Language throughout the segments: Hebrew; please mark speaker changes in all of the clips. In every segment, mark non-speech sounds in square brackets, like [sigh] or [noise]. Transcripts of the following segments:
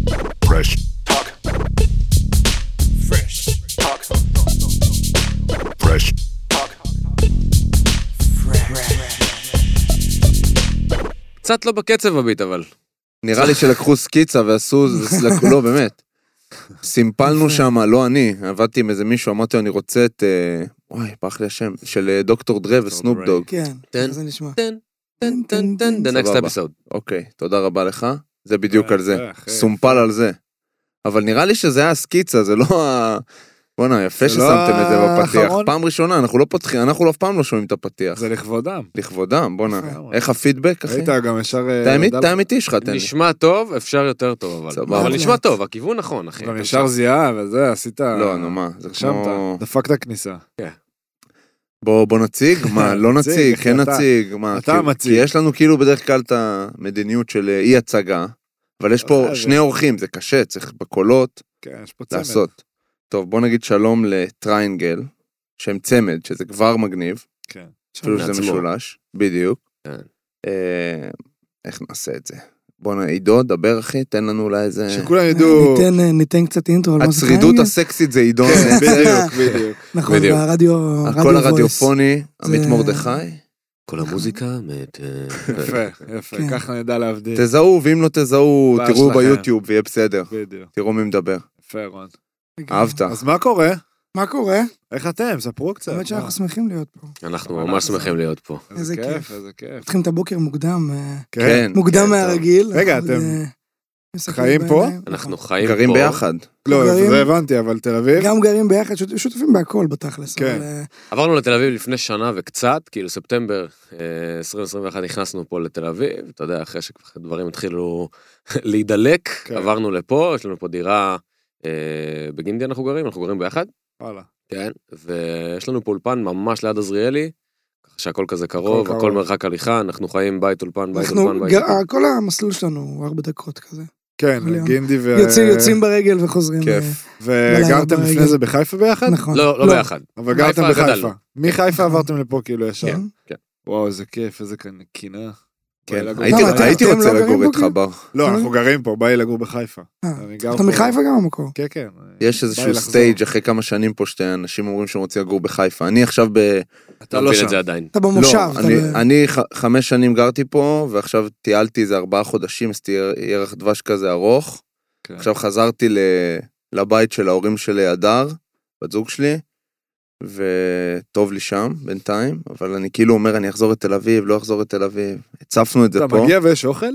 Speaker 1: Fresh talk. Fresh talk. Fresh talk.
Speaker 2: קצת לא בקצב הביט, אבל.
Speaker 3: נראה לי שלקחו סקיצה ועשו, לא, באמת. סימפלנו שם, לא אני, עבדתי עם איזה מישהו, אמרתי לו, אני רוצה את... אה, וואי, ברח לי השם, של אה, דוקטור דרה וסנופ
Speaker 2: דרה.
Speaker 3: דוג.
Speaker 4: כן,
Speaker 2: תן.
Speaker 4: איך זה נשמע.
Speaker 2: טן, טן, טן, טן, the next
Speaker 3: סבבה.
Speaker 2: episode.
Speaker 3: אוקיי, תודה רבה לך. זה בדיוק
Speaker 1: אה,
Speaker 3: על זה.
Speaker 1: אה, אחי.
Speaker 3: סומפל על זה. אבל נראה לי שזה היה הסקיצה, זה לא ה... בואנה, יפה
Speaker 1: זה לא
Speaker 3: ששמתם את זה בפתיח.
Speaker 1: האחרון?
Speaker 3: פעם ראשונה, אנחנו לא פותחים, אנחנו אף פעם לא שומעים את הפתיח.
Speaker 1: זה לכבודם.
Speaker 3: לכבודם, בואנה.
Speaker 1: יפה.
Speaker 3: איך הפידבק, אחי?
Speaker 1: ראית גם ישר... אה,
Speaker 3: את האמית- את
Speaker 1: ידע-
Speaker 3: האמיתי שלך, תן לי.
Speaker 2: נשמע טוב, אפשר יותר טוב, אבל.
Speaker 3: סבבה.
Speaker 2: אבל נשמע טוב, הכיוון נכון, אחי.
Speaker 1: גם ישר זיהה וזה, עשית...
Speaker 3: לא, נו מה, זה כמו...
Speaker 1: נרשמת, דפקת כניסה.
Speaker 3: בוא, בוא נציג?
Speaker 1: [laughs]
Speaker 3: מה, לא
Speaker 1: נציג,
Speaker 3: נציג,
Speaker 1: אחי,
Speaker 3: כן
Speaker 1: אתה-
Speaker 3: נציג, מה?
Speaker 1: אתה
Speaker 3: כי-
Speaker 1: המציג.
Speaker 3: כי יש לנו כאילו בדרך כלל את המדיניות של אה, אי הצגה, אבל יש פה
Speaker 1: אה, זה-
Speaker 3: שני אורחים, זה קשה, צריך בקולות
Speaker 1: כן, יש פה צמד.
Speaker 3: לעשות. טוב, בוא נגיד שלום לטריינגל, שהם צמד, שזה כבר מגניב,
Speaker 1: כן.
Speaker 3: אפילו שזה
Speaker 2: לעצמו.
Speaker 3: משולש, בדיוק.
Speaker 2: כן.
Speaker 3: אה, איך נעשה את זה? בוא נ... עידו, דבר אחי, תן לנו אולי איזה...
Speaker 1: שכולם ידעו...
Speaker 4: ניתן, אה, ניתן קצת אינטרו על מה זה
Speaker 3: הצרידות
Speaker 4: טריינגל.
Speaker 3: הסקסית זה עידו,
Speaker 1: כן,
Speaker 3: נצר.
Speaker 1: בדיוק,
Speaker 3: [laughs]
Speaker 1: בדיוק.
Speaker 4: [laughs] נכון,
Speaker 2: בדיוק.
Speaker 4: ברדיו,
Speaker 3: הקול
Speaker 4: רדיו וויס.
Speaker 3: הרדיופוני, עמית
Speaker 4: זה-
Speaker 3: מרדכי.
Speaker 2: כל המוזיקה מת... אה,
Speaker 1: יפה, יפה,
Speaker 4: כן.
Speaker 1: ככה נדע להבדיל.
Speaker 3: תזהו, ואם לא תזהו,
Speaker 1: בעיה
Speaker 3: תראו
Speaker 1: שלכם.
Speaker 3: ביוטיוב ויהיה בסדר.
Speaker 1: בדיוק.
Speaker 3: תראו מי מדבר.
Speaker 1: יפה, רון.
Speaker 3: אהבת.
Speaker 1: כן. אז מה קורה?
Speaker 4: מה קורה?
Speaker 1: איך אתם? ספרו קצת.
Speaker 4: האמת
Speaker 1: מה?
Speaker 4: שאנחנו שמחים להיות פה.
Speaker 2: אנחנו ממש שמחים להיות פה.
Speaker 1: איזה
Speaker 4: איזה
Speaker 1: כיף,
Speaker 4: כיף.
Speaker 1: איזה כיף.
Speaker 4: מתחילים את הבוקר מוקדם, אה,
Speaker 1: כן.
Speaker 4: מוקדם
Speaker 3: כן,
Speaker 4: מהרגיל.
Speaker 1: רגע,
Speaker 4: אבל,
Speaker 1: אתם
Speaker 4: אה, משחקים
Speaker 1: חיים פה?
Speaker 4: בעיניים.
Speaker 2: אנחנו
Speaker 3: טוב.
Speaker 2: חיים פה.
Speaker 3: גרים ביחד.
Speaker 1: לא,
Speaker 4: גרים.
Speaker 1: זה הבנתי, אבל תל אביב?
Speaker 4: גם גרים ביחד, שות- שותפים בהכל בתכלס.
Speaker 1: כן.
Speaker 4: אבל, אה,
Speaker 2: עברנו לתל אביב לפני שנה וקצת, כאילו ספטמבר אה, 2021 נכנסנו פה לתל אביב, אתה יודע, אחרי שדברים התחילו [laughs] להידלק,
Speaker 1: כן.
Speaker 2: עברנו לפה, יש לנו פה דירה אה, בגינדי אנחנו גרים, אנחנו גרים ביחד,
Speaker 1: וואלה.
Speaker 2: כן, ויש לנו פה אולפן ממש ליד עזריאלי, ככה שהכל כזה קרוב,
Speaker 1: קרוב.
Speaker 2: הכל מרחק הליכה, אנחנו חיים בית אולפן, בית
Speaker 4: אנחנו,
Speaker 2: אולפן, בית
Speaker 4: גר-
Speaker 2: אולפן.
Speaker 4: כל המסלול שלנו הוא ארבע דקות כזה.
Speaker 1: כן,
Speaker 4: מיליון.
Speaker 1: גינדי ו...
Speaker 4: יוצאים- יוצאים ברגל וחוזרים.
Speaker 3: כיף.
Speaker 4: אה,
Speaker 1: וגרתם
Speaker 4: בלילה
Speaker 1: לפני
Speaker 4: ברגל.
Speaker 1: זה בחיפה ביחד?
Speaker 4: נכון.
Speaker 2: לא, לא ביחד.
Speaker 1: אבל גרתם
Speaker 2: בחיפה
Speaker 1: בחיפה.
Speaker 2: גדלנו.
Speaker 1: מחיפה עברתם לפה כאילו ישר.
Speaker 4: כן.
Speaker 1: וואו, איזה כיף, איזה כאן קינה.
Speaker 3: כן,
Speaker 1: בא לי לגור
Speaker 3: הייתי
Speaker 4: למה,
Speaker 1: בחיפה.
Speaker 3: רוצה- הייתי
Speaker 4: אתם
Speaker 3: רוצה
Speaker 4: לא גרים
Speaker 3: לגור
Speaker 4: פה,
Speaker 3: איתך
Speaker 4: כאילו?
Speaker 3: בר.
Speaker 1: לא, אנחנו גרים פה, בא לי לגור בחיפה.
Speaker 4: אה,
Speaker 1: אני גר
Speaker 4: אתה
Speaker 1: פה.
Speaker 4: מחיפה גם המקור.
Speaker 1: כן, כן.
Speaker 3: יש
Speaker 1: בא לי
Speaker 3: איזשהו
Speaker 1: לחזור.
Speaker 3: סטייג' אחרי כמה שנים פה שאנשים אומרים שהם רוצים לגור בחיפה. אני עכשיו ב...
Speaker 2: אתה לא מבין את זה עדיין.
Speaker 4: אתה
Speaker 3: לא,
Speaker 4: במושב. אתה
Speaker 3: אני-
Speaker 4: ב-
Speaker 3: אני ח- חמש שנים גרתי פה, ועכשיו טיילתי איזה ארבעה חודשים, עשיתי יר- ירח דבש כזה ארוך.
Speaker 1: כן.
Speaker 3: עכשיו חזרתי ל- לבית של ההורים של הדר, בת זוג שלי, וטוב לי שם בינתיים, אבל אני כאילו אומר, אני אחזור לתל אביב, לא אחזור לתל אביב. הצפנו את זה
Speaker 1: אתה
Speaker 3: פה.
Speaker 1: מגיע ויש אוכל?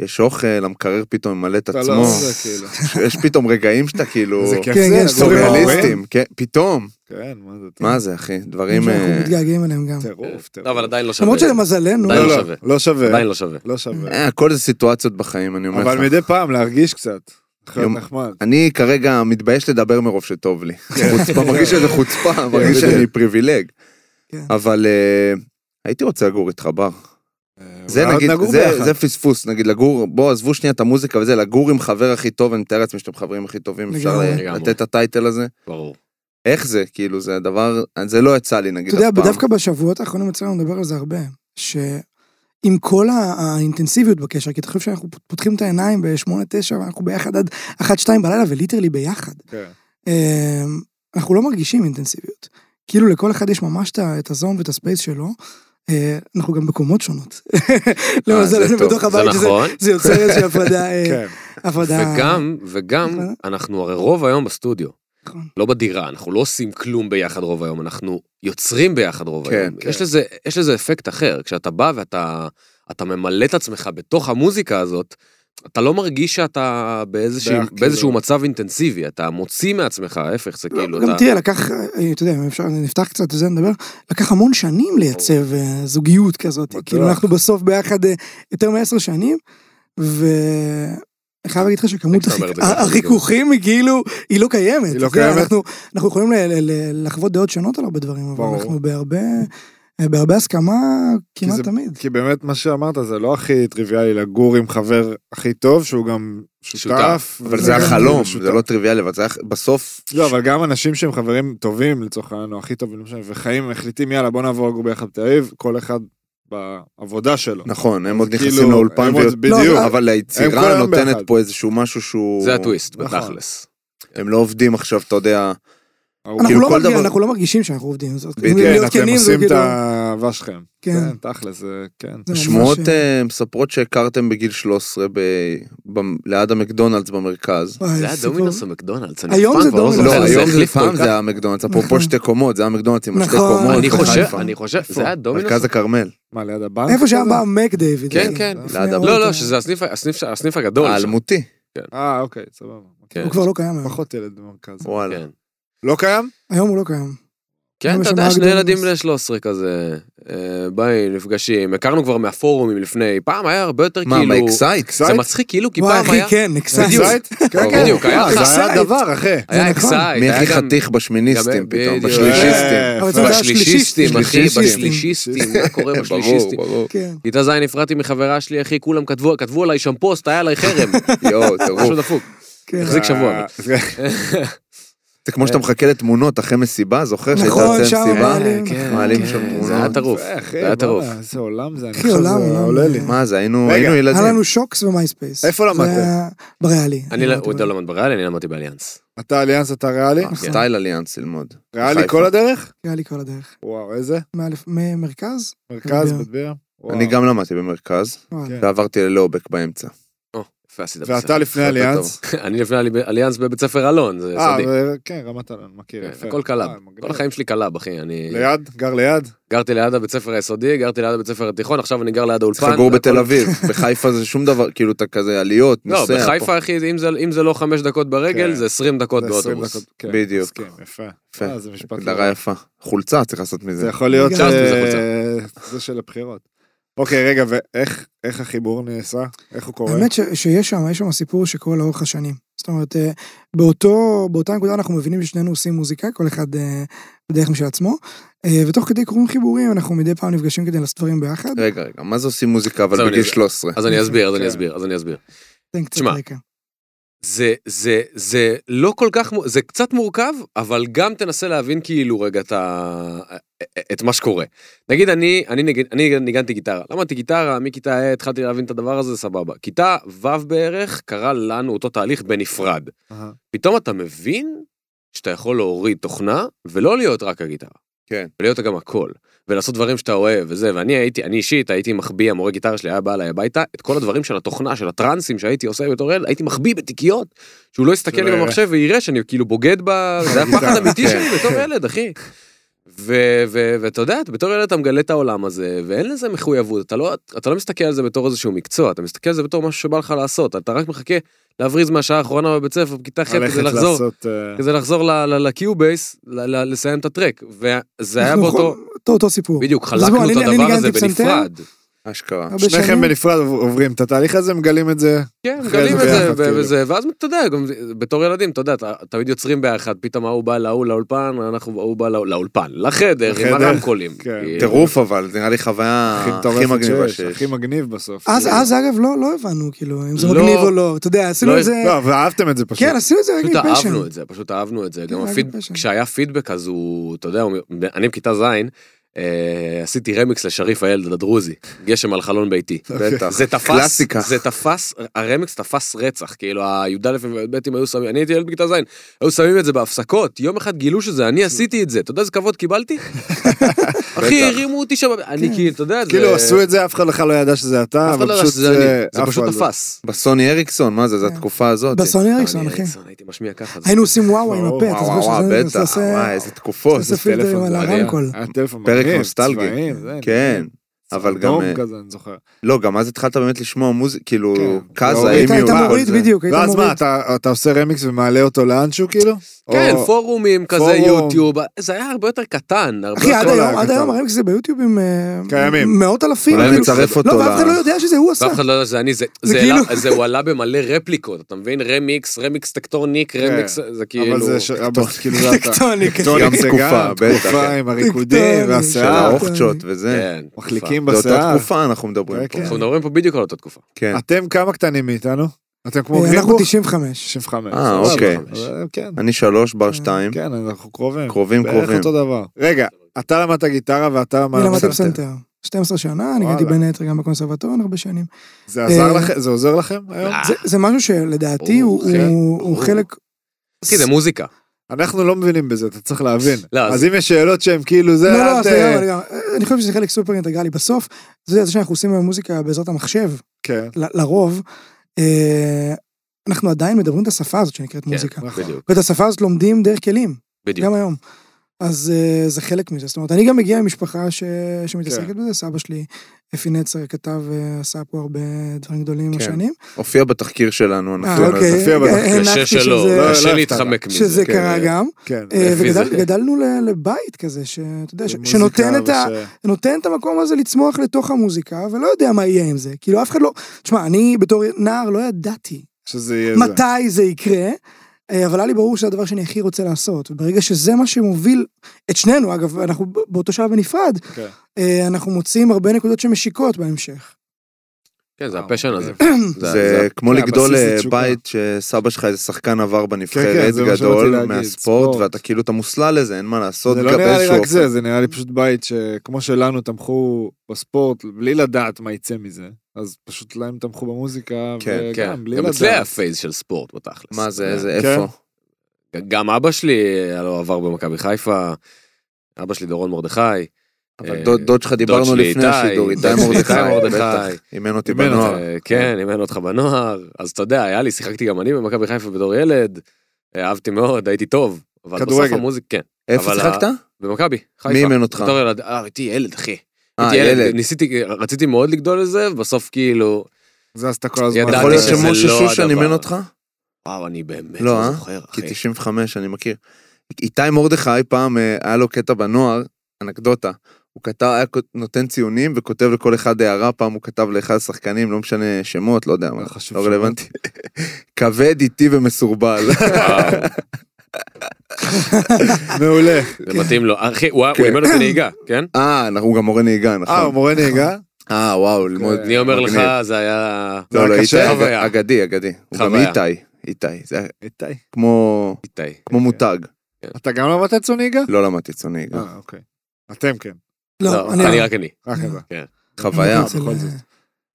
Speaker 3: יש אוכל, המקרר פתאום ממלא את
Speaker 1: אתה לא
Speaker 3: עצמו.
Speaker 1: עושה כאילו.
Speaker 3: [laughs] יש פתאום רגעים שאתה כאילו...
Speaker 1: איזה כיף
Speaker 4: כן,
Speaker 1: זה,
Speaker 4: כן,
Speaker 1: לגור
Speaker 4: סוריאליסטי.
Speaker 3: סוריאליסטים, כן, פתאום.
Speaker 1: כן, מה זה?
Speaker 3: מה זה, אחי? דברים...
Speaker 4: אנחנו
Speaker 3: אה,
Speaker 4: מתגעגעים אליהם גם.
Speaker 1: טירוף, טירוף.
Speaker 2: לא, אבל עדיין לא שווה.
Speaker 4: למרות שלמזלנו,
Speaker 1: לא,
Speaker 2: עדיין לא
Speaker 1: לא,
Speaker 2: שווה.
Speaker 1: לא שווה.
Speaker 2: עדיין לא שווה.
Speaker 1: לא שווה.
Speaker 3: אה, הכל זה סיטואציות בחיים, אני אומר לך.
Speaker 1: אבל מדי פעם להרגיש קצת. חיות
Speaker 3: יום-
Speaker 1: נחמד.
Speaker 3: אני כרגע מתבייש לדבר מרוב שטוב לי. חוצפה, מרגיש שזה חוצפה, מרגיש
Speaker 1: בדיוק.
Speaker 3: שאני פריבילג.
Speaker 4: כן.
Speaker 3: אבל אה, הייתי רוצה לגור איתך בר. זה
Speaker 1: אה, אולי עוד
Speaker 3: נגיד,
Speaker 1: נגור
Speaker 3: זה-
Speaker 1: ביחד.
Speaker 3: זה פספוס, נגיד לגור, בוא עזבו שנייה את המוזיקה וזה, לגור עם חבר הכי טוב, אני מתאר לעצמי שאתם חברים הכי טובים, אפשר
Speaker 4: לגמרי.
Speaker 3: ל-
Speaker 2: לגמרי.
Speaker 3: לתת את הטייטל הזה.
Speaker 2: ברור.
Speaker 3: איך זה, כאילו, זה הדבר, זה לא יצא לי נגיד
Speaker 4: אתה
Speaker 3: אף
Speaker 4: יודע,
Speaker 3: פעם.
Speaker 4: דווקא בשבועות האחרונים יצא לנו לדבר על זה הרבה, שעם כל ה- האינטנסיביות בקשר, כי אתה חושב שאנחנו פותחים את העיניים ב-8-9 ואנחנו ביחד עד 1-2 בלילה וליטרלי ביחד.
Speaker 1: כן.
Speaker 4: אמ, אנחנו לא מרגישים אינטנסיביות. כאילו לכל אחד יש ממש את ה- את הזון ואת הספייס שלו. אה, אנחנו גם בקומות שונות. [laughs] לא, למזלנו
Speaker 3: טוב,
Speaker 4: בתוך
Speaker 2: זה
Speaker 4: הבית שזה
Speaker 2: נכון.
Speaker 4: זה יוצר איזושהי הפרדה, אה,
Speaker 1: כן.
Speaker 4: הפרדה.
Speaker 2: וגם, וגם,
Speaker 4: נכון.
Speaker 2: אנחנו הרי רוב היום בסטודיו.
Speaker 4: נכון.
Speaker 2: לא בדירה, אנחנו לא עושים כלום ביחד רוב היום, אנחנו יוצרים ביחד רוב
Speaker 3: כן,
Speaker 2: היום.
Speaker 3: כן.
Speaker 2: יש לזה, יש לזה אפקט אחר, כשאתה בא ואתה אתה ממלא את עצמך בתוך המוזיקה הזאת, אתה לא מרגיש שאתה באיזשהו,
Speaker 1: בערך,
Speaker 2: באיזשהו
Speaker 1: כאילו.
Speaker 2: מצב אינטנסיבי, אתה מוציא מעצמך, ההפך, זה כאילו,
Speaker 4: גם
Speaker 2: אתה...
Speaker 4: תראה, לקח, אה, אתה יודע, אם אפשר, נפתח קצת וזה נדבר, לקח המון שנים לייצב אה, זוגיות כזאת.
Speaker 1: בטוח.
Speaker 4: כאילו, אנחנו בסוף ביחד אה, יותר מעשר שנים, ואני חייב להגיד לך שכמות
Speaker 2: איך אתה אומר
Speaker 4: החיכ-
Speaker 2: את זה ככה?
Speaker 4: החיכוכים היא כאילו, היא לא קיימת.
Speaker 1: היא לא
Speaker 4: אתה יודע,
Speaker 1: קיימת?
Speaker 4: אנחנו- אנחנו יכולים ל- ל- ל- לחוות דעות שונות על הרבה דברים, אבל
Speaker 1: ברור.
Speaker 4: אנחנו בהרבה... אה, בהרבה הסכמה
Speaker 1: זה-
Speaker 4: כמעט תמיד.
Speaker 1: כי באמת מה שאמרת זה לא הכי טריוויאלי לגור עם חבר הכי טוב שהוא גם שותף.
Speaker 2: שותף.
Speaker 3: אבל
Speaker 1: וגם
Speaker 3: זה החלום,
Speaker 1: שותף.
Speaker 3: זה לא טריוויאלי, אבל זה הח- בסוף...
Speaker 1: לא, אבל גם אנשים שהם חברים טובים לצורך העניין, או הכי טובים, לא משנה, וחיים, מחליטים יאללה בוא נעבור לגור ביחד בתל אביב, כל אחד בעבודה שלו.
Speaker 3: נכון, הם עוד
Speaker 1: כאילו,
Speaker 3: נכנסים לאולפן,
Speaker 1: הם
Speaker 3: ויוצאים, לא,
Speaker 1: עוד- בדיוק.
Speaker 4: אבל-
Speaker 3: אבל
Speaker 1: הם כל
Speaker 3: היצירה
Speaker 1: היום
Speaker 3: נותנת
Speaker 1: ביחד.
Speaker 3: פה איזשהו משהו שהוא...
Speaker 2: זה הטוויסט,
Speaker 1: נכון.
Speaker 2: בתכלס.
Speaker 3: הם לא עובדים עכשיו, אתה יודע,
Speaker 4: אנחנו
Speaker 1: אה,
Speaker 3: כאילו,
Speaker 4: לא
Speaker 3: כל
Speaker 4: מרגישים-
Speaker 3: דבר-
Speaker 4: אנחנו לא מרגישים שאנחנו עובדים. זאת-
Speaker 3: בדיוק,
Speaker 4: להיות
Speaker 1: כן, אתם
Speaker 4: כנים, זה
Speaker 1: עושים את
Speaker 4: כאילו-
Speaker 1: האהבה שלכם.
Speaker 4: כן.
Speaker 1: כן, תכל'ס, זה כן.
Speaker 4: זה ממש-
Speaker 3: שמועות אה, מספרות שהכרתם בגיל 13 ב... ב... ליד המקדונלדס במרכז.
Speaker 4: וואי,
Speaker 2: זה היה
Speaker 4: אה, סיפור.
Speaker 2: דומינוס או מקדונלדס? אני
Speaker 4: היום
Speaker 2: אף פעם
Speaker 4: זה
Speaker 2: כבר לא
Speaker 4: דומינוס.
Speaker 2: זוכר,
Speaker 3: לא,
Speaker 4: זה
Speaker 3: היום
Speaker 2: החליף כל
Speaker 3: פעם
Speaker 2: כך.
Speaker 3: זה היה מקדונלדס,
Speaker 4: נכון.
Speaker 3: אפרופו שתי קומות, זה היה מקדונלדס עם השתי
Speaker 4: נכון.
Speaker 3: קומות.
Speaker 2: אני חושב,
Speaker 3: בחיפה.
Speaker 2: אני חושב,
Speaker 1: איפה?
Speaker 2: זה היה דומינוס.
Speaker 3: מרכז הכרמל,
Speaker 1: מה, ליד הבנק?
Speaker 4: איפה שהיה
Speaker 1: כזה?
Speaker 4: בא מק דיוויד.
Speaker 2: כן,
Speaker 4: אחי.
Speaker 2: כן.
Speaker 4: לפני
Speaker 3: ליד הבנק.
Speaker 2: לא,
Speaker 4: הוולט.
Speaker 2: לא, שזה הסניף- הסניף- הסניף הגדול. שם.
Speaker 3: האלמותי.
Speaker 1: אה, אוקיי, סבבה.
Speaker 2: כן.
Speaker 4: הוא כבר לא קיים היום.
Speaker 1: פחות ילד במרכז.
Speaker 3: וואלה.
Speaker 2: כן.
Speaker 1: לא קיים?
Speaker 4: היום הוא לא קיים.
Speaker 2: כן, אתה
Speaker 4: בשנה
Speaker 2: יודע, שני
Speaker 4: הגדולה.
Speaker 2: ילדים בני 13 כזה, אה, באים, נפגשים, הכרנו כבר מהפורומים לפני, פעם היה הרבה יותר
Speaker 3: מה,
Speaker 2: כאילו,
Speaker 3: באקסייט?
Speaker 2: זה
Speaker 1: Excite?
Speaker 2: מצחיק כאילו, כי
Speaker 4: וואי,
Speaker 2: פעם היה,
Speaker 4: אחי, כן, נקסט.
Speaker 2: בדיוק.
Speaker 1: Excite? כן, כן.
Speaker 2: לא, בדיוק, היה
Speaker 1: אה, זה היה
Speaker 4: Excite.
Speaker 1: דבר, אחי.
Speaker 2: היה
Speaker 4: נכון.
Speaker 2: אקסייט,
Speaker 3: מי
Speaker 2: היה
Speaker 3: הכי
Speaker 2: גם-
Speaker 3: חתיך בשמיניסטים
Speaker 2: גם-
Speaker 3: פתאום,
Speaker 2: בדיוק. אה,
Speaker 3: בשלישיסטים.
Speaker 1: יפה.
Speaker 4: אבל אתה יודע,
Speaker 2: בשלישיסטים, אחי,
Speaker 4: שלישיסטים.
Speaker 2: בשלישיסטים, מה קורה בשלישיסטים?
Speaker 3: אה, ברור, ברור.
Speaker 4: כן.
Speaker 2: כיתה ז' נפרדתי מחברה שלי, אחי, כולם כתבו כתבו עליי שם פוסט, היה עליי
Speaker 3: [laughs]
Speaker 2: חרם, [laughs]
Speaker 3: יואו, טירוף.
Speaker 2: משהו דפוק.
Speaker 4: כן.
Speaker 2: החזיק שבוע.
Speaker 1: אה,
Speaker 3: זה כמו
Speaker 2: אה.
Speaker 3: שאתה מחכה לתמונות אחרי מסיבה, זוכר שהייתה
Speaker 4: נכון,
Speaker 3: אצלם
Speaker 4: שם
Speaker 3: מסיבה?
Speaker 4: מעלים.
Speaker 2: כן,
Speaker 3: מעלים
Speaker 2: כן,
Speaker 3: שם תמונות.
Speaker 2: זה היה טרוף,
Speaker 1: יפה, אחי,
Speaker 2: זה היה טרוף.
Speaker 1: בואנה, איזה עולם זה, אני
Speaker 4: אחי,
Speaker 1: חושב
Speaker 4: עולם,
Speaker 1: שזה
Speaker 4: עולם.
Speaker 1: עולה לי.
Speaker 3: מה זה, היינו
Speaker 1: רגע,
Speaker 3: היינו
Speaker 4: היה
Speaker 3: ילדים.
Speaker 4: לנו שוקס ומייספייס.
Speaker 1: איפה למדת?
Speaker 4: זה היה בריאלי.
Speaker 2: אני לא,
Speaker 4: למדתי
Speaker 2: הוא
Speaker 4: בריאלי.
Speaker 2: למד בריאלי, אני למדתי באליאנס.
Speaker 1: אתה אליאנס, אתה ריאלי?
Speaker 3: אה, סטייל אליאנס ללמוד.
Speaker 1: ריאלי
Speaker 3: בחיפה.
Speaker 1: כל הדרך?
Speaker 4: בריאלי כל הדרך.
Speaker 1: וואו, איזה?
Speaker 4: מאלף- ממרכז?
Speaker 1: מרכז,
Speaker 4: מדהים.
Speaker 1: מדביר?
Speaker 3: אני גם למדתי במרכז,
Speaker 4: וואלה.
Speaker 1: כן.
Speaker 3: ועברתי ללאובק באמצע.
Speaker 2: או, יפה עשית
Speaker 1: ואתה לפני
Speaker 3: בסדר,
Speaker 1: אליאנס?
Speaker 2: [laughs] אני לפני אלי- אליאנס בבית ספר אלון, זה
Speaker 1: אה,
Speaker 2: סודי.
Speaker 1: ו- כן, רמת אלון, מכיר,
Speaker 2: כן,
Speaker 1: יפה.
Speaker 2: הכל קלאב.
Speaker 1: אה, מגניב.
Speaker 2: כל החיים שלי קלאב, אחי. אני
Speaker 1: ליד? גר ליד?
Speaker 2: גרתי ליד הבית ספר היסודי, גרתי ליד הבית ספר התיכון, עכשיו אני גר ליד
Speaker 3: צריך
Speaker 2: האולפן.
Speaker 3: לגור
Speaker 2: והכל-
Speaker 3: בתל
Speaker 1: [laughs]
Speaker 3: אביב, בחיפה זה שום דבר, כאילו אתה כזה עליות,
Speaker 2: לא,
Speaker 3: נוסע פה.
Speaker 2: בחיפה, אחי, אם זה- אם זה לא חמש דקות ברגל,
Speaker 1: כן.
Speaker 2: זה 20 דקות
Speaker 1: זה 20
Speaker 2: באוטובוס.
Speaker 1: דקות, כן,
Speaker 3: בדיוק.
Speaker 1: מסכים, יפה.
Speaker 3: יפה.
Speaker 1: אה, זה משפט
Speaker 3: הגדרה יפה. חולצה צריך לעשות
Speaker 1: זה
Speaker 3: מזה.
Speaker 1: יכול להיות
Speaker 4: אפשר לעשות
Speaker 2: מזה
Speaker 1: אה,
Speaker 2: חולצה.
Speaker 1: זה של הבחירות. אוקיי, רגע, ואיך איך החיבור נעשה? איך הוא קורה?
Speaker 4: האמת ש- שיש שם, יש שם סיפור שקורה לאורך השנים. זאת אומרת, אה, באותו, באותה נקודה אנחנו מבינים ששנינו עושים מוזיקה, כל אחד אה, בדרך משל עצמו, אה, ותוך כדי קוראים חיבורים, אנחנו מדי פעם נפגשים כדי לעשות דברים ביחד.
Speaker 3: רגע, רגע, מה זה עושים מוזיקה
Speaker 2: זהו,
Speaker 3: אבל
Speaker 2: אני-
Speaker 3: בגיל 13?
Speaker 2: אז אני אסביר, אז אני
Speaker 1: כן.
Speaker 2: אסביר, אז אני אסביר.
Speaker 4: תן קצת
Speaker 2: כן. תשמע,
Speaker 4: רקע.
Speaker 2: זה, זה, זה לא כל כך, מו- זה קצת מורכב, אבל גם תנסה להבין כאילו רגע את, ה... את מה שקורה. נגיד אני, אני, נגיד, אני ניגנתי גיטרה, למדתי גיטרה, מכיתה ה' התחלתי להבין את הדבר הזה, סבבה. כיתה ו' בערך קרה לנו אותו תהליך בנפרד.
Speaker 1: אהה.
Speaker 2: פתאום אתה מבין שאתה יכול להוריד תוכנה ולא להיות רק הגיטרה.
Speaker 3: כן.
Speaker 2: ולהיות גם הכל. ולעשות דברים שאתה אוהב וזה, ואני הייתי, אני אישית הייתי מחביא, המורה גיטרה שלי היה בא אליי הביתה, את כל הדברים של התוכנה, של הטרנסים שהייתי עושה בתור ילד, הייתי מחביא בתיקיות, שהוא לא יסתכל
Speaker 1: שלא
Speaker 2: לי במחשב ויראה שאני כאילו בוגד ב... זה היה פחד אמיתי שלי בתור ילד, אחי. ו- ו- ואתה יודע, בתור ילד אתה מגלה את העולם הזה, ואין לזה מחויבות, אתה לא, אתה לא מסתכל על זה בתור איזשהו מקצוע, אתה מסתכל על זה בתור משהו שבא לך לעשות, אתה רק מחכה להבריז מהשעה האחרונה בבית ספר, בכיתה ח' כדי
Speaker 1: ללכת
Speaker 2: לחזור,
Speaker 1: לעשות, אה,
Speaker 2: כזה לחזור ל- ל- לקיובייס, ל- ל- לסיים את הטרק, וזה היה
Speaker 4: אנחנו
Speaker 2: באותו,
Speaker 4: יכול- אותו- אותו סיפור.
Speaker 2: בדיוק,
Speaker 4: נכון. אז
Speaker 2: חלקנו
Speaker 4: בוא,
Speaker 2: את
Speaker 4: אני- אני
Speaker 2: הדבר הזה
Speaker 4: ניגנתי פסנתר,
Speaker 2: בנפרד.
Speaker 3: אשכרה.
Speaker 4: הרבה
Speaker 1: שניכם
Speaker 4: שנים.
Speaker 1: בנפרד עוברים את התהליך הזה, מגלים את זה.
Speaker 2: כן,
Speaker 1: אחרי
Speaker 2: מגלים
Speaker 1: זה
Speaker 2: את זה
Speaker 1: ביחד,
Speaker 2: ו-
Speaker 1: כאילו.
Speaker 2: וזה, ואז אתה יודע, גם בתור ילדים, אתה יודע, אתה- תמיד יוצרים ביחד, פתאום ההוא בא להוא לאולפן, אנחנו, ההוא בא לא- לאולפן, לחדר, עם
Speaker 1: לחדר,
Speaker 2: הרמקולים.
Speaker 1: כן.
Speaker 2: כאילו.
Speaker 3: טירוף אבל, זה נראה לי חוויה
Speaker 1: הכי
Speaker 3: הכי
Speaker 1: מטורפת
Speaker 3: מגניבה
Speaker 1: שיש,
Speaker 3: שיש.
Speaker 1: הכי מגניב בסוף.
Speaker 4: אז,
Speaker 1: כאילו.
Speaker 4: אז אגב, לא, לא הבנו, כאילו, אם זה
Speaker 2: לא-
Speaker 4: מגניב או לא, אתה יודע, עשינו
Speaker 2: לא-
Speaker 4: את זה,
Speaker 1: לא, אבל אהבתם את זה פשוט.
Speaker 4: כן, עשינו את זה רק
Speaker 2: פשוט
Speaker 4: מפשן.
Speaker 2: אהבנו את זה, פשוט אהבנו את זה. גם
Speaker 4: רק
Speaker 2: הפיד...
Speaker 4: מפשן.
Speaker 2: כשהיה פידבק אז הוא, אתה יודע, הוא- אני בכיתה ז', אה, עשיתי רמיקס לשריף הילד הדרוזי, גשם על חלון ביתי.
Speaker 3: בטח.
Speaker 2: זה תפס,
Speaker 3: קלאסיקה.
Speaker 2: זה תפס, הרמקס תפס רצח, כאילו הי"א והי"בים היו שמים, אני הייתי ילד בכיתה ז', היו שמים את זה בהפסקות, יום אחד גילו שזה, אני עשיתי את זה, אתה יודע איזה כבוד קיבלתי? אחי,
Speaker 3: בטח.
Speaker 2: הרימו אותי שם, אני כאילו, אתה יודע, זה...
Speaker 1: כאילו עשו את זה, אף אחד בכלל לא ידע שזה אתה,
Speaker 2: אף אחד
Speaker 1: אבל
Speaker 2: לא ידע
Speaker 1: פשוט אה,
Speaker 2: שזה אני, זה
Speaker 1: עפו
Speaker 2: פשוט
Speaker 1: על
Speaker 2: תפס.
Speaker 3: בסוני הריקסון, מה זה, זה
Speaker 4: כן.
Speaker 3: התקופה הזאת. אה,
Speaker 4: בסוני
Speaker 2: אני
Speaker 4: אריקסון, אחי.
Speaker 2: אריקסון, הייתי משמיע ככה. זה-
Speaker 4: היינו עושים וואו עם
Speaker 1: וואו,
Speaker 4: הפה, אתה
Speaker 3: וואו
Speaker 4: זוכר
Speaker 3: וואו,
Speaker 4: שזה- זה
Speaker 3: בטח,
Speaker 4: עושה-
Speaker 3: וואי, איזה תקופות.
Speaker 4: זה עושה
Speaker 1: טלפון,
Speaker 4: פילטרים על
Speaker 1: זה היה-
Speaker 4: הרמקול.
Speaker 1: היה טלפון
Speaker 3: פרק
Speaker 1: מגניב,
Speaker 3: נוסטלגי.
Speaker 1: צבעים, זה,
Speaker 3: כן. אבל גם,
Speaker 1: אדום
Speaker 3: אה,
Speaker 1: כזה, אני זוכר.
Speaker 3: לא, גם אז התחלת באמת לשמוע מוזיקה, כאילו,
Speaker 1: כן.
Speaker 3: קאזה, אה,
Speaker 1: להוריד.
Speaker 4: היית
Speaker 3: אימיו,
Speaker 4: היית
Speaker 1: מיוחד,
Speaker 4: מוריד בדיוק, היית
Speaker 1: ואז מה,
Speaker 4: מוריד.
Speaker 1: אתה- אתה עושה רמיקס ומעלה אותו לאנשהו כאילו?
Speaker 2: כן,
Speaker 1: או-
Speaker 2: פורומים כזה,
Speaker 1: פורום.
Speaker 2: יוטיוב, זה היה הרבה יותר קטן, הרבה
Speaker 4: אחי,
Speaker 2: יותר...
Speaker 4: עד
Speaker 1: כל
Speaker 4: היום,
Speaker 1: היה
Speaker 4: עד
Speaker 1: כתב.
Speaker 4: היום הרמקס זה ביוטיובים... אה,
Speaker 1: קיימים.
Speaker 4: מאות אלפים.
Speaker 3: אולי
Speaker 4: כאילו.
Speaker 3: נצרף
Speaker 4: לא,
Speaker 3: אותו
Speaker 4: ואף אחד
Speaker 3: ל-
Speaker 4: לא יודע שזה הוא עשה.
Speaker 2: ואף אחד לא יודע שזה אני, זה,
Speaker 4: זה
Speaker 2: זה,
Speaker 4: כאילו-
Speaker 2: עלה- זה הועלה במלא רפליקות, אתה מבין? רמיקס, רמיקס טקטורניק, רמיקס, זה כאילו...
Speaker 1: אבל זה ש- אבל כאילו זה אתה.
Speaker 4: טקטוניק.
Speaker 1: טקטוניק
Speaker 3: גם
Speaker 1: זה
Speaker 3: תקופה,
Speaker 1: גם
Speaker 3: בטח,
Speaker 1: תקופה
Speaker 3: כן.
Speaker 1: עם הריקודים
Speaker 4: טקטוניק.
Speaker 3: של
Speaker 1: והשיער,
Speaker 4: האור.
Speaker 3: האורצ'ות וזה.
Speaker 2: כן, תקופה.
Speaker 1: מחליקים
Speaker 3: זה אותה
Speaker 1: בשיער.
Speaker 3: תקופה אנחנו מדברים פה.
Speaker 1: כן. אה,
Speaker 2: אנחנו מדברים פה בדיוק על אותה תקופה.
Speaker 3: כן.
Speaker 1: אתם כמה קטנים מאיתנו? אתם כמו
Speaker 4: אה, אנחנו
Speaker 1: גרינבוך?
Speaker 4: 95.
Speaker 1: 95.
Speaker 3: אה,
Speaker 1: סבבה.
Speaker 3: אוקיי.
Speaker 1: אבל, כן,
Speaker 3: אני שלוש, בר
Speaker 4: כן.
Speaker 3: שתיים.
Speaker 1: כן, אנחנו קרובים.
Speaker 3: קרובים,
Speaker 1: בערך
Speaker 3: קרובים.
Speaker 1: אותו דבר. רגע, אתה למדת גיטרה ואתה
Speaker 4: אני למדתי
Speaker 1: למדת-
Speaker 4: פסנתר. 12 שנה, אני
Speaker 1: לא וואלה.
Speaker 4: גרתי בין היתר גם בקונסרבטוריון הרבה שנים.
Speaker 1: זה עזר
Speaker 4: אה,
Speaker 1: לכם? זה עוזר לכם היום?
Speaker 2: אה,
Speaker 4: זה- זה משהו שלדעתי
Speaker 2: ברור,
Speaker 4: הוא-
Speaker 2: כן,
Speaker 4: הוא
Speaker 2: ברור.
Speaker 4: הוא חלק,
Speaker 2: כי זה מוזיקה.
Speaker 1: אנחנו לא מבינים בזה, אתה צריך להבין.
Speaker 2: לא,
Speaker 1: אז
Speaker 2: אז-
Speaker 1: אם יש שאלות שהן כאילו זה,
Speaker 4: לא, לא,
Speaker 1: אל
Speaker 4: זה
Speaker 1: ת-
Speaker 4: לגמרי, לגמרי. אה, אני חושב שזה חלק סופר אינטגרלי. בסוף, זה זה שאנחנו עושים היום מוזיקה בעזרת המחשב,
Speaker 1: כן,
Speaker 4: ל- לרוב, אה, אנחנו עדיין מדברים את השפה הזאת שנקראת מוזיקה.
Speaker 1: נכון.
Speaker 2: בדיוק,
Speaker 4: ואת השפה הזאת לומדים דרך כלים,
Speaker 2: בדיוק.
Speaker 4: גם היום. אז אה, זה חלק מזה. זאת אומרת, אני גם מגיע ממשפחה ש- שמתעסקת בזה, סבא שלי, אפי נצר, כתב, אה, עשה פה הרבה דברים גדולים עם
Speaker 3: כן.
Speaker 4: השנים.
Speaker 3: הופיע בתחקיר שלנו,
Speaker 4: אה,
Speaker 3: הנתון הזה.
Speaker 4: אוקיי,
Speaker 1: מופיע בתחקיר.
Speaker 4: הנחתי
Speaker 2: קשה
Speaker 4: שזה-
Speaker 2: שלא,
Speaker 1: לא,
Speaker 2: קשה
Speaker 1: לא
Speaker 2: להתחמק מזה.
Speaker 4: שזה
Speaker 2: כן.
Speaker 4: קרה גם,
Speaker 1: כן.
Speaker 4: אה,
Speaker 2: לפי זה.
Speaker 4: וגדלנו ל- לבית כזה, שאתה יודע, ש-
Speaker 1: מוזיקה
Speaker 4: שנותן את ה...
Speaker 1: וש-
Speaker 4: נותן את המקום הזה לצמוח לתוך המוזיקה, ולא יודע מה יהיה עם זה. כאילו, אף אחד לא... תשמע, אני בתור נער לא ידעתי
Speaker 1: שזה יהיה זה.
Speaker 4: מתי זה יקרה, אה, אבל היה לי ברור שזה הדבר שאני הכי רוצה לעשות. ברגע שזה מה שמוביל את שנינו, אגב, אנחנו ב- באותו שלב בנפרד,
Speaker 1: כן.
Speaker 4: אה, אנחנו מוצאים הרבה נקודות שמשיקות בהמשך.
Speaker 2: כן, זה הפשן
Speaker 1: [laughs]
Speaker 2: הזה.
Speaker 1: אה,
Speaker 2: זה-
Speaker 3: זה כמו
Speaker 1: כן,
Speaker 3: לגדול
Speaker 1: הבסיס
Speaker 3: אה,
Speaker 1: לתשוקה.
Speaker 3: בית שסבא שלך איזה שחקן עבר
Speaker 1: כן,
Speaker 3: בנבחרת
Speaker 1: זה מה שרציתי
Speaker 3: גדול
Speaker 1: להגיד,
Speaker 3: מהספורט,
Speaker 1: ספורט.
Speaker 3: ואתה כאילו, אתה מוסלל לזה, אין מה לעשות.
Speaker 1: זה לא
Speaker 3: גם
Speaker 1: נראה לי
Speaker 3: באיזשהו
Speaker 1: רק זה,
Speaker 3: אופן.
Speaker 1: זה נראה לי פשוט בית שכמו שלנו תמכו בספורט, בלי לדעת מה יצא מזה, אז פשוט להם תמכו במוזיקה,
Speaker 3: כן,
Speaker 2: כן,
Speaker 1: וגם בלי
Speaker 2: גם אצלי היה
Speaker 1: לדעת.
Speaker 2: פייז של ספורט בתכלס.
Speaker 3: מה זה, זה
Speaker 1: כן.
Speaker 3: איפה?
Speaker 2: גם אבא שלי היה לו עבר במכבי חיפה, אבא שלי דורון מרדכי.
Speaker 3: אבל
Speaker 2: אה,
Speaker 3: דוד דוד שלך דיברנו
Speaker 2: שלי
Speaker 3: לפני
Speaker 2: איתי,
Speaker 3: השידור, איתי
Speaker 2: דוד שלי
Speaker 3: מרדכי,
Speaker 2: איתי
Speaker 3: בטח,
Speaker 2: מרדכי.
Speaker 3: אימן אותי
Speaker 1: אימן
Speaker 3: בנוער.
Speaker 2: אה, כן, אימן אותך בנוער, אז אתה יודע, היה לי, שיחקתי גם אני במכבי חיפה בתור ילד, אה, אהבתי מאוד, הייתי טוב, אבל בסוף
Speaker 1: כדורגל.
Speaker 2: המוזיק, כן,
Speaker 3: איפה
Speaker 2: אבל
Speaker 3: שיחקת?
Speaker 2: במכבי, חיפה.
Speaker 3: מי אימן אותך?
Speaker 2: בתור ילד, אה, הייתי ילד, אחי.
Speaker 3: אה,
Speaker 2: הייתי
Speaker 3: ילד.
Speaker 2: ילד, ניסיתי, רציתי מאוד לגדול לזה, ובסוף כאילו,
Speaker 1: זה עשית כל הזמן.
Speaker 2: ידעתי
Speaker 3: יכול להיות
Speaker 2: שזה
Speaker 3: שמשה
Speaker 2: לא
Speaker 3: שושן
Speaker 2: הדבר.
Speaker 3: אימן אותך?
Speaker 2: וואו, אני באמת
Speaker 3: לא, אה?
Speaker 2: לא זוכר,
Speaker 3: כי
Speaker 2: אחי.
Speaker 3: 95, אני מכיר. איתי מרדכי פעם אה, היה לו קטע בנוער, אנקדוטה. הוא כתב, היה כות- נותן ציונים וכותב לכל אחד הערה, פעם הוא כתב לאחד השחקנים, לא משנה שמות, לא יודע מה,
Speaker 1: לא חשוב
Speaker 3: לא
Speaker 1: שמות.
Speaker 3: רלוונטי. [laughs] כבד איטי ומסורבל.
Speaker 2: [laughs]
Speaker 3: [laughs]
Speaker 2: וואו, [laughs]
Speaker 1: מעולה.
Speaker 2: זה מתאים לו. אחי, הוא היה- הוא
Speaker 3: כן.
Speaker 2: לימד אותי נהיגה, כן?
Speaker 3: אה, אנחנו- הוא גם מורה נהיגה,
Speaker 1: אה, הוא
Speaker 3: נכון.
Speaker 1: מורה נהיגה?
Speaker 3: אה, וואו, ללמוד.
Speaker 2: כן. אני אומר לך,
Speaker 3: מגניב.
Speaker 2: זה היה...
Speaker 1: זה
Speaker 3: לא, לא,
Speaker 1: היה
Speaker 3: איתי
Speaker 1: קשה.
Speaker 3: אג-
Speaker 2: חוויה.
Speaker 3: אגדי, אגדי. הוא גם
Speaker 2: חוויה.
Speaker 3: איתי, איתי. זה היה
Speaker 1: איתי.
Speaker 3: כמו
Speaker 2: איתי.
Speaker 3: כמו מותג.
Speaker 1: אתה גם למדת אצלו נהיגה?
Speaker 3: לא למדתי צוני, גם.
Speaker 1: אה, אוקיי. אתם כן,
Speaker 4: לא,
Speaker 2: אני
Speaker 4: אני...
Speaker 2: רק אני. לא
Speaker 1: רק
Speaker 4: לא.
Speaker 1: אתה.
Speaker 3: חוויה.
Speaker 4: אצל-
Speaker 1: בכל זאת.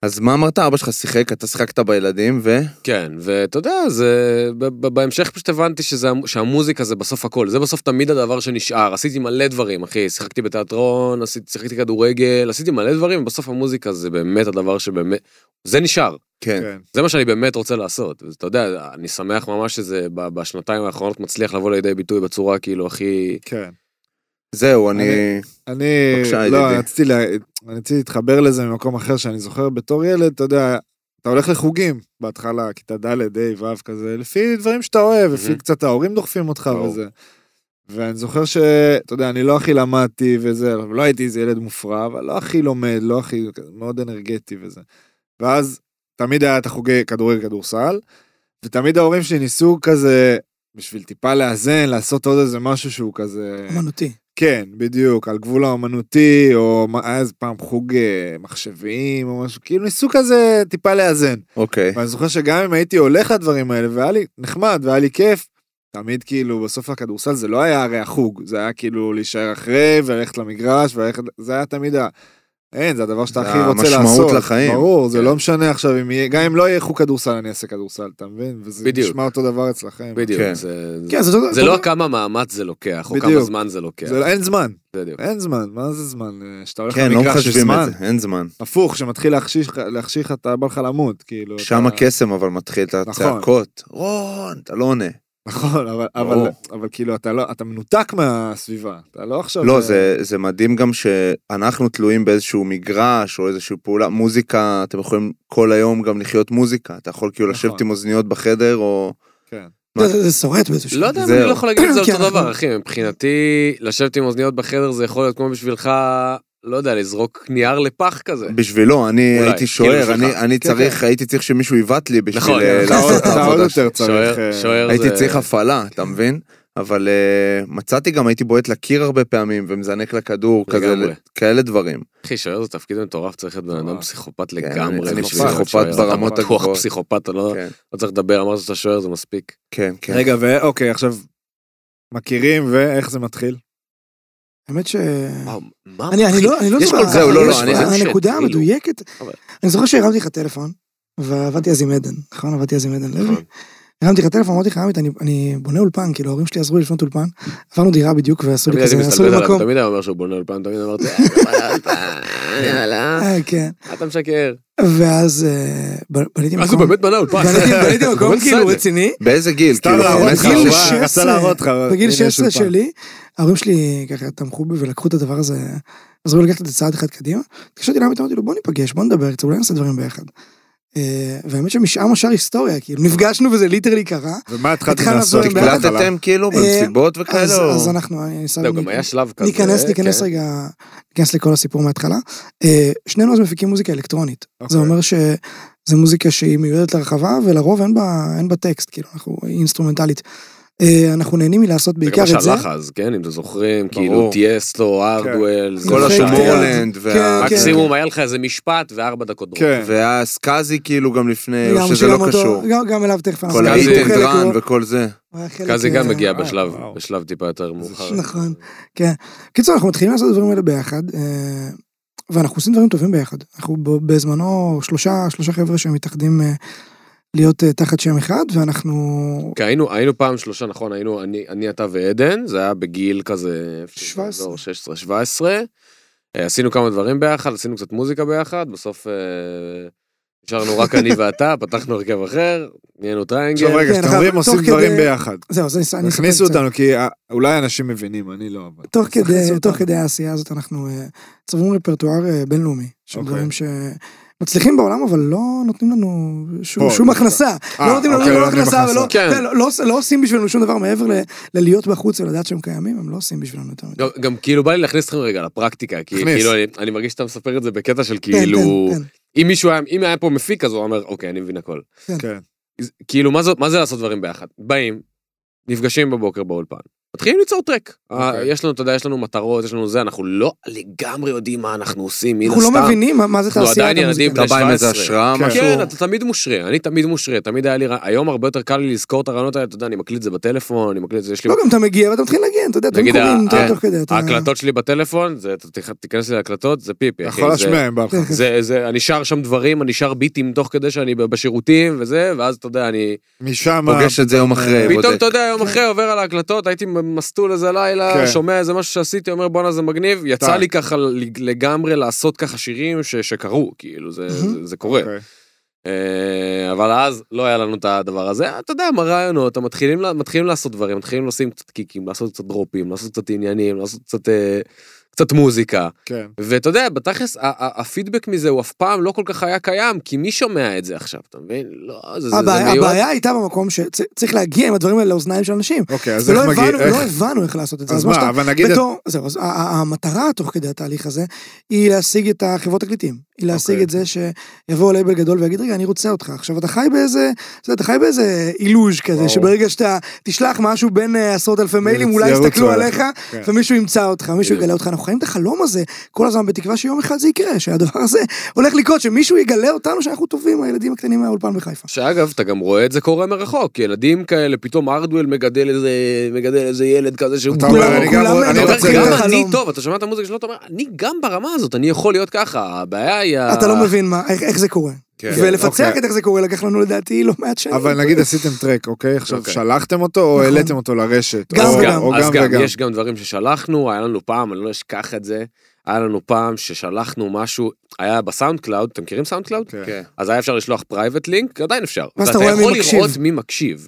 Speaker 3: אז מה אמרת? אבא שלך שיחק, אתה שיחקת בילדים, ו...
Speaker 2: כן, ואתה יודע, זה... ב- ב- בהמשך פשוט הבנתי שזה, המ- שהמוזיקה זה בסוף הכל, זה בסוף תמיד הדבר שנשאר. עשיתי מלא דברים, אחי, שיחקתי בתיאטרון, עשיתי- שיחקתי כדורגל, עשיתי מלא דברים, ובסוף המוזיקה זה באמת הדבר שבאמת... זה נשאר,
Speaker 3: כן.
Speaker 1: כן.
Speaker 2: זה מה שאני באמת רוצה לעשות. ואתה יודע, אני שמח ממש שזה ב- בשנתיים האחרונות מצליח לבוא לידי ביטוי בצורה כאילו הכי...
Speaker 1: כן.
Speaker 3: זהו, אני...
Speaker 1: אני- אני,
Speaker 3: בבקשה,
Speaker 1: לא,
Speaker 3: ידידי.
Speaker 1: רציתי לה- אני רציתי להתחבר לזה ממקום אחר שאני זוכר בתור ילד, אתה יודע, אתה הולך לחוגים, בהתחלה, כיתה ד', ה', ו', כזה, לפי דברים שאתה אוהב, לפי
Speaker 2: מהמם.
Speaker 1: קצת ההורים דוחפים אותך
Speaker 2: ברור.
Speaker 1: וזה. ואני זוכר שאתה יודע, אני לא הכי למדתי וזה, אבל לא הייתי איזה ילד מופרע, אבל לא הכי לומד, לא הכי, מאוד אנרגטי וזה. ואז תמיד היה את החוגי כדורגל, כדורסל, ותמיד ההורים שלי ניסו כזה, בשביל טיפה לאזן, לעשות עוד איזה משהו שהוא כזה...
Speaker 4: אומנותי.
Speaker 1: כן, בדיוק, על גבול האומנותי, או מה- היה איזה פעם חוג אה, מחשבים או משהו, כאילו ניסו כזה טיפה לאזן.
Speaker 3: אוקיי.
Speaker 1: ואני זוכר שגם אם הייתי הולך לדברים האלה, והיה לי נחמד והיה לי כיף, תמיד כאילו בסוף הכדורסל זה לא היה הרי החוג, זה היה כאילו להישאר אחרי וללכת למגרש, וללכת, זה היה תמיד ה... אין, זה הדבר שאתה
Speaker 3: זה
Speaker 1: הכי רוצה לעשות.
Speaker 3: המשמעות לחיים.
Speaker 1: ברור, זה
Speaker 2: כן.
Speaker 1: לא משנה עכשיו אם יהיה, גם אם לא יהיה חוג כדורסל, אני אעשה כדורסל, אתה מבין? וזה
Speaker 2: בדיוק.
Speaker 1: נשמע אותו דבר אצלכם.
Speaker 2: בדיוק,
Speaker 3: כן.
Speaker 2: זה...
Speaker 4: כן, זה
Speaker 2: זה לא כמה מאמץ זה לוקח, או כמה
Speaker 1: בדיוק.
Speaker 2: זמן זה לוקח.
Speaker 1: זה, לא- אין זמן,
Speaker 2: בדיוק.
Speaker 1: אין זמן, מה זה זמן? אה, שאתה הולך
Speaker 3: כן, לא
Speaker 1: למגרש יש
Speaker 3: מחשבים
Speaker 1: זמן.
Speaker 3: את זה, אין זמן.
Speaker 1: הפוך, שמתחיל להחשיך, להחשיך אתה בא לך למות, כאילו. אתה-
Speaker 3: שם
Speaker 4: כן.
Speaker 3: הקסם אבל מתחיל את
Speaker 1: נכון.
Speaker 3: הצעקות. רון, אתה לא עונה.
Speaker 1: נכון, אבל, אבל,
Speaker 3: ברור.
Speaker 1: אבל כאילו אתה לא, אתה מנותק מהסביבה, אתה לא עכשיו...
Speaker 3: לא, זה, זה מדהים גם שאנחנו תלויים באיזשהו מגרש או איזושהי פעולה. מוזיקה, אתם יכולים כל היום גם לחיות מוזיקה. אתה יכול כאילו
Speaker 1: נכון.
Speaker 3: לשבת עם אוזניות בחדר או...
Speaker 1: כן.
Speaker 4: זה- זה שורט באיזשהו
Speaker 2: לא יודע אם
Speaker 3: זהו.
Speaker 2: אני לא יכול להגיד את
Speaker 4: [clears throat]
Speaker 2: זה על
Speaker 4: כן,
Speaker 2: אותו
Speaker 4: אנחנו-
Speaker 2: דבר, אחי, מבחינתי, לשבת עם אוזניות בחדר זה יכול להיות כמו בשבילך, לא יודע, לזרוק נייר לפח כזה.
Speaker 3: בשבילו, אני
Speaker 2: אולי,
Speaker 3: הייתי
Speaker 2: כאילו
Speaker 3: שוער,
Speaker 2: שלך.
Speaker 3: אני, אני
Speaker 1: כן,
Speaker 3: צריך, הייתי צריך שמישהו יבעט לי בשביל
Speaker 2: נכון,
Speaker 3: אה,
Speaker 1: [laughs]
Speaker 2: נכון.
Speaker 1: אתה עוד-
Speaker 3: לעשות את
Speaker 1: אתה עוד
Speaker 3: העבודה שלי.
Speaker 1: יותר צריך...
Speaker 2: שוער-
Speaker 1: אה,
Speaker 2: שוער זה...
Speaker 3: הייתי צריך הפעלה, אתה מבין? אבל אה, מצאתי גם, הייתי בועט לקיר הרבה פעמים ומזנק לכדור, כזה,
Speaker 2: לגמרי.
Speaker 3: כאלה דברים.
Speaker 2: אחי, שוער זה תפקיד מטורף, צריך להיות בן אדם
Speaker 1: וואו.
Speaker 4: כן,
Speaker 2: פסיכופת
Speaker 3: אני-
Speaker 2: לגמרי.
Speaker 3: אני
Speaker 2: בשביל להיות
Speaker 1: פסיכופת
Speaker 2: שוער. אתה
Speaker 1: ברמות
Speaker 2: בטוח
Speaker 3: הגבוהות.
Speaker 2: פסיכופת, אתה לא
Speaker 3: כן,
Speaker 2: לא צריך לדבר, אמרת שאתה שוער, זה מספיק.
Speaker 3: כן, כן.
Speaker 4: כאילו,
Speaker 1: רגע, ואוקיי, עכשיו, מכירים ואיך זה מתחיל?
Speaker 4: האמת ש...
Speaker 2: וואו, מה
Speaker 4: אני, אני
Speaker 2: מפחיד?
Speaker 4: לא, אני לא
Speaker 2: יש
Speaker 4: זוכר,
Speaker 2: כל כך...
Speaker 3: זהו, לא, לא,
Speaker 2: יש-
Speaker 3: אני-
Speaker 2: אני-
Speaker 4: הנקודה
Speaker 2: כאילו.
Speaker 4: המדויקת,
Speaker 2: אבל-
Speaker 4: אני זוכר שהרמתי לך טלפון, ועבדתי אז עם עדן, נכון? עבדתי אז עם עדן לוי.
Speaker 2: נכון.
Speaker 4: הרמתי לך טלפון, אמרתי לך, עמית, אני- אני בונה אולפן, כאילו ההורים שלי עזרו לי לבנות אולפן, עברנו דירה בדיוק ועשו
Speaker 2: תמיד
Speaker 4: לי
Speaker 2: הייתי
Speaker 4: כזה, עשו
Speaker 2: מסתלבט
Speaker 4: לי
Speaker 2: עליו,
Speaker 4: מקום.
Speaker 2: תמיד היה אומר שהוא בונה אולפן, תמיד אמרתי,
Speaker 4: [laughs]
Speaker 2: "אה, אולפן, יאללה,
Speaker 4: אה, כן.
Speaker 2: אתה משקר.
Speaker 4: ואז אה, ב- בניתי מקום.
Speaker 2: אז הוא באמת בנה אולפן.
Speaker 4: בניתי בניתי
Speaker 2: הוא [laughs]
Speaker 4: מקום
Speaker 2: באמת עשה
Speaker 4: כאילו
Speaker 2: את זה.
Speaker 4: רציני.
Speaker 3: באיזה גיל?
Speaker 1: סתם
Speaker 3: כאילו,
Speaker 1: להראות לך,
Speaker 3: 15?
Speaker 4: בגיל
Speaker 1: הוא בא,
Speaker 4: 16,
Speaker 1: רצה להראות לך.
Speaker 4: בגיל
Speaker 1: הנה, יש
Speaker 4: 16
Speaker 1: אולפן.
Speaker 4: שלי, ההורים שלי ככה תמכו בי ולקחו את הדבר הזה, עזרו לי לקחת את זה צעד אחד קדימה. התקשרתי לעמית, אמרתי לו בוא ניפגש, בוא נדבר קצת, אולי נעשה דברים ביחד. אה, והאמת שמשם השאר היסטוריה, כאילו נפגשנו וזה ליטרלי קרה.
Speaker 1: ומה התחלתם
Speaker 4: התחלנו
Speaker 1: לעשות?
Speaker 4: לעבוד עם
Speaker 1: מההתחלה?
Speaker 3: הקלטתם כן, כאילו במסיבות וכאלה?
Speaker 4: אה, אז
Speaker 3: או-
Speaker 4: אז אנחנו, אני ניסינו...
Speaker 2: לא, גם היה שלב כזה.
Speaker 4: ניכנס, ניכנס
Speaker 2: כן.
Speaker 4: רגע, ניכנס לכל הסיפור מההתחלה. אה, שנינו אז מפיקים מוזיקה אלקטרונית.
Speaker 1: אוקיי.
Speaker 4: זה אומר שזו מוזיקה שהיא מיועדת לרחבה, ולרוב אין בה, אין בה טקסט, כאילו, אנחנו, היא אינסטרומנטלית. אה, אנחנו נהנים מלעשות בעיקר
Speaker 2: זה.
Speaker 4: את
Speaker 2: גם
Speaker 4: זה.
Speaker 2: שלח אז, כן, אם אתם זוכרים,
Speaker 3: ברור.
Speaker 2: כאילו טייסטו, ארדואל, זה
Speaker 3: כל
Speaker 2: מה שהיה.
Speaker 3: השומורלנד
Speaker 4: כן,
Speaker 3: וה...
Speaker 4: כן.
Speaker 2: מקסימום היה לך איזה משפט וארבע דקות. דרום.
Speaker 1: כן.
Speaker 3: והסקאזי כאילו גם לפני, או
Speaker 4: לגמרי,
Speaker 3: שזה לא
Speaker 4: שגם אותו-
Speaker 3: קשור.
Speaker 4: גם- גם אליו תכף
Speaker 3: כל
Speaker 2: סקאזי-
Speaker 4: נגיע.
Speaker 3: האיט
Speaker 4: הוא חלק,
Speaker 3: רן
Speaker 4: הוא-
Speaker 3: וכל זה.
Speaker 4: הוא היה חלק,
Speaker 2: קאזי גם
Speaker 4: אה,
Speaker 2: מגיע
Speaker 1: וואו,
Speaker 2: בשלב,
Speaker 1: וואו.
Speaker 2: בשלב טיפה יותר מאוחר.
Speaker 4: נכון. קיצור, אנחנו מתחילים לעשות דברים האלה ביחד, אה, ואנחנו עושים דברים טובים ביחד. אנחנו ב- בזמנו שלושה, שלושה חבר'ה שמתאחדים אה, להיות אה, תחת שם אחד, ואנחנו...
Speaker 2: כי היינו, היינו פעם שלושה, נכון, היינו אני, אני אתה ועדן, זה היה בגיל כזה... לא, איפה שזה
Speaker 4: 17.
Speaker 2: באזור 16-17. אה, עשינו כמה דברים ביחד, עשינו קצת מוזיקה ביחד, בסוף אה, נשארנו רק אני ואתה, [laughs] פתחנו הרכב אחר, נהיינו טריינגל.
Speaker 1: עכשיו רגע,
Speaker 4: כן,
Speaker 1: שאתם
Speaker 4: אבל
Speaker 1: אומרים
Speaker 4: תוך
Speaker 1: עושים דברים
Speaker 4: כדי-
Speaker 1: ביחד.
Speaker 4: זהו, זה אני... אספר
Speaker 1: הכניסו
Speaker 4: קצת.
Speaker 1: אותנו, כי אה, אולי אנשים מבינים, אני לא, אבל...
Speaker 4: תוך
Speaker 1: הכניסו
Speaker 4: כדי,
Speaker 1: אותנו.
Speaker 4: תוך כדי העשייה הזאת אנחנו אה, צוברים רפרטואר אה, בינלאומי, של
Speaker 1: אוקיי.
Speaker 4: דברים שמצליחים בעולם אבל לא נותנים לנו שום-
Speaker 1: פה,
Speaker 4: שום
Speaker 1: דווקא.
Speaker 4: הכנסה,
Speaker 1: אה,
Speaker 4: לא נותנים לנו
Speaker 1: אוקיי,
Speaker 4: שום
Speaker 1: לא נותנים
Speaker 4: הכנסה ולא
Speaker 2: כן.
Speaker 4: כן, לא- לא עוש- לא עושים בשבילנו שום דבר מעבר ל- ללהיות בחוץ ולדעת שהם קיימים, הם לא עושים בשבילנו יותר מדי.
Speaker 2: גם, גם כאילו בא לי להכניס אתכם רגע לפרקטיקה, כי
Speaker 1: תכניס.
Speaker 2: כאילו אני, אני מרגיש שאתה מספר את זה בקטע של
Speaker 4: תן,
Speaker 2: כאילו,
Speaker 4: תן, תן.
Speaker 2: אם מישהו היה, אם היה פה מפיק אז הוא אומר, אוקיי, אני מבין הכל.
Speaker 1: כן.
Speaker 2: כאילו, מה זה, מה זה לעשות דברים ביחד? באים, נפגשים בבוקר באולפן, מתחילים ליצור טרק.
Speaker 1: אוקיי.
Speaker 2: Okay. יש לנו, אתה יודע, יש לנו מטרות, יש לנו זה, אנחנו לא לגמרי יודעים מה אנחנו עושים, מן
Speaker 4: אנחנו
Speaker 2: הסתם.
Speaker 4: לא מבינים מה- מה זה
Speaker 2: אנחנו
Speaker 4: תעשיית
Speaker 2: עדיין ילדים
Speaker 4: המוזיקה.
Speaker 3: אתה בא עם איזה
Speaker 2: 17.
Speaker 3: השראה,
Speaker 1: כן.
Speaker 3: משהו?
Speaker 2: כן, אתה תמיד מושרה, אני תמיד מושרה, תמיד היה לי, רע- היום הרבה יותר קל לי לזכור את הרעיונות האלה, אתה יודע, אני מקליט את זה בטלפון, אני מקליט את זה, יש לי
Speaker 4: לא, גם אתה מגיע ואתה מתחיל להגיע, אתה יודע, דברים
Speaker 2: נגיד, אה,
Speaker 4: קורים
Speaker 2: ה-
Speaker 4: תוך כדי. אתה-
Speaker 2: ההקלטות שלי בטלפון, זה, אתה תכ- תיכנס לי להקלטות, זה פיפי.
Speaker 1: אתה
Speaker 2: אחי,
Speaker 1: יכול
Speaker 2: זה-
Speaker 1: להשמיע אם בא לך.
Speaker 4: כן.
Speaker 2: זה, זה, אני שר שם דברים, אני שר ביטים תוך כדי שאני ב- בשירותים וזה, ואז אתה יודע, אני...
Speaker 1: משם...
Speaker 3: פוגש את זה יום אחרי,
Speaker 2: פתאום,
Speaker 3: בודק.
Speaker 2: אתה יודע, יום
Speaker 4: כן.
Speaker 2: אחרי עובר על ההקלטות, הייתי מסטול איזה לילה,
Speaker 1: כן.
Speaker 2: שומע איזה משהו שעשיתי, אומר בואנה זה מגניב, יצא
Speaker 1: טאק.
Speaker 2: לי ככה לג- לגמרי לעשות ככה שירים ש- שקרו, כאילו, זה-
Speaker 4: מהמם.
Speaker 2: זה זה קורה.
Speaker 1: אוקיי.
Speaker 2: אה, אבל אז לא היה לנו את הדבר הזה, אתה יודע, מה רעיונות, אתה מתחילים, לה- מתחילים לעשות דברים, מתחילים לשים קצת קיקים, לעשות קצת דרופים, לעשות קצת עניינים, לעשות קצת, אה, קצת מוזיקה.
Speaker 1: כן.
Speaker 2: ואתה יודע, בתכלס, ה- ה- הפידבק מזה הוא אף פעם לא כל כך היה קיים, כי מי שומע את זה עכשיו, אתה מבין? לא, זה, זה, זה
Speaker 4: הבעיה-
Speaker 2: מיועד.
Speaker 4: הבעיה הייתה במקום שצריך להגיע עם הדברים האלה לאוזניים של אנשים.
Speaker 1: אוקיי, אז איך
Speaker 4: ולא
Speaker 1: מגיע...
Speaker 4: הבנו,
Speaker 1: איך-
Speaker 4: לא הבנו איך לעשות את זה.
Speaker 1: אז מה, אבל נגיד...
Speaker 4: בתור, זהו, אז ה- ה- המטרה תוך כדי התהליך הזה, היא להשיג את החברות תקליטים. היא להשיג
Speaker 1: אוקיי.
Speaker 4: את זה שיבוא לייבל גדול ויגיד, רגע, אני רוצה אותך. עכשיו, אתה חי באיזה, אתה יודע, אתה חי באיזה אילוז' כזה,
Speaker 1: ברור.
Speaker 4: שברגע שאתה תשלח משהו בין אה, עשרות אלפי מיילים, אולי
Speaker 1: ירוצו
Speaker 4: יסתכלו
Speaker 1: עליך.
Speaker 4: עליך,
Speaker 1: כן.
Speaker 4: ומישהו ימצא אותך, מישהו יגלה אותך. אנחנו חיים את החלום הזה כל הזמן בתקווה שיום אחד זה יקרה, שהדבר הזה הולך לקרות, שמישהו יגלה אותנו שאנחנו טובים, הילדים הקטנים מהאולפן בחיפה.
Speaker 2: שאגב, אתה גם רואה את זה קורה מרחוק, ילדים כאלה, פתאום ארדואל מגדל איזה, מגדל איזה ילד כזה שהוא...
Speaker 1: אתה
Speaker 2: טוב.
Speaker 1: אומר,
Speaker 4: כולם-
Speaker 1: אני גם
Speaker 4: כולם
Speaker 1: רוצה- אני
Speaker 2: אתה
Speaker 4: מדברים
Speaker 1: רוצה...
Speaker 2: אומר, גם
Speaker 4: על
Speaker 1: להיות-
Speaker 2: אני
Speaker 4: החלום.
Speaker 2: טוב, אתה שומע את המוזיקה שלו, אתה אומר, אני גם ברמה הזאת, אני יכול להיות ככה, הבעיה היא... ה-
Speaker 4: אתה לא מבין מה, איך- איך זה קורה.
Speaker 3: כן.
Speaker 4: ולפצח
Speaker 1: אוקיי.
Speaker 4: את איך זה קורה לקח לנו לדעתי לא מעט שנים.
Speaker 1: אבל נגיד עשיתם טרק, אוקיי? עכשיו
Speaker 2: אוקיי.
Speaker 1: שלחתם אותו או
Speaker 4: נכון.
Speaker 1: העליתם אותו לרשת?
Speaker 4: גם
Speaker 1: או-
Speaker 2: אז
Speaker 4: וגם.
Speaker 2: גם,
Speaker 1: או
Speaker 2: אז
Speaker 1: גם וגם.
Speaker 2: גם, יש גם דברים ששלחנו, היה לנו פעם, אני לא אשכח את זה, היה לנו פעם ששלחנו משהו, היה בסאונד קלאוד, אתם מכירים סאונד קלאוד?
Speaker 1: כן.
Speaker 3: כן.
Speaker 2: אז היה אפשר לשלוח פרייבט לינק, עדיין אפשר.
Speaker 4: ואז אתה רואה מי
Speaker 2: יכול
Speaker 4: מקשיב.
Speaker 2: לראות מי מקשיב.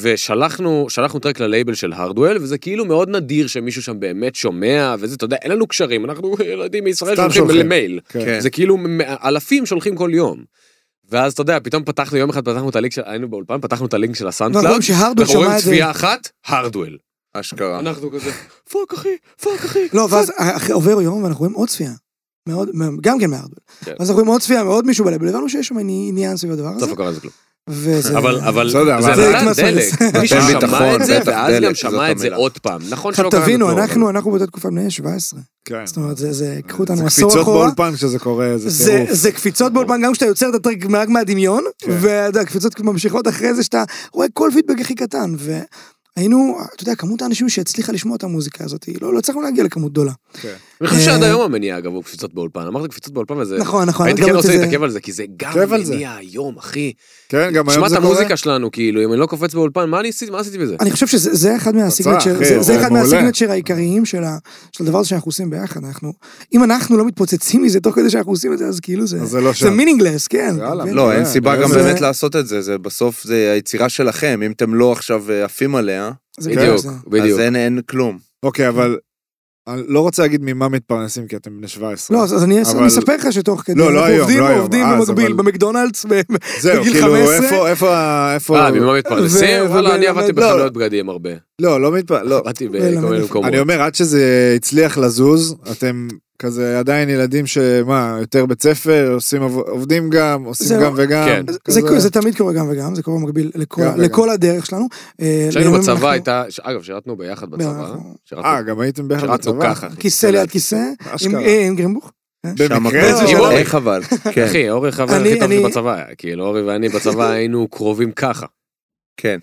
Speaker 2: ושלחנו שלחנו טרק ללייבל של הרדואל, וזה כאילו מאוד נדיר שמישהו שם באמת שומע, וזה, אתה יודע, אין לנו קשרים, אנחנו [laughs] ילדים מישראל
Speaker 1: סתם
Speaker 2: שולחים
Speaker 1: שולחים.
Speaker 2: למייל.
Speaker 1: כן.
Speaker 2: זה כאילו מ- אלפים שולחים כל יום. ואז אתה יודע, פתאום פתחנו, יום אחד פתחנו את הלינק של, היינו באולפן, פתחנו את הלינק של הסאונד
Speaker 4: ואנחנו
Speaker 2: קלאוד, אנחנו רואים
Speaker 4: רואים שהרדו לא, שמע את זה.
Speaker 2: צפייה אחת, הרדואל.
Speaker 3: אשכרה.
Speaker 2: אנחנו כזה, פאק אחי, פאק אחי.
Speaker 4: לא, ואז אחרי- עובר יום ואנחנו רואים עוד צפייה. מאוד, גם כן מהרדואל.
Speaker 2: כן.
Speaker 4: ואז אנחנו רואים עוד צפייה מעוד מישהו בלבל, הבנו שיש שם עני- עניין סביב הדבר הזה.
Speaker 2: בסוף לא קרה לזה כלום.
Speaker 4: וזה...
Speaker 2: אבל, אבל,
Speaker 1: בסדר, אבל-
Speaker 4: זה
Speaker 2: נתן
Speaker 4: התמסמס.
Speaker 2: דלק.
Speaker 4: נתן
Speaker 2: מישהו שמע
Speaker 3: ביטחון,
Speaker 2: את זה,
Speaker 3: בטח
Speaker 2: ואז
Speaker 3: דלק,
Speaker 2: גם
Speaker 3: זאת
Speaker 2: שמע את זה
Speaker 3: המילה.
Speaker 2: עוד פעם. נכון
Speaker 4: עכשיו
Speaker 2: שלא קרה
Speaker 4: תבינו,
Speaker 2: לזה כלום,
Speaker 4: אנחנו אנחנו באותה תקופה בני 17.
Speaker 1: כן.
Speaker 4: זאת אומרת, זה- זה, קחו
Speaker 1: זה
Speaker 4: אותנו עשור
Speaker 1: קפיצות
Speaker 4: אחורה.
Speaker 1: באולפן כשזה קורה, זה
Speaker 4: זה,
Speaker 1: טירוף.
Speaker 4: זה קפיצות באולפן, גם כשאתה יוצר את הטרק רק מהדמיון,
Speaker 1: כן.
Speaker 4: כאילו והקפיצות ממשיכות אחרי זה שאתה רואה כל פידבק הכי קטן. ו... היינו, אתה יודע, כמות האנשים שהצליחה לשמוע את המוזיקה הזאת, לא לא הצלחנו להגיע לכמות גדולה.
Speaker 1: כן.
Speaker 2: אני חושב
Speaker 4: אה,
Speaker 2: שעד היום המניע, אגב, הוא קפיצות באולפן. אמרת קפיצות באולפן, וזה...
Speaker 4: נכון, נכון.
Speaker 2: הייתי
Speaker 4: גם
Speaker 2: כן רוצה
Speaker 4: רציתי-
Speaker 2: להתעכב על זה, כי זה גם
Speaker 1: תתעכב על
Speaker 2: המניע היום, אחי.
Speaker 1: כן, גם
Speaker 2: תשמע
Speaker 1: היום
Speaker 2: את
Speaker 1: זה קורה.
Speaker 2: המוזיקה שלנו, כאילו, אם אני לא קופץ באולפן, מה אני עשיתי מה עשיתי בזה?
Speaker 4: אני חושב שזה זה אחד מהסיגנצ'ר,
Speaker 1: אחי,
Speaker 4: זה, זה
Speaker 1: זה
Speaker 4: אחד
Speaker 1: מעולה.
Speaker 4: מהסיגנצ'ר העיקריים של, ה, של הדבר הזה שאנחנו עושים ביחד. אנחנו, אם אנחנו לא מתפוצצים מזה תוך כדי שאנחנו עושים את זה, אז כאילו זה,
Speaker 1: אז זה לא
Speaker 4: זה
Speaker 1: שם.
Speaker 4: מינינגלס, כן.
Speaker 1: יאללה,
Speaker 4: אתה מבין?
Speaker 1: כן,
Speaker 3: לא, אין סיבה
Speaker 1: כן,
Speaker 3: גם
Speaker 4: זה-
Speaker 3: באמת לעשות את זה, זה בסוף זה היצירה שלכם, אם אתם לא עכשיו אה, עפים עליה,
Speaker 4: זה בדיוק
Speaker 2: בדיוק,
Speaker 4: לא זה.
Speaker 2: בדיוק. אה,
Speaker 3: אז אין- אין כלום.
Speaker 1: אוקיי, אבל אני לא רוצה להגיד ממה מתפרנסים, כי אתם בני 17.
Speaker 4: לא, אז אז אני אס-
Speaker 1: אבל-
Speaker 4: אני אספר לך שתוך כדי,
Speaker 1: לא, לא
Speaker 4: אנחנו
Speaker 1: היום,
Speaker 4: עובדים,
Speaker 1: לא היום.
Speaker 4: עובדים
Speaker 1: אז,
Speaker 4: במקביל,
Speaker 1: אבל-
Speaker 4: במקדונלדס, ו-
Speaker 1: זהו,
Speaker 4: בגיל
Speaker 1: כאילו,
Speaker 4: 15?
Speaker 1: איפה, איפה, ה- איפה...
Speaker 2: אה, ממה מתפרנסים?
Speaker 4: ו-
Speaker 2: וואלה, אני
Speaker 4: ובאמת-
Speaker 2: עבדתי
Speaker 1: לא.
Speaker 2: בחנויות בגדים הרבה.
Speaker 1: לא, לא מתפרנסים, לא.
Speaker 2: עבדתי בכל
Speaker 4: ולמד
Speaker 2: מיני
Speaker 4: יפה.
Speaker 2: מקומות.
Speaker 1: אני אומר, עד שזה הצליח לזוז, אתם כזה עדיין ילדים שמה, יותר בית ספר, עושים, עב- עובדים גם, עושים
Speaker 4: זהו.
Speaker 1: גם וגם.
Speaker 2: כן.
Speaker 4: זה,
Speaker 1: כזה.
Speaker 4: זה תמיד קורה גם וגם, זה קורה במקביל לכל,
Speaker 1: גם וגם.
Speaker 4: לכל הדרך שלנו. אה,
Speaker 2: כשהיינו
Speaker 4: לימים
Speaker 2: בצבא
Speaker 4: אנחנו-
Speaker 2: הייתה, ש- אגב, שירתנו ביחד בצבא.
Speaker 4: אנחנו-
Speaker 2: שירתנו-
Speaker 1: אה,
Speaker 4: אוקיי.
Speaker 1: גם הייתם ביחד
Speaker 2: שירתנו
Speaker 1: בצבא?
Speaker 2: ככה. אחי.
Speaker 4: כיסא ליד כיסא, עם-
Speaker 1: אשכרה. אה,
Speaker 4: אה, עם גרמבוך.
Speaker 1: במקרה
Speaker 3: שהמקום
Speaker 1: זה
Speaker 3: של
Speaker 1: שלו.
Speaker 3: איך אבל, כן,
Speaker 2: [laughs] אחי, אורי חבר
Speaker 4: אני-
Speaker 2: הכי טוב
Speaker 4: אני-
Speaker 2: שבצבא היה, כאילו, אורי ואני בצבא היינו קרובים ככה.
Speaker 3: כן.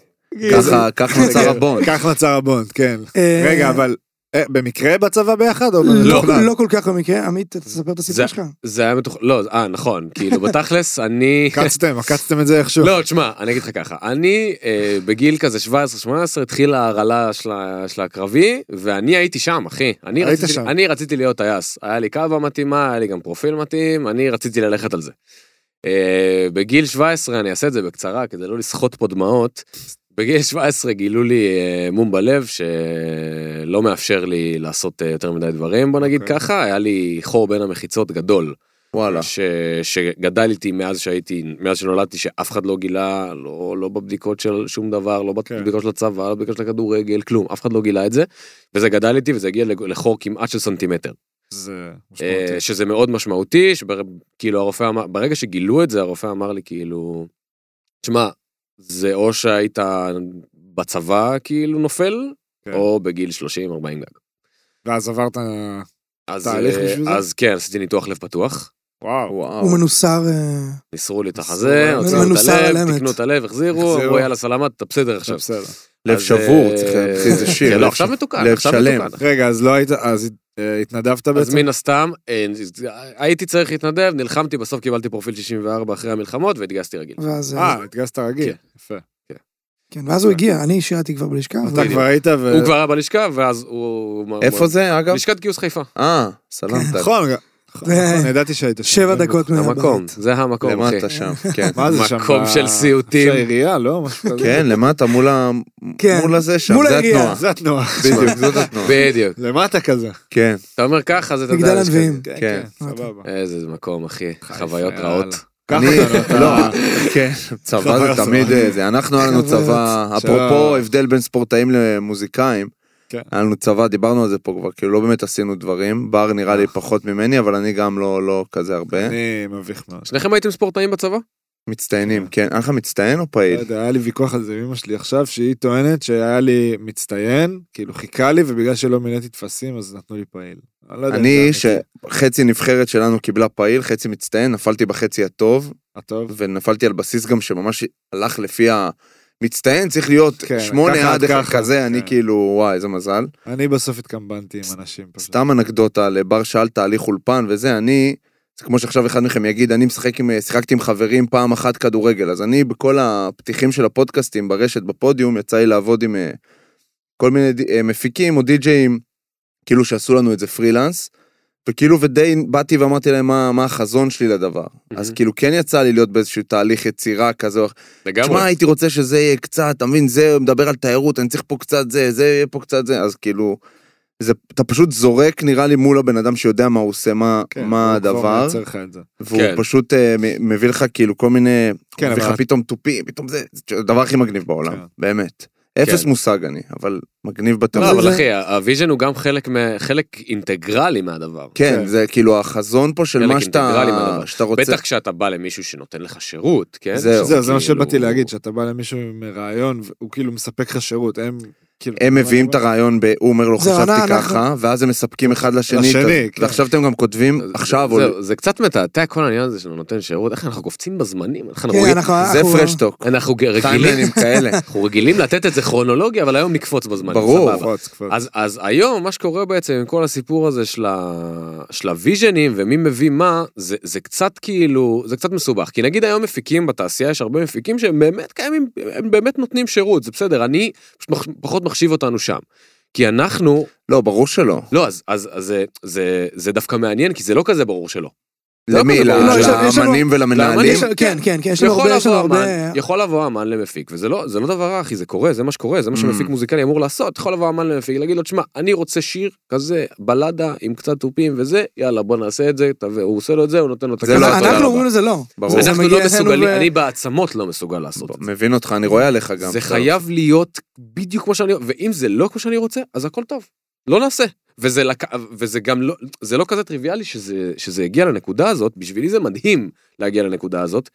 Speaker 3: ככה-
Speaker 4: כן.
Speaker 3: כך נוצר הבון.
Speaker 1: כך נוצר הבונד, כן.
Speaker 4: אה,
Speaker 1: רגע, אבל אה, במקרה בצבא ביחד או
Speaker 4: לא,
Speaker 1: במתוכנן?
Speaker 4: לא כל כך במקרה, עמית, תספר את הסיפור
Speaker 2: זה-
Speaker 4: שלך.
Speaker 2: זה היה מתוכ... לא, אה, נכון, כאילו, בתכלס, אני...
Speaker 1: עקצתם, עקצתם את זה איכשהו.
Speaker 2: לא, תשמע, אני אגיד לך ככה, אני אה, בגיל כזה 17-18 התחילה ההרעלה של ה- של הקרבי, ואני הייתי שם, אחי. אני
Speaker 1: היית
Speaker 2: רציתי,
Speaker 1: שם.
Speaker 2: אני רציתי להיות טייס. היה לי קו המתאימה, היה לי גם פרופיל מתאים, אני רציתי ללכת על זה. אה, בגיל 17, אני אעשה את זה בקצרה, כדי לא לסחוט פה דמעות, בגיל 17 גילו לי אה, מום בלב שלא מאפשר לי לעשות אה, יותר מדי דברים, בוא נגיד
Speaker 1: אוקיי.
Speaker 2: ככה, היה לי חור בין המחיצות גדול.
Speaker 3: וואלה.
Speaker 2: ש, שגדל איתי מאז שהייתי, מאז שנולדתי, שאף אחד לא גילה, לא, לא בבדיקות של שום דבר, לא
Speaker 1: כן.
Speaker 2: בבדיקות של הצבא, לא בבדיקות של הכדורגל, כלום, אף אחד לא גילה את זה. וזה גדל איתי וזה הגיע לחור כמעט של סנטימטר.
Speaker 1: זה משמעותי.
Speaker 2: אה, שזה מאוד משמעותי, שכאילו הרופא אמר, ברגע שגילו את זה, הרופא אמר לי כאילו, שמע, זה או שהיית בצבא כאילו נופל,
Speaker 1: כן.
Speaker 2: או בגיל 30-40 גג.
Speaker 1: ואז עברת...
Speaker 2: אז,
Speaker 1: תהליך
Speaker 2: אה,
Speaker 1: בשביל זה?
Speaker 2: אז כן, עשיתי ניתוח לב פתוח.
Speaker 1: וואו.
Speaker 3: וואו.
Speaker 4: הוא מנוסר, אה,
Speaker 2: ניסרו לי את
Speaker 1: ניסרו
Speaker 2: החזה,
Speaker 1: להם.
Speaker 2: הוציאו את
Speaker 4: מנוסר על
Speaker 2: הלב,
Speaker 4: אמת.
Speaker 2: תיקנו את הלב, החזירו,
Speaker 1: החזירו.
Speaker 2: אמרו יאללה סלמת, אתה בסדר
Speaker 1: עכשיו
Speaker 2: עכשיו.
Speaker 1: בסדר.
Speaker 3: לב
Speaker 2: אז,
Speaker 3: שבור,
Speaker 2: אה,
Speaker 3: צריך להמציא
Speaker 2: [laughs]
Speaker 3: איזה
Speaker 2: כן,
Speaker 3: שיר.
Speaker 2: לא,
Speaker 3: לב
Speaker 2: עכשיו
Speaker 3: ש-
Speaker 2: מתוקן,
Speaker 3: לב
Speaker 2: עכשיו
Speaker 3: שלם.
Speaker 2: מתוקן.
Speaker 1: רגע, אז לא היית... אז אה, התנדבת
Speaker 2: אז
Speaker 1: בעצם?
Speaker 2: מן הסתם, אה, הייתי צריך להתנדב, נלחמתי, בסוף קיבלתי פרופיל 64 אחרי המלחמות והתגייסתי רגיל.
Speaker 4: ואז אה,
Speaker 1: אה, התגייסת רגיל.
Speaker 2: כן.
Speaker 1: יפה.
Speaker 4: כן, ואז הוא הגיע, אני שירתי כבר בלשכה.
Speaker 1: אתה
Speaker 4: אבל-
Speaker 1: כבר היית ו... נכון,
Speaker 2: הוא כבר היה בלשכה, ואז הוא...
Speaker 3: איפה זה אגב?
Speaker 2: לשכת גיוס חיפה.
Speaker 3: אה, סלמת.
Speaker 1: נכון, נכון, נכון, ידעתי שהיית שם.
Speaker 4: שבע דקות מהבית.
Speaker 2: המקום, זה המקום, אחי.
Speaker 3: למטה שם, כן.
Speaker 1: מה זה שם?
Speaker 2: מקום
Speaker 1: ב-
Speaker 2: של סיוטים.
Speaker 1: של העירייה, לא? משהו כזה.
Speaker 3: כן, למטה מול ה...
Speaker 4: כן.
Speaker 3: מול הזה שם,
Speaker 4: מול
Speaker 3: זה
Speaker 4: העירייה.
Speaker 3: התנועה.
Speaker 1: זה התנועה.
Speaker 3: [laughs] בדיוק, זאת התנועה.
Speaker 2: בדיוק.
Speaker 1: למטה כזה.
Speaker 3: כן.
Speaker 2: אתה אומר ככה, זה אתה יודע...
Speaker 4: מגדל
Speaker 2: לשכת-
Speaker 4: הנביאים.
Speaker 1: כן,
Speaker 3: כן.
Speaker 1: כן, סבבה.
Speaker 2: איזה מקום, אחי.
Speaker 1: חיפה,
Speaker 2: חוויות
Speaker 1: יאללה.
Speaker 2: רעות.
Speaker 1: קח
Speaker 3: אני-
Speaker 1: אותנו, אתה...
Speaker 3: לא, כן, צבא
Speaker 1: חבל
Speaker 3: זה תמיד
Speaker 1: הזמן.
Speaker 3: אה, זה, אנחנו היה לנו
Speaker 4: חבל
Speaker 3: צבא,
Speaker 1: הזמן.
Speaker 3: אפרופו
Speaker 1: צבא.
Speaker 3: הבדל בין ספורטאים למוזיקאים,
Speaker 1: כן.
Speaker 3: היה לנו צבא, דיברנו על זה פה כבר, כאילו לא באמת עשינו דברים, בר נראה לי פחות ממני, אבל אני גם לא לא כזה
Speaker 2: אוקיי.
Speaker 3: הרבה,
Speaker 1: אני מביך מאוד.
Speaker 2: שניכם הייתם ספורטאים בצבא?
Speaker 3: מצטיינים, כן, היה לך מצטיין או
Speaker 1: לא
Speaker 3: פעיל?
Speaker 1: יודע, היה לי ויכוח על זה עם אמא שלי עכשיו, שהיא טוענת שהיה לי מצטיין, כאילו חיכה לי, ובגלל שלא מילאתי טפסים, אז נתנו לי פעיל. אני לא יודע
Speaker 3: אני,
Speaker 1: אם זה אמיתי.
Speaker 3: שחצי נבחרת שלנו קיבלה פעיל, חצי מצטיין, נפלתי בחצי הטוב,
Speaker 1: אה, טוב.
Speaker 3: ונפלתי על בסיס גם שממש הלך לפי ה... מצטיין צריך להיות
Speaker 1: כן,
Speaker 3: שמונה
Speaker 1: ככה
Speaker 3: עד
Speaker 1: עד
Speaker 3: אחד
Speaker 1: ככה,
Speaker 3: כזה, אני
Speaker 1: כן.
Speaker 3: כאילו, וואי, איזה מזל.
Speaker 1: אני בסוף התקמבנתי עם אנשים פשוט.
Speaker 3: סתם אנקדוטה לבר שאל תהליך אולפן וזה, אני, זה כמו שעכשיו אחד מכם יגיד, אני משחק עם, אה, שיחקתי עם חברים פעם אחת כדורגל, אז אני בכל הפתיחים של הפודקאסטים ברשת, בפודיום, יצא לי לעבוד עם אה, כל מיני ד- אה, מפיקים או די-ג'אים, כאילו שעשו לנו את זה פרילנס, וכאילו ודי באתי ואמרתי להם מה, מה החזון שלי לדבר. אז כאילו כן יצא לי להיות באיזשהו תהליך יצירה כזה או אחר. תשמע,
Speaker 2: לגמרי.
Speaker 3: הייתי רוצה שזה יהיה קצת, אתה מבין, זה מדבר על תיירות, אני צריך פה קצת זה, זה יהיה פה קצת זה, אז כאילו, זה, אתה פשוט זורק נראה לי מול הבן אדם שיודע מה הוא עושה, מה,
Speaker 1: כן,
Speaker 3: מה
Speaker 1: הוא כבר
Speaker 3: הדבר,
Speaker 1: מייצר לך את זה.
Speaker 3: והוא
Speaker 2: כן.
Speaker 3: פשוט אה, מ- מביא לך כאילו כל מיני,
Speaker 1: כן,
Speaker 3: כן, מביא
Speaker 1: אבל-
Speaker 3: לך פתאום תופים, פתאום זה, זה הדבר הכי מגניב בעולם,
Speaker 1: כן.
Speaker 3: באמת. אפס
Speaker 2: כן.
Speaker 3: מושג אני, אבל מגניב בטח.
Speaker 2: לא,
Speaker 4: אבל
Speaker 2: אבל
Speaker 4: זה-
Speaker 2: אחי, הוויז'ן הוא גם חלק מה- חלק אינטגרלי מהדבר.
Speaker 3: כן,
Speaker 1: כן.
Speaker 3: זה כאילו החזון פה של
Speaker 2: חלק
Speaker 3: מה
Speaker 2: כן, אינטגרלי
Speaker 3: שאתה,
Speaker 2: מהדבר.
Speaker 3: שאתה רוצה.
Speaker 2: בטח כשאתה בא למישהו שנותן לך שירות, כן?
Speaker 3: זהו.
Speaker 1: זהו, זה מה
Speaker 2: כאילו-
Speaker 1: שבאתי להגיד, שאתה בא למישהו עם רעיון, והוא כאילו מספק לך שירות, הם כאילו,
Speaker 3: הם מביאים את הרעיון, ב- הוא אומר לו,
Speaker 4: זהו,
Speaker 3: חשבתי
Speaker 4: אנחנו-
Speaker 3: ככה, ואז הם מספקים אחד לשני. את ה-
Speaker 1: לשני, כן.
Speaker 3: ועכשיו אתם גם כותבים, עכשיו, או-
Speaker 2: זהו, זה קצת מתעתע כל העניין הזה של נותן שירות, איך אנחנו קופצים בזמנים, איך אנחנו
Speaker 4: כן,
Speaker 2: רואים,
Speaker 4: אנחנו...
Speaker 3: זה
Speaker 4: אנחנו-
Speaker 3: פרשטוק.
Speaker 2: אנחנו רגילים,
Speaker 3: טיימלנים כאלה.
Speaker 2: אנחנו רגילים לתת את זה כרונולוגי, אבל היום נקפוץ בזמנים,
Speaker 3: ברור.
Speaker 2: סבבה.
Speaker 1: קפוץ, קפוץ.
Speaker 2: אז, אז היום מה שקורה בעצם עם כל הסיפור הזה של, ה... של הוויז'נים ומי מביא מה, זה, זה קצת כאילו, זה קצת מסובך. כי נגיד היום מפיקים בתעשייה, יש הרבה מפיקים שהם באמת קיימים, הם באמת נותנים שירות, זה בסדר, אני פשוט מח- פחות מחשיב אותנו שם. כי אנחנו,
Speaker 3: לא, ברור שלא.
Speaker 2: לא, אז, אז, אז זה, זה, זה דווקא מעניין, כי זה לא כזה ברור שלא. לא
Speaker 3: למי?
Speaker 2: כזה ברור.
Speaker 3: ל-
Speaker 4: לא, יש לנו- יש לנו-
Speaker 2: לאמנים
Speaker 3: לאמנים ולמנהלים?
Speaker 4: יש לנו- כן, כן, כן, יש לנו הרבה, יש לנו הרבה...
Speaker 2: יכול לבוא אמן למפיק, וזה לא, זה לא דבר רע, אחי, זה קורה, זה מה שקורה, זה מה שמפיק
Speaker 3: Mm.
Speaker 2: מוזיקלי אמור לעשות. יכול לבוא אמן למפיק, להגיד לו, תשמע, אני רוצה שיר כזה, בלדה עם קצת תופים וזה, יאללה, בוא נעשה את זה, תביא, הוא עושה לו את זה, הוא נותן לו את
Speaker 3: זה לא
Speaker 2: הכסף,
Speaker 3: אותו
Speaker 2: תודה
Speaker 4: אנחנו
Speaker 2: רבה.
Speaker 4: אומרים לזה לא.
Speaker 3: ברור.
Speaker 4: זה
Speaker 2: אנחנו
Speaker 4: מגיע
Speaker 2: לא
Speaker 4: אלינו
Speaker 2: מסוגלים,
Speaker 4: ו-
Speaker 2: אני בעצמות לא מסוגל לעשות את זה.
Speaker 3: מבין אותך, אני רואה עליך גם.
Speaker 2: זה
Speaker 3: טוב.
Speaker 2: חייב להיות בדיוק כמו שאני, ואם זה לא כמו שאני רוצה, אז הכל טוב, לא נעשה. וזה, לק... וזה גם לא, זה לא כזה טריוויאלי שזה, שזה הגיע לנקודה הזאת, בשבילי זה מדהים להגיע לנקודה הזאת,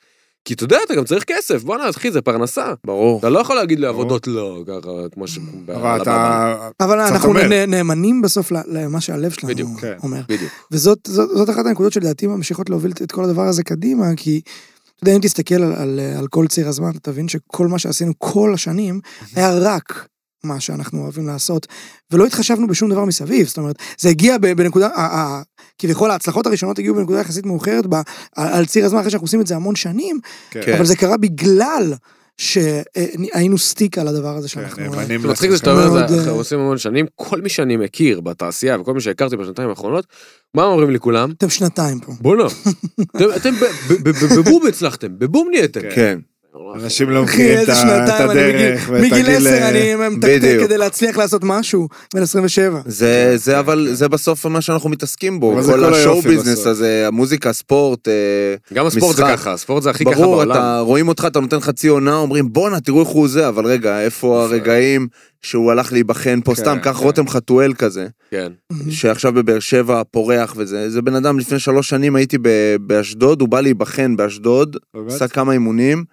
Speaker 2: כי אתה יודע, אתה גם צריך כסף, בואנה, אחי, זה פרנסה.
Speaker 3: ברור.
Speaker 2: אתה לא יכול להגיד לי עבודות לא, ככה, כמו ש...
Speaker 1: אבל אתה...
Speaker 4: אבל
Speaker 1: קצת
Speaker 4: אנחנו
Speaker 1: אומר.
Speaker 4: נ- נאמנים בסוף ל- למה שהלב שלנו
Speaker 2: בדיוק,
Speaker 1: כן.
Speaker 4: אומר.
Speaker 2: בדיוק.
Speaker 4: וזאת זאת, זאת אחת הנקודות שלדעתי ממשיכות להוביל את כל הדבר הזה קדימה, כי אתה יודע, אם תסתכל על, על, על כל ציר הזמן, אתה תבין שכל מה שעשינו כל השנים היה רק מה שאנחנו אוהבים לעשות, ולא התחשבנו בשום דבר מסביב, זאת אומרת, זה הגיע ב- בנקודה, ה- ה- כביכול ההצלחות הראשונות הגיעו בנקודה יחסית מאוחרת ב, על, על ציר הזמן, אחרי שאנחנו עושים את זה המון שנים,
Speaker 1: כן,
Speaker 3: כן.
Speaker 4: אבל זה קרה בגלל שהיינו סטיק על הדבר הזה
Speaker 1: כן,
Speaker 4: שאנחנו...
Speaker 1: נאמנים
Speaker 2: זה מצחיק זה שאתה
Speaker 1: לעצמכם.
Speaker 2: אומר, את
Speaker 4: מאוד,
Speaker 2: זה, אנחנו
Speaker 4: אה.
Speaker 2: עושים המון שנים, כל מי שאני מכיר בתעשייה וכל מי שהכרתי בשנתיים האחרונות, מה אומרים לי כולם?
Speaker 4: אתם שנתיים פה.
Speaker 2: בואנה, אתם- אתם ב- ב- ב- בבום הצלחתם, בבום נהייתם.
Speaker 1: כן.
Speaker 3: כן.
Speaker 1: אנשים לא
Speaker 4: אחי,
Speaker 1: מכירים את
Speaker 4: אוקיי, איזה
Speaker 1: ה- את
Speaker 4: שנתיים, אני
Speaker 1: הדרך, אה,
Speaker 4: מגיל- מגיל
Speaker 1: ותגיד ל-
Speaker 4: עשר אני מתקתק
Speaker 3: בדיוק.
Speaker 4: כדי להצליח לעשות משהו, בן 27.
Speaker 3: זה, זה אבל, זה בסוף מה שאנחנו מתעסקים בו.
Speaker 1: אבל זה
Speaker 3: כל
Speaker 1: כל
Speaker 3: השואו
Speaker 1: היופי
Speaker 3: ביזנס
Speaker 1: בסוף.
Speaker 3: הזה, המוזיקה, ספורט. אה,
Speaker 2: גם הספורט זה
Speaker 3: משחק.
Speaker 2: ככה, הספורט זה הכי ככה
Speaker 3: ברור,
Speaker 2: בעולם.
Speaker 3: אתה רואים אותך, אתה נותן חצי עונה, אומרים בואנה, תראו איך הוא זה, אבל רגע, איפה הרגעים שהוא הלך להיבחן פה
Speaker 1: כן,
Speaker 3: סתם, קח
Speaker 1: כן.
Speaker 3: רותם חתואל כזה,
Speaker 2: כן.
Speaker 3: שעכשיו בבאר שבע פורח וזה, זה בן אדם לפני שלוש שנים הייתי ב- באשדוד, הוא בא להיבחן באשדוד,
Speaker 1: באמת?
Speaker 3: עשה כמה אימונים,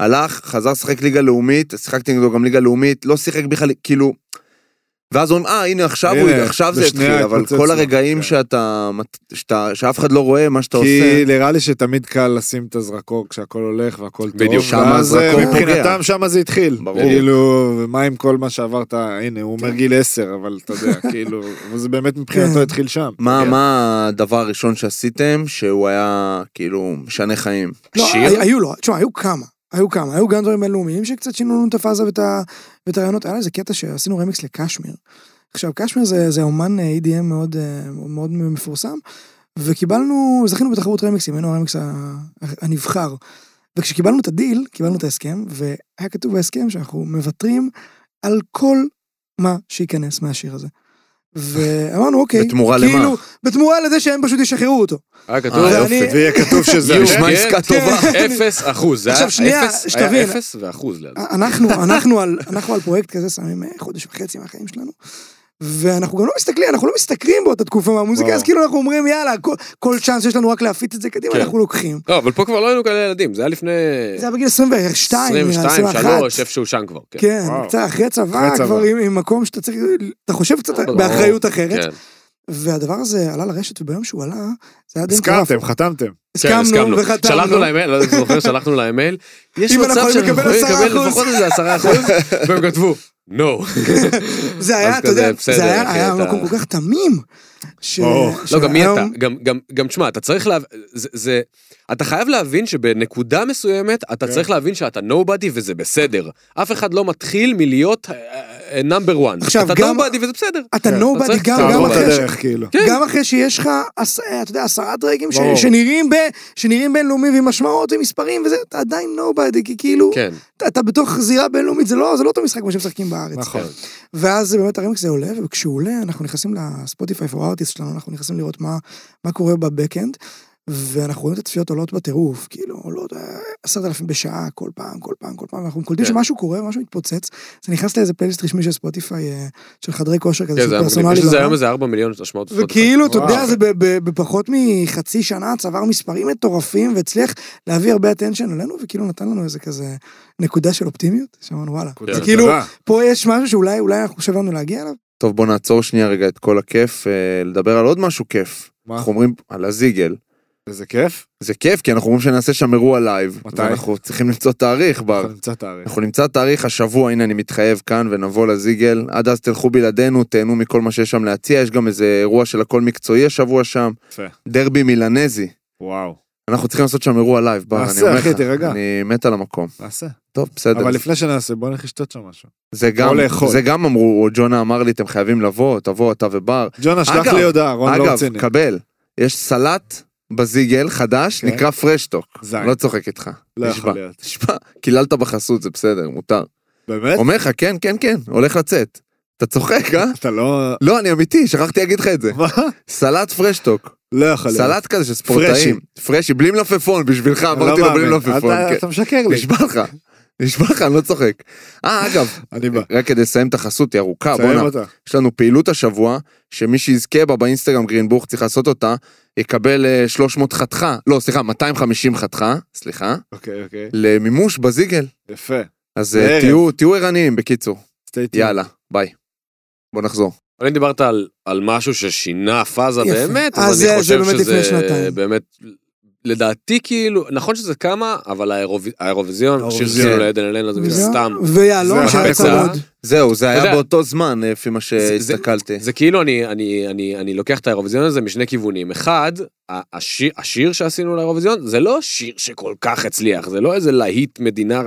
Speaker 3: הלך, חזר לשחק ליגה לאומית, שיחקתי נגדו גם ליגה לאומית, לא שיחק בכלל, כאילו... ואז אומרים, אה, הנה, עכשיו, הוא,
Speaker 1: הנה,
Speaker 3: עכשיו זה
Speaker 1: בשנייה
Speaker 3: התחיל, אבל
Speaker 1: התפוצץ
Speaker 3: כל
Speaker 1: לו,
Speaker 3: הרגעים
Speaker 1: כן.
Speaker 3: שאתה, מת- שאתה, שאף אחד לא רואה מה שאתה עושה,
Speaker 1: כי נראה לי שתמיד קל לשים את הזרקור כשהכל הולך והכל טוב.
Speaker 2: בדיוק,
Speaker 3: שמה
Speaker 1: ואז, אה,
Speaker 3: הזרקור פוגע.
Speaker 1: מבחינתם שמה זה התחיל.
Speaker 3: ברור.
Speaker 1: כאילו, ומה עם כל מה שעברת, הנה, הוא אומר גיל 10, אבל אתה
Speaker 3: [laughs]
Speaker 1: יודע, כאילו, אבל זה באמת
Speaker 4: כן.
Speaker 1: מבחינתו התחיל שם.
Speaker 3: מה,
Speaker 2: כן.
Speaker 3: מה הדבר הראשון שעשיתם שהוא היה כאילו משנה חיים?
Speaker 4: לא,
Speaker 2: שיר?
Speaker 4: הי- היו לו, תשמע, היו כמה. היו כמה, היו גם דברים בינלאומיים שקצת שינו לנו את הפאזה ואת ה- ואת הרעיונות. היה איזה קטע שעשינו רמיקס לקשמיר. עכשיו, קשמיר זה זה אומן אה, EDM מאוד אה, מאוד מפורסם, וקיבלנו, זכינו בתחרות רמיקסים, היינו הרמיקס ה- הנבחר. וכשקיבלנו את הדיל, קיבלנו את ההסכם, והיה כתוב בהסכם שאנחנו מוותרים על כל מה שייכנס מהשיר הזה. ואמרנו, אוקיי,
Speaker 3: בתמורה למה?
Speaker 4: כאילו, בתמורה לזה שהם פשוט ישחררו אותו.
Speaker 2: היה כתוב
Speaker 3: אה,
Speaker 4: ואני-
Speaker 3: יופי.
Speaker 1: ויהיה כתוב שזה...
Speaker 2: יו,
Speaker 3: נשמע
Speaker 2: כן,
Speaker 3: עסקה
Speaker 2: כן.
Speaker 3: טובה.
Speaker 2: [laughs] אפס אחוז, זה
Speaker 4: עכשיו, שנייה,
Speaker 2: היה אפס, היה
Speaker 4: שתבין.
Speaker 2: אפס ואחוז ליד. זה.
Speaker 4: אנחנו, אנחנו, על, אנחנו על פרויקט כזה שמים אה, חודש וחצי מהחיים שלנו. ואנחנו גם לא מסתכלים, אנחנו לא משתכרים באותה תקופה מהמוזיקה,
Speaker 1: ברור.
Speaker 4: אז כאילו אנחנו אומרים, יאללה, כל, כל צ'אנס שיש לנו רק להפיץ את זה קדימה,
Speaker 2: כן. אה.
Speaker 4: אנחנו לוקחים.
Speaker 2: לא, אבל פה כבר לא היינו כאלה ילדים, זה היה לפני...
Speaker 4: זה היה בגיל 22, נראה לי,
Speaker 2: 3, איפשהו שם כבר. כן.
Speaker 4: כן,
Speaker 1: וואו.
Speaker 4: קצת אחרי צבא,
Speaker 1: אחרי צבא.
Speaker 4: כבר עם, עם מקום שאתה צריך, אתה חושב קצת
Speaker 2: ברור.
Speaker 4: באחריות אחרת.
Speaker 2: כן.
Speaker 4: והדבר הזה עלה לרשת, וביום שהוא עלה, זה היה די מטורף.
Speaker 1: הסכמתם, חתמתם.
Speaker 3: אה,
Speaker 2: כן,
Speaker 4: הסכמנו,
Speaker 2: שלחנו
Speaker 4: וחתמנו.
Speaker 2: להם מייל, לא יודע אם אתה זוכר, שלחנו להם מייל. יש
Speaker 4: אם
Speaker 2: מצב
Speaker 4: אנחנו יכולים
Speaker 2: שאנחנו
Speaker 4: לקבל
Speaker 2: יכולים לקבל
Speaker 4: 10%.
Speaker 2: לפחות איזה עשרה אחוז, והם כתבו, נו.
Speaker 4: זה היה,
Speaker 2: אז
Speaker 4: אתה יודע,
Speaker 2: כזה, בסדר,
Speaker 4: זה היה
Speaker 2: אחי,
Speaker 4: היה
Speaker 2: אתה-
Speaker 4: מקום כל כך תמים. ש-
Speaker 1: ברור.
Speaker 2: לא, גם מי אתה?
Speaker 4: שהיום-
Speaker 2: גם, גם, גם, תשמע, אתה צריך להב... זה, זה... אתה חייב להבין שבנקודה מסוימת, אתה
Speaker 1: כן.
Speaker 2: צריך להבין שאתה nobody וזה בסדר. אף אחד לא מתחיל מלהיות אה, נאמבר וואן.
Speaker 4: עכשיו,
Speaker 2: אתה
Speaker 4: גם-
Speaker 2: nobody וזה בסדר.
Speaker 4: אתה
Speaker 1: כן,
Speaker 2: אתה
Speaker 4: נובדי
Speaker 2: צריך
Speaker 4: גם,
Speaker 2: קצת
Speaker 4: גם
Speaker 1: תעבור את
Speaker 4: אחרי ש...
Speaker 1: הדרך, כאילו.
Speaker 2: כן.
Speaker 4: גם אחרי שיש לך, עש- אה, אתה יודע, עשרה טרקים ש-
Speaker 1: ברור.
Speaker 4: שנראים ב- שנראים בינלאומי ועם משמעות ומספרים וזה, אתה עדיין נובדי, כי כאילו,
Speaker 2: כן,
Speaker 4: אתה- אתה בתוך זירה בינלאומית, זה לא זה לא אותו משחק כמו שמשחקים בארץ. כן.
Speaker 1: נכון.
Speaker 4: ואז זה באמת הרמקס זה עולה, וכשהוא עולה, אנחנו נכנסים לספוטיפיי פור ארטיסט שלנו, אנחנו נכנסים לראות מה, מה קורה בבקאנד, ואנחנו רואים את הצפיות עולות בטירוף, כאילו עולות אה, עשרת אלפים בשעה כל פעם, כל פעם, כל פעם, אנחנו מקולטים
Speaker 3: כן.
Speaker 4: שמשהו קורה, משהו מתפוצץ, זה נכנס לאיזה פלייליסט רשמי של ספוטיפיי, אה, של חדרי כושר כזה,
Speaker 2: כן,
Speaker 4: שהוא
Speaker 2: זה היה מגניב.
Speaker 4: פרסונלי.
Speaker 2: יש לזה
Speaker 4: ברמה.
Speaker 2: היום איזה 4 מיליון השמעות.
Speaker 4: וכאילו, כאילו, אתה יודע,
Speaker 1: וואו.
Speaker 4: זה ב- ב- בפחות מחצי שנה צבר מספרים מטורפים והצליח להביא הרבה attention אלינו, וכאילו נתן לנו איזה כזה נקודה של אופטימיות, שאמרנו וואלה.
Speaker 3: כן.
Speaker 1: זה
Speaker 4: כאילו-
Speaker 1: קרה.
Speaker 4: פה יש משהו שאולי אולי אנחנו חשבנו להגיע אליו.
Speaker 3: טוב, בוא נעצור שנייה רגע את כל הכיף, אה, לדבר על עוד משהו כיף.
Speaker 1: מה?
Speaker 3: אנחנו אומרים על הזיגל.
Speaker 1: איזה כיף.
Speaker 3: זה כיף, כי אנחנו אומרים שנעשה שם אירוע לייב.
Speaker 1: מתי? נכון.
Speaker 3: אנחנו צריכים למצוא תאריך בר.
Speaker 1: אנחנו נמצא תאריך.
Speaker 3: אנחנו נמצא תאריך השבוע, הנה אני מתחייב כאן, ונבוא לזיגל. עד אז תלכו בלעדינו, תהנו מכל מה שיש שם להציע, יש גם איזה אירוע של הכל מקצועי השבוע שם.
Speaker 1: יפה.
Speaker 3: דרבי מילנזי.
Speaker 1: וואו.
Speaker 3: אנחנו צריכים לעשות שם אירוע לייב, בר, אני
Speaker 1: נעשה,
Speaker 3: אומר
Speaker 1: אחי,
Speaker 3: לך.
Speaker 1: תירגע.
Speaker 3: אני מת על המקום.
Speaker 1: נעשה.
Speaker 3: טוב, בסדר.
Speaker 1: אבל לפני שנעשה, בוא נלך לשתות שם משהו.
Speaker 3: זה גם,
Speaker 1: לאכול.
Speaker 3: זה גם אמרו, ג'ונה אמר לי, אתם חייבים לבוא, תבוא אתה ובר.
Speaker 1: ג'ונה, שלח
Speaker 3: אגב,
Speaker 1: לי הודעה, רון לא
Speaker 3: אגב,
Speaker 1: רציני.
Speaker 3: קבל, יש סלט בזיגל חדש,
Speaker 1: כן.
Speaker 3: נקרא פרשטוק.
Speaker 1: זין.
Speaker 3: לא צוחק איתך.
Speaker 1: לא
Speaker 3: נשבע.
Speaker 1: יכול להיות.
Speaker 3: נשבע, קיללת בחסות, זה בסדר, מותר.
Speaker 1: באמת?
Speaker 3: אומר לך, כן, כן, כן, הולך לצאת. אתה צוחק, אה?
Speaker 1: אתה
Speaker 3: [laughs]
Speaker 1: לא...
Speaker 3: לא, אני אמיתי, שכחתי להגיד לך את זה.
Speaker 1: מה?
Speaker 3: סלט פרשטוק.
Speaker 1: לא יכול להיות.
Speaker 3: סלט כזה של ספורטאים. פרשי, בלי מלפפון, בשבילך,
Speaker 1: אני לא
Speaker 3: אמרתי לו בלי
Speaker 1: מאמין.
Speaker 3: מלפפון.
Speaker 1: אתה-
Speaker 3: כן.
Speaker 1: אתה משקר לי.
Speaker 3: נשבע לך, נשבע לך, אני לא צוחק. אה, אגב,
Speaker 1: אני בא.
Speaker 3: רק כדי לסיים את החסות, היא ארוכה,
Speaker 1: תסיים
Speaker 3: בואנה.
Speaker 1: אותה.
Speaker 3: יש לנו פעילות השבוע, שמי שיזכה בה באינסטגרם גרינבוך, צריך לעשות אותה, יקבל אה, 300 חתיכה, לא, סליחה, 250 חתיכה, סליחה,
Speaker 1: אוקיי, אוקיי.
Speaker 3: למימוש בזיגל.
Speaker 1: יפה.
Speaker 3: אז אה,
Speaker 1: בערב.
Speaker 3: תהיו, תהיו ערניים, בקיצור.
Speaker 1: סטייט.
Speaker 3: יאללה, ביי. בוא נחזור.
Speaker 2: אבל אם דיברת על, על משהו ששינה פאזה
Speaker 4: יפה.
Speaker 2: באמת,
Speaker 4: אז
Speaker 2: אז,
Speaker 4: זה-
Speaker 2: אני
Speaker 4: זה
Speaker 2: חושב
Speaker 4: באמת
Speaker 2: שזה
Speaker 4: לפני שנתיים.
Speaker 2: באמת, לדעתי כאילו, נכון שזה כמה, אבל האירוב- האירוויזיון, שיר
Speaker 1: האירוויזיון.
Speaker 2: שעשינו לעדן אלנה זה
Speaker 4: וזהו.
Speaker 2: סתם.
Speaker 4: ויהלום
Speaker 1: זה
Speaker 4: שיצא
Speaker 2: הקפיצה.
Speaker 4: עוד.
Speaker 3: זהו, זה
Speaker 2: אתה
Speaker 3: היה
Speaker 2: יודע-
Speaker 3: באותו זמן, אה, לפי מה
Speaker 2: זה- זה-
Speaker 3: שהסתכלתי.
Speaker 2: זה כאילו אני, אני, אני, אני לוקח את האירוויזיון הזה משני כיוונים. אחד, ה- השיר, השיר שעשינו לאירוויזיון זה לא שיר שכל כך הצליח, זה לא איזה להיט מדינה.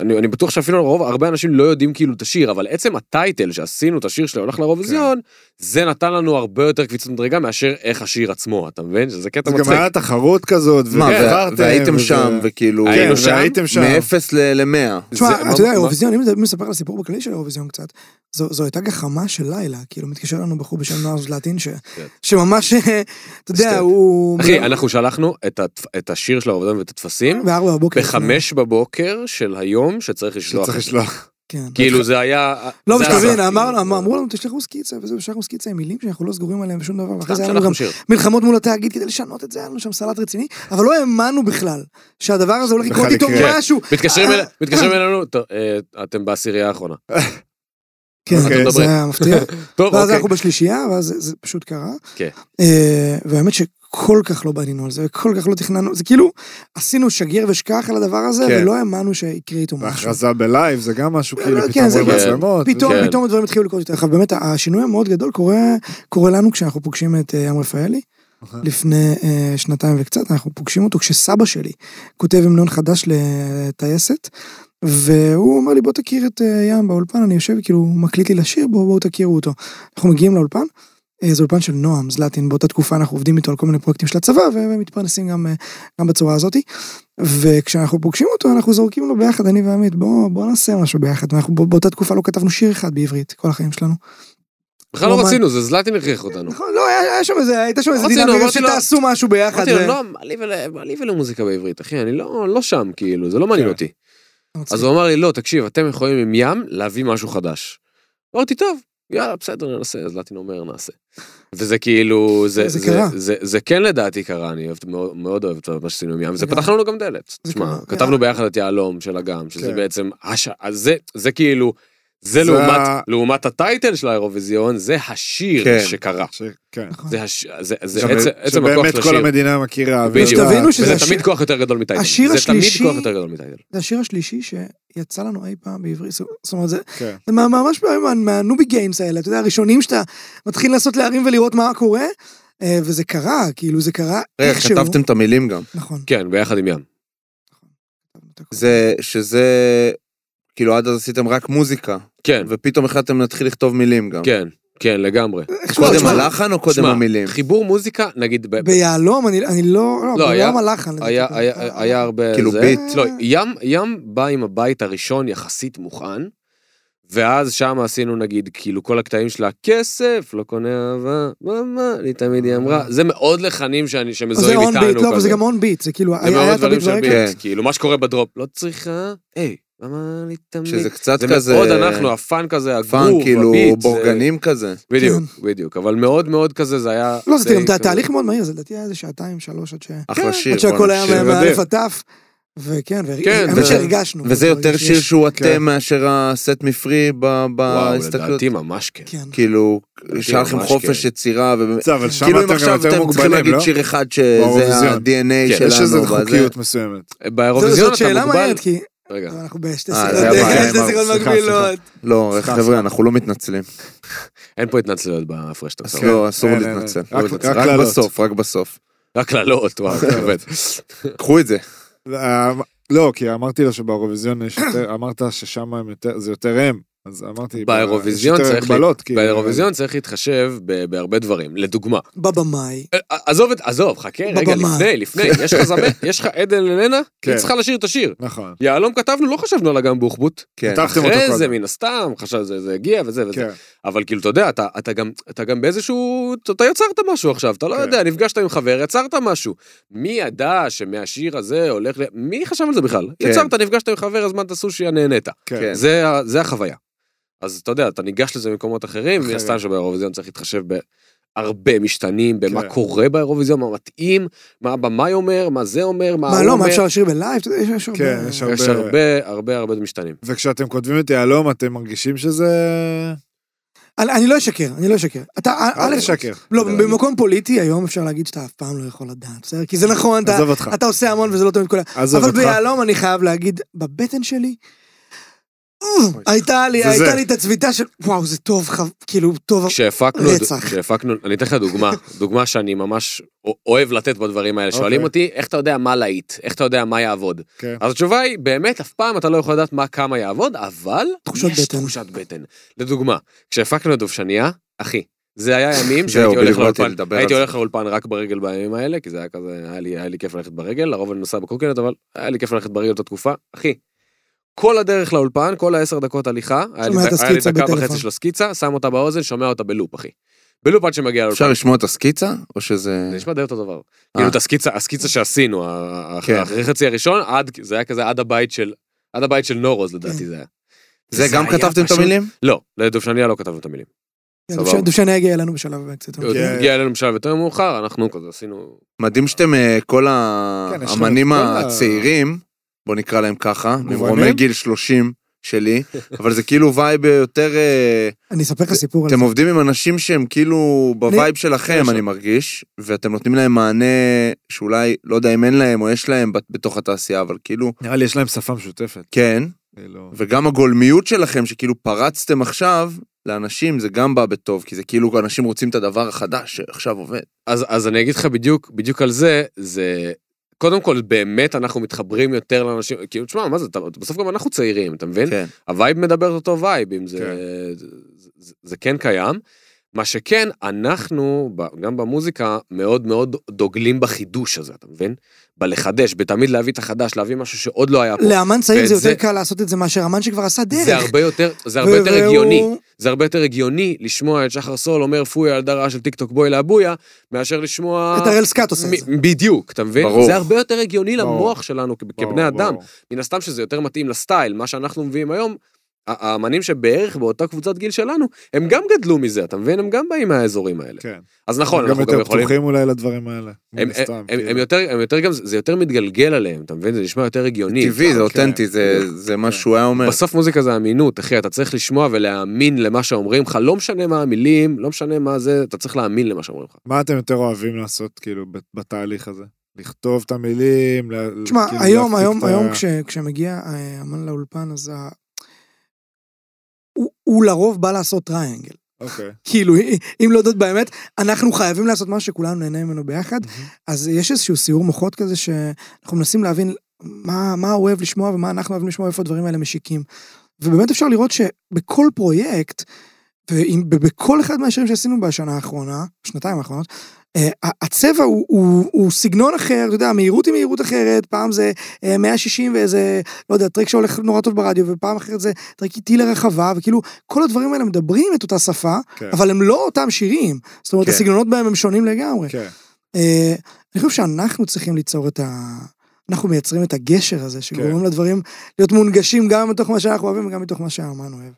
Speaker 2: אני, אני בטוח שאפילו הרוב, הרבה אנשים לא יודעים כאילו את השיר, אבל עצם הטייטל שעשינו את השיר שלו הולך לאירוויזיון, זה נתן לנו הרבה יותר קפיצת מדרגה מאשר איך השיר עצמו, אתה מבין? שזה קטע
Speaker 1: זה גם
Speaker 2: מצחיק.
Speaker 1: היה תחרות כזאת,
Speaker 3: מה,
Speaker 2: כן,
Speaker 3: וה-
Speaker 1: ובחרתם,
Speaker 3: והייתם
Speaker 1: וזה-
Speaker 3: שם, וכאילו,
Speaker 1: כן,
Speaker 2: היינו שם,
Speaker 1: והייתם שם.
Speaker 3: מאפס ל-100.
Speaker 2: זה-
Speaker 4: תשמע,
Speaker 2: מה-
Speaker 4: אתה יודע,
Speaker 2: מה-
Speaker 4: האירוויזיון, אם אתה מספר על הסיפור בכללי של האירוויזיון קצת, זו זו הייתה גחמה של לילה, כאילו מתקשר לנו בחור בשם נוער זלטין, ש- שממש, [laughs] אתה יודע,
Speaker 2: שטויות.
Speaker 4: הוא...
Speaker 2: כן. אחי, אנחנו שלחנו את, הטפ, את השיר של האירוויזיון ואת הטפסים
Speaker 4: בארבע בבוקר.
Speaker 2: בחמש בבוקר של היום שצריך לשלוח.
Speaker 1: שצריך לשלוח.
Speaker 4: כן.
Speaker 2: כאילו זה היה...
Speaker 4: לא,
Speaker 2: זה
Speaker 4: אבל שתבין,
Speaker 2: עשה.
Speaker 4: אמרנו- אמר- אמרו לנו, תשלחו סקיצה, וזהו, שלחנו סקיצה עם מילים שאנחנו לא סגורים עליהם בשום דבר, ואחרי
Speaker 2: סתם
Speaker 4: זה היה לנו גם
Speaker 2: שלחנו שיר.
Speaker 4: מלחמות מול התאגיד כדי לשנות את זה, היה לנו שם סלט רציני, אבל לא האמנו בכלל שהדבר הזה הולך לקרות
Speaker 1: בכלל
Speaker 4: איתו
Speaker 1: יקרה.
Speaker 4: משהו.
Speaker 2: מתקשרים
Speaker 4: [coughs] אה,
Speaker 2: אל- מתקשרים אלינו, "טוב, אה, אתם בעשירייה האחרונה.
Speaker 4: כן,
Speaker 1: אוקיי.
Speaker 4: זה היה מפתיע.
Speaker 2: טוב, [laughs]
Speaker 4: ואז
Speaker 2: אוקיי.
Speaker 4: אנחנו בשלישייה, ואז זה- זה פשוט קרה.
Speaker 2: כן.
Speaker 4: אה, והאמת שכל כך לא בנינו על זה, וכל כך לא תכננו, זה כאילו, עשינו שגר ושכח על הדבר הזה,
Speaker 1: כן.
Speaker 4: ולא האמנו שיקרה איתו משהו.
Speaker 1: והכרזה בלייב, זה גם משהו
Speaker 4: לא,
Speaker 1: כאילו,
Speaker 4: לא,
Speaker 1: פתאום
Speaker 4: כן, זה
Speaker 1: רואים
Speaker 2: גם-
Speaker 1: מצלמות.
Speaker 4: פתאום,
Speaker 2: כן.
Speaker 4: פתאום הדברים התחילו לקרות יותר. עכשיו באמת, השינוי המאוד גדול קורה, קורה לנו כשאנחנו פוגשים את אה, ים רפאלי.
Speaker 1: אוקיי.
Speaker 4: לפני אה, שנתיים וקצת, אנחנו פוגשים אותו כשסבא שלי כותב המנון חדש לטייסת, והוא אומר לי בוא תכיר את אה, ים באולפן, אני יושב כאילו, הוא מקליט לי לשיר, בואו בוא תכירו אותו. אנחנו מגיעים לאולפן, אה, זה אולפן של נועם זלטין, באותה תקופה אנחנו עובדים איתו על כל מיני פרויקטים של הצבא, ומתפרנסים גם, אה, גם בצורה הזאתי. וכשאנחנו פוגשים אותו אנחנו זורקים לו ביחד אני ועמית בוא בוא נעשה משהו ביחד אנחנו בא- באותה תקופה לא כתבנו שיר אחד בעברית כל החיים שלנו.
Speaker 2: בכלל לא
Speaker 4: לא, מה-
Speaker 2: רצינו, זה זלאטין הכריח אותנו.
Speaker 4: נכון לא היה היה שם איזה הייתה שם איזה
Speaker 2: רצינו,
Speaker 4: דינמיקה
Speaker 2: אמרתי לו-
Speaker 4: שתעשו משהו ביחד.
Speaker 2: אמרתי לו, "לא."
Speaker 4: ו-
Speaker 2: נועם, עלי ול- עלי ולמוזיקה בעברית, אחי, אני לא לא שם, כאילו, זה לא מעניין
Speaker 1: כן.
Speaker 2: אותי.
Speaker 4: מצחיק.
Speaker 2: אז הוא אמר לי, לא, תקשיב, אתם יכולים עם ים להביא משהו חדש. אמרתי, טוב, יאללה, בסדר, ננסה, אז לטין אומר, נעשה. וזה כאילו, זה,
Speaker 4: זה
Speaker 2: זה,
Speaker 4: קרה.
Speaker 2: זה, זה, זה כן לדעתי קרה, אני אוהבת, מאוד, מאוד אוהב את מה שעשינו עם ים, זה
Speaker 4: לגמרי.
Speaker 2: פתח לנו גם דלת.
Speaker 4: זה
Speaker 2: תשמע,
Speaker 4: קרה.
Speaker 2: כתבנו ביחד את יהלום של אגם, שזה
Speaker 1: כן.
Speaker 2: בעצם, הש... אז זה, זה כאילו, זה,
Speaker 1: זה
Speaker 2: לעומת,
Speaker 1: ה-
Speaker 2: לעומת הטייטל של האירוויזיון, זה השיר
Speaker 3: כן.
Speaker 2: שקרה.
Speaker 1: ש- כן.
Speaker 4: נכון.
Speaker 2: זה, הש... זה, זה
Speaker 1: שב-
Speaker 2: עצ... עצם הכוח
Speaker 1: שבאמת
Speaker 2: של
Speaker 1: כל
Speaker 2: השיר.
Speaker 1: המדינה מכירה.
Speaker 2: בדיוק.
Speaker 1: ואתה-
Speaker 4: שתבינו שזה
Speaker 2: וזה
Speaker 4: השיר-
Speaker 2: תמיד כוח יותר גדול מטייטל.
Speaker 4: השיר
Speaker 2: זה
Speaker 4: השלישי-
Speaker 2: תמיד כוח יותר גדול מטייטל.
Speaker 4: זה השיר השלישי שיצא לנו אי פעם בעברית זאת- זאת אומרת זה
Speaker 1: כן.
Speaker 4: זה מה- ממש מה- מהנובי גיימס האלה אתה יודע הראשונים שאתה מתחיל לעשות להרים ולראות מה קורה אה, וזה קרה כאילו זה קרה
Speaker 3: רגע,
Speaker 4: איכשהו.
Speaker 3: כתבתם את המילים גם.
Speaker 4: נכון.
Speaker 2: כן, ביחד עם ים.
Speaker 3: זה, שזה, כאילו עד אז עשיתם רק מוזיקה,
Speaker 2: כן,
Speaker 3: ופתאום החלטתם להתחיל לכתוב מילים גם.
Speaker 2: כן, כן, לגמרי.
Speaker 4: איכשהו,
Speaker 3: קודם
Speaker 4: תשמע,
Speaker 3: הלחן או קודם
Speaker 2: שמע,
Speaker 3: המילים?
Speaker 2: חיבור מוזיקה, נגיד, ב-
Speaker 4: ביהלום אני אני לא
Speaker 2: לא,
Speaker 4: לא ביהלום
Speaker 2: היה-
Speaker 4: הלחן. לדעתי,
Speaker 2: היה-
Speaker 4: כן.
Speaker 2: היה היה הרבה...
Speaker 3: כאילו
Speaker 2: זה.
Speaker 3: ביט.
Speaker 2: לא, ים- ים בא עם הבית הראשון יחסית מוכן, ואז שם עשינו נגיד, כאילו כל הקטעים שלה, כסף, לא קונה אהבה, מה מה, אני תמיד היא אמרה, זה מאוד לחנים שאני,
Speaker 4: אז זה
Speaker 2: שמזוהים
Speaker 4: און
Speaker 2: איתנו.
Speaker 4: ביט, לא, אבל
Speaker 2: כזה.
Speaker 4: זה גם און ביט, זה כאילו,
Speaker 2: זה
Speaker 4: היה
Speaker 2: מאוד
Speaker 4: את
Speaker 2: דברים
Speaker 4: הביט
Speaker 2: של
Speaker 4: ברקע.
Speaker 3: כן.
Speaker 2: ביט, כאילו מה שקורה בדרופ, לא צריכה, היי, למה לי תמיד?
Speaker 3: שזה קצת
Speaker 2: זה
Speaker 3: כזה...
Speaker 2: מאוד אנחנו, הפאן כזה,
Speaker 3: פאנק,
Speaker 2: הגרוב,
Speaker 3: כאילו,
Speaker 2: הביט, זה-
Speaker 3: בורגנים כזה.
Speaker 2: בדיוק, בדיוק, אבל מאוד מאוד כזה זה היה...
Speaker 4: כן. לא, זה
Speaker 2: די
Speaker 4: גם
Speaker 2: כזה.
Speaker 4: תהליך מאוד מהיר, זה לדעתי היה איזה שעתיים, שלוש, עד ש...
Speaker 3: אחלה שיר.
Speaker 4: עד שהכל
Speaker 3: בואנה,
Speaker 4: היה
Speaker 3: שיר
Speaker 1: מה-
Speaker 4: מאלף
Speaker 1: מדהים.
Speaker 4: עד תף. וכן, והר-
Speaker 2: כן,
Speaker 4: האמת
Speaker 3: ו-
Speaker 4: שהרגשנו.
Speaker 3: וזה יותר
Speaker 4: יש-
Speaker 3: שיר שהוא
Speaker 1: כן.
Speaker 3: אתם מאשר הסט מפרי ב-
Speaker 2: וואו,
Speaker 3: בהסתכלות.
Speaker 2: לדעתי ממש כן.
Speaker 4: כן.
Speaker 3: כאילו, שהיה לכם
Speaker 2: ממש
Speaker 3: חופש
Speaker 2: כן.
Speaker 3: יצירה, ו-
Speaker 1: בסדר, אבל שם
Speaker 3: כאילו אם
Speaker 1: אתם גם
Speaker 3: עכשיו
Speaker 1: יותר
Speaker 3: אתם צריכים
Speaker 1: מוגבלים,
Speaker 3: להגיד
Speaker 1: לא?
Speaker 3: שיר אחד
Speaker 1: באירוויזיון.
Speaker 3: שזה ה-DNA
Speaker 2: כן,
Speaker 3: שלנו.
Speaker 1: יש איזה
Speaker 3: וזה-
Speaker 1: חוקיות מסוימת.
Speaker 4: זו-
Speaker 2: באירוויזיון
Speaker 4: זאת
Speaker 2: אתה
Speaker 4: שאלה
Speaker 2: מוגבל... כן.
Speaker 4: מעניינת, כי
Speaker 2: רגע,
Speaker 4: אנחנו בשתי
Speaker 3: אה,
Speaker 4: שיחות
Speaker 3: זה הבעיה,
Speaker 4: שתי
Speaker 1: אמרנו,
Speaker 4: שיחות
Speaker 1: סליחה,
Speaker 4: מקבילות.
Speaker 3: לא,
Speaker 1: סליחה,
Speaker 3: חבר'ה,
Speaker 1: סליחה.
Speaker 3: אנחנו לא מתנצלים.
Speaker 2: אין פה התנצלויות בהפרש שאתה
Speaker 1: כן.
Speaker 2: מסרב.
Speaker 3: לא, אסור
Speaker 1: אין, אין, אין.
Speaker 3: להתנצל.
Speaker 1: אה, רק-
Speaker 3: לא,
Speaker 1: רק
Speaker 3: רק
Speaker 1: לעלות.
Speaker 3: בסוף, רק בסוף.
Speaker 4: כן.
Speaker 2: רק קללות,
Speaker 4: [laughs]
Speaker 2: וואו, זה עובד.
Speaker 3: קחו את זה.
Speaker 1: אה, לא, כי אמרתי לה שבאירוויזיון יש יותר, אמרת ששם הם יותר, זה יותר הם. אז אמרתי,
Speaker 2: באירוויזיון
Speaker 1: יש יותר
Speaker 2: צריך
Speaker 1: הגבלות,
Speaker 4: כן.
Speaker 1: כאילו.
Speaker 2: באירוויזיון צריך להתחשב ב- בהרבה דברים. לדוגמה,
Speaker 4: בבמאי.
Speaker 2: אה, עזוב, את- עזוב, חכה, רגע,
Speaker 4: בבמה.
Speaker 2: לפני, לפני,
Speaker 4: [laughs]
Speaker 2: יש לך זמן, יש לך עדן אלנה,
Speaker 1: כן.
Speaker 2: היא צריכה לשיר את השיר.
Speaker 1: נכון.
Speaker 2: יהלום כתבנו, לא חשבנו על אגם בוחבוט.
Speaker 3: כן.
Speaker 1: כתבתם אותו
Speaker 2: אחרי זה,
Speaker 1: קודם.
Speaker 2: מן הסתם, חשב, זה זה הגיע וזה וזה.
Speaker 1: כן.
Speaker 2: אבל כאילו, אתה יודע, אתה, אתה, גם, אתה גם באיזשהו... אתה יצרת משהו עכשיו, אתה לא
Speaker 1: כן.
Speaker 2: יודע, נפגשת עם חבר, יצרת משהו. מי ידע שמהשיר הזה הולך ל... מי חשב על זה בכלל?
Speaker 3: כן.
Speaker 2: יצרת, נפגשת עם חבר, הזמנת סושי, נהנית.
Speaker 1: כן.
Speaker 3: כן.
Speaker 2: זה, ה- זה החוויה. אז אתה יודע, אתה ניגש לזה במקומות אחרים, מן
Speaker 1: אחרים.
Speaker 2: הסתם שבאירוויזיון צריך להתחשב בהרבה משתנים, במה
Speaker 1: כן.
Speaker 2: קורה באירוויזיון, מה מתאים, מה הבמאי אומר, מה זה אומר, מה
Speaker 4: מה
Speaker 2: הוא
Speaker 4: לא, מה
Speaker 2: אומר.
Speaker 4: אפשר לשיר בלייב? אתה יודע, יש- יש הרבה...
Speaker 1: כן, יש
Speaker 2: יש הרבה, הרבה, הרבה משתנים.
Speaker 1: וכשאתם כותבים את יהלום, אתם מרגישים שזה...
Speaker 4: אני אני לא אשקר, אני לא אשקר. אתה,
Speaker 1: אל
Speaker 2: אה,
Speaker 4: א',
Speaker 1: אה, תשקר.
Speaker 4: לא,
Speaker 2: להגיד.
Speaker 4: במקום פוליטי היום אפשר להגיד שאתה אף פעם לא יכול לדעת, בסדר? כי זה נכון, אתה-
Speaker 1: עזוב אותך.
Speaker 4: אתה עושה המון וזה לא תמיד כולה.
Speaker 1: עזוב
Speaker 4: אבל
Speaker 1: אותך.
Speaker 4: ביהלום אני חייב להגיד, בבטן שלי, אוף, הייתה לי,
Speaker 1: זה
Speaker 4: הייתה
Speaker 1: זה.
Speaker 4: לי תצביתה של, וואו, זה טוב, חב- כאילו, טוב,
Speaker 2: כשהפקנו,
Speaker 4: רצח.
Speaker 2: כשהפקנו, אני אתן לך דוגמה, דוגמה שאני ממש א- אוהב לתת בדברים
Speaker 3: אוקיי.
Speaker 2: האלה. שואלים אותי, איך אתה יודע מה להיט? איך אתה יודע מה יעבוד?
Speaker 1: כן.
Speaker 2: אז התשובה היא, באמת, אף פעם אתה לא יכול לדעת מה כמה יעבוד, אבל
Speaker 4: תחושת
Speaker 2: יש
Speaker 4: בטן.
Speaker 2: תחושת בטן. לדוגמה, כשהפקנו את דובשניה, אחי, זה היה ימים
Speaker 3: זהו,
Speaker 2: שהייתי
Speaker 3: בדיוק
Speaker 2: הולך
Speaker 3: באתי
Speaker 2: לאולפן,
Speaker 3: לדבר על
Speaker 2: הייתי
Speaker 3: זה.
Speaker 2: הולך לאולפן רק ברגל בימים האלה, כי זה היה כזה, היה לי, היה לי כיף ללכת ברגל, לרוב אני נוסע בקורקינט, אבל היה לי כיף ללכת ברגל אותה תקופה. אחי, כל הדרך לאולפן, כל העשר דקות הליכה, היה לי
Speaker 4: שומע את
Speaker 2: היה לי
Speaker 4: הסקיצה
Speaker 2: דקה
Speaker 4: בטלפון.
Speaker 2: וחצי של הסקיצה, שם אותה באוזן, שומע אותה בלופ, אחי. בלופ עד שמגיע לאולפן.
Speaker 3: אפשר לשמוע את הסקיצה? או שזה...
Speaker 2: זה נשמע די אותו דבר. כאילו את הסקיצה, הסקיצה שעשינו, ה- ה-
Speaker 3: כן.
Speaker 2: אחרי חצי הראשון, עד- זה היה כזה עד הבית של, עד הבית של נורוז לדעתי זה היה.
Speaker 3: זה גם
Speaker 2: היה
Speaker 3: כתבתם את
Speaker 2: פשוט-
Speaker 3: המילים?
Speaker 2: לא, לדובשניה לא כתבנו את המילים. סבבה.
Speaker 4: דושן- דושן הגיע אלינו בשלב קצת
Speaker 3: אוקיי.
Speaker 4: יותר.
Speaker 2: הוא
Speaker 1: כן.
Speaker 2: הגיע אלינו בשלב יותר מאוחר, אנחנו כזה עשינו...
Speaker 3: מדהים שאתם, אה, כל
Speaker 1: כן, יש לכם
Speaker 3: האמנים
Speaker 1: את כל ה-
Speaker 3: הצעירים, בוא נקרא להם ככה,
Speaker 1: מגוונים?
Speaker 3: ממרומי גיל 30
Speaker 1: [laughs]
Speaker 3: שלי, אבל זה כאילו וייב יותר... אה,
Speaker 4: אני אספר לך סיפור על זה.
Speaker 3: אתם עובדים עם אנשים שהם כאילו בווייב שלכם,
Speaker 1: יש.
Speaker 3: אני מרגיש, ואתם נותנים להם מענה שאולי, לא יודע אם אין להם או יש להם בת- בתוך התעשייה, אבל כאילו,
Speaker 1: נראה לי יש להם שפה משותפת.
Speaker 3: כן,
Speaker 1: כאילו.
Speaker 3: וגם הגולמיות שלכם, שכאילו פרצתם עכשיו, לאנשים זה גם בא בטוב, כי זה כאילו אנשים רוצים את הדבר החדש שעכשיו עובד.
Speaker 2: אז, אז אני אגיד לך בדיוק, בדיוק על זה, זה... קודם כל, באמת אנחנו מתחברים יותר לאנשים, כאילו, תשמע, מה זה, אתה, בסוף גם אנחנו צעירים, אתה מבין?
Speaker 3: כן.
Speaker 2: הווייב מדבר את אותו וייב, אם זה,
Speaker 1: כן.
Speaker 2: זה, זה, זה כן קיים. מה שכן, אנחנו, ב- גם במוזיקה, מאוד מאוד דוגלים בחידוש הזה, אתה מבין? בלחדש, בתמיד להביא את החדש, להביא משהו שעוד לא היה פה.
Speaker 4: לאמן צעיר
Speaker 2: ואת
Speaker 4: זה יותר
Speaker 2: זה-
Speaker 4: קל לעשות את זה מאשר אמן שכבר עשה דרך.
Speaker 2: זה הרבה יותר, זה הרבה יותר
Speaker 4: והוא-
Speaker 2: הגיוני. זה הרבה יותר הגיוני לשמוע את שחר סול אומר פוי על דרה של טיק טוק בוי לאבויה, מאשר לשמוע...
Speaker 4: את הראל סקאט עושה את זה.
Speaker 2: מ- בדיוק, אתה מבין?
Speaker 3: ברור.
Speaker 2: זה הרבה יותר הגיוני
Speaker 1: ברור.
Speaker 2: למוח שלנו כ-
Speaker 1: ברור,
Speaker 2: כבני אדם.
Speaker 1: ברור.
Speaker 2: מן הסתם שזה יותר מתאים לסטייל, מה שאנחנו מביאים היום, ה- האמנים שבערך באותה קבוצת גיל שלנו, הם גם גדלו מזה, אתה מבין? הם גם באים מהאזורים האלה.
Speaker 1: כן.
Speaker 2: אז נכון,
Speaker 1: הם גם
Speaker 2: אנחנו גם
Speaker 1: יותר
Speaker 2: יכולים...
Speaker 1: פתוחים אולי לדברים האלה.
Speaker 2: הם-
Speaker 1: מן
Speaker 2: הם-
Speaker 1: הסתם,
Speaker 2: הם- הם
Speaker 1: כאילו.
Speaker 2: יותר, הם יותר גם, זה יותר מתגלגל עליהם, אתה מבין? זה נשמע יותר הגיוני.
Speaker 3: טבעי, זה
Speaker 1: כן.
Speaker 3: אותנטי, זה- זה מה שהוא היה אומר.
Speaker 2: בסוף מוזיקה זה אמינות, אחי, אתה צריך לשמוע ולהאמין למה שאומרים לך, לא משנה מה המילים, לא משנה מה זה, אתה צריך להאמין למה שאומרים לך.
Speaker 1: מה אתם יותר אוהבים לעשות, כאילו, ב- בתהליך הזה? לכתוב את המילים? ל-
Speaker 4: תשמע,
Speaker 1: כאילו,
Speaker 4: היום,
Speaker 1: להפיק
Speaker 4: היום,
Speaker 1: את ה-
Speaker 4: היום כש- כשמגיע אה, אמן לאולפן, אז ה- הוא- הוא לרוב בא לעשות טריינגל.
Speaker 1: אוקיי.
Speaker 4: כאילו, אם להודות באמת, אנחנו חייבים לעשות משהו שכולנו נהנה ממנו ביחד. אז יש איזשהו סיעור מוחות כזה שאנחנו מנסים להבין מה, מה הוא אוהב לשמוע ומה אנחנו אוהבים לשמוע, איפה הדברים האלה משיקים. ובאמת אפשר לראות שבכל פרויקט, ובכל אחד מהשירים שעשינו בשנה האחרונה, שנתיים האחרונות, אה, ה- הצבע הוא, הוא, הוא סגנון אחר, אתה יודע, המהירות היא מהירות אחרת, פעם זה אה, 160 ואיזה, לא יודע, טרק שהולך נורא טוב ברדיו, ופעם אחרת זה טרק איטי לרחבה, וכאילו, כל הדברים האלה מדברים את אותה שפה,
Speaker 1: כן.
Speaker 4: אבל הם לא אותם שירים. זאת אומרת,
Speaker 3: כן.
Speaker 4: הסגנונות בהם הם שונים לגמרי.
Speaker 1: כן.
Speaker 4: אה, אני חושב שאנחנו צריכים ליצור את ה... אנחנו מייצרים את הגשר הזה, שגורם לדברים להיות מונגשים גם מתוך מה שאנחנו אוהבים וגם מתוך מה שהאמן אוהב.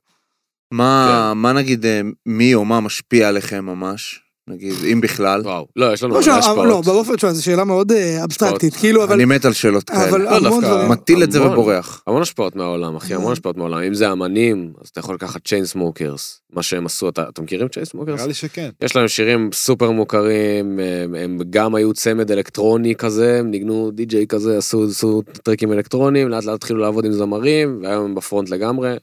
Speaker 3: מה, מה נגיד אה, מי או מה משפיע עליכם ממש? נגיד, אם בכלל.
Speaker 2: וואו. לא, יש לנו
Speaker 4: לא,
Speaker 2: מלא
Speaker 4: שה- לא,
Speaker 2: השפעות.
Speaker 4: באופן שלו, זו שאלה מאוד אה, אבסטרקטית, כאילו, אבל...
Speaker 3: אני מת על שאלות
Speaker 4: אבל
Speaker 3: כאלה.
Speaker 2: לא,
Speaker 4: המון
Speaker 2: דווקא-
Speaker 4: דברים.
Speaker 3: מטיל את זה
Speaker 2: המון.
Speaker 3: ובורח.
Speaker 2: המון השפעות מהעולם, אחי, המון
Speaker 4: המון.
Speaker 2: השפעות מהעולם. אם זה אמנים, אז אתה יכול לקחת צ'יין סמוקרס, מה שהם עשו, אתה אתם מכירים צ'יין סמוקרס?
Speaker 1: נראה לי שכן.
Speaker 2: יש להם שירים סופר מוכרים, הם, הם גם היו צמד אלקטרוני כזה, הם ניגנו די-ג'יי כזה, עשו, עשו טריקים אלקטרוניים, לאט לאט התחילו לעבוד עם זמרים, והיום הם בפרונט לגמרי,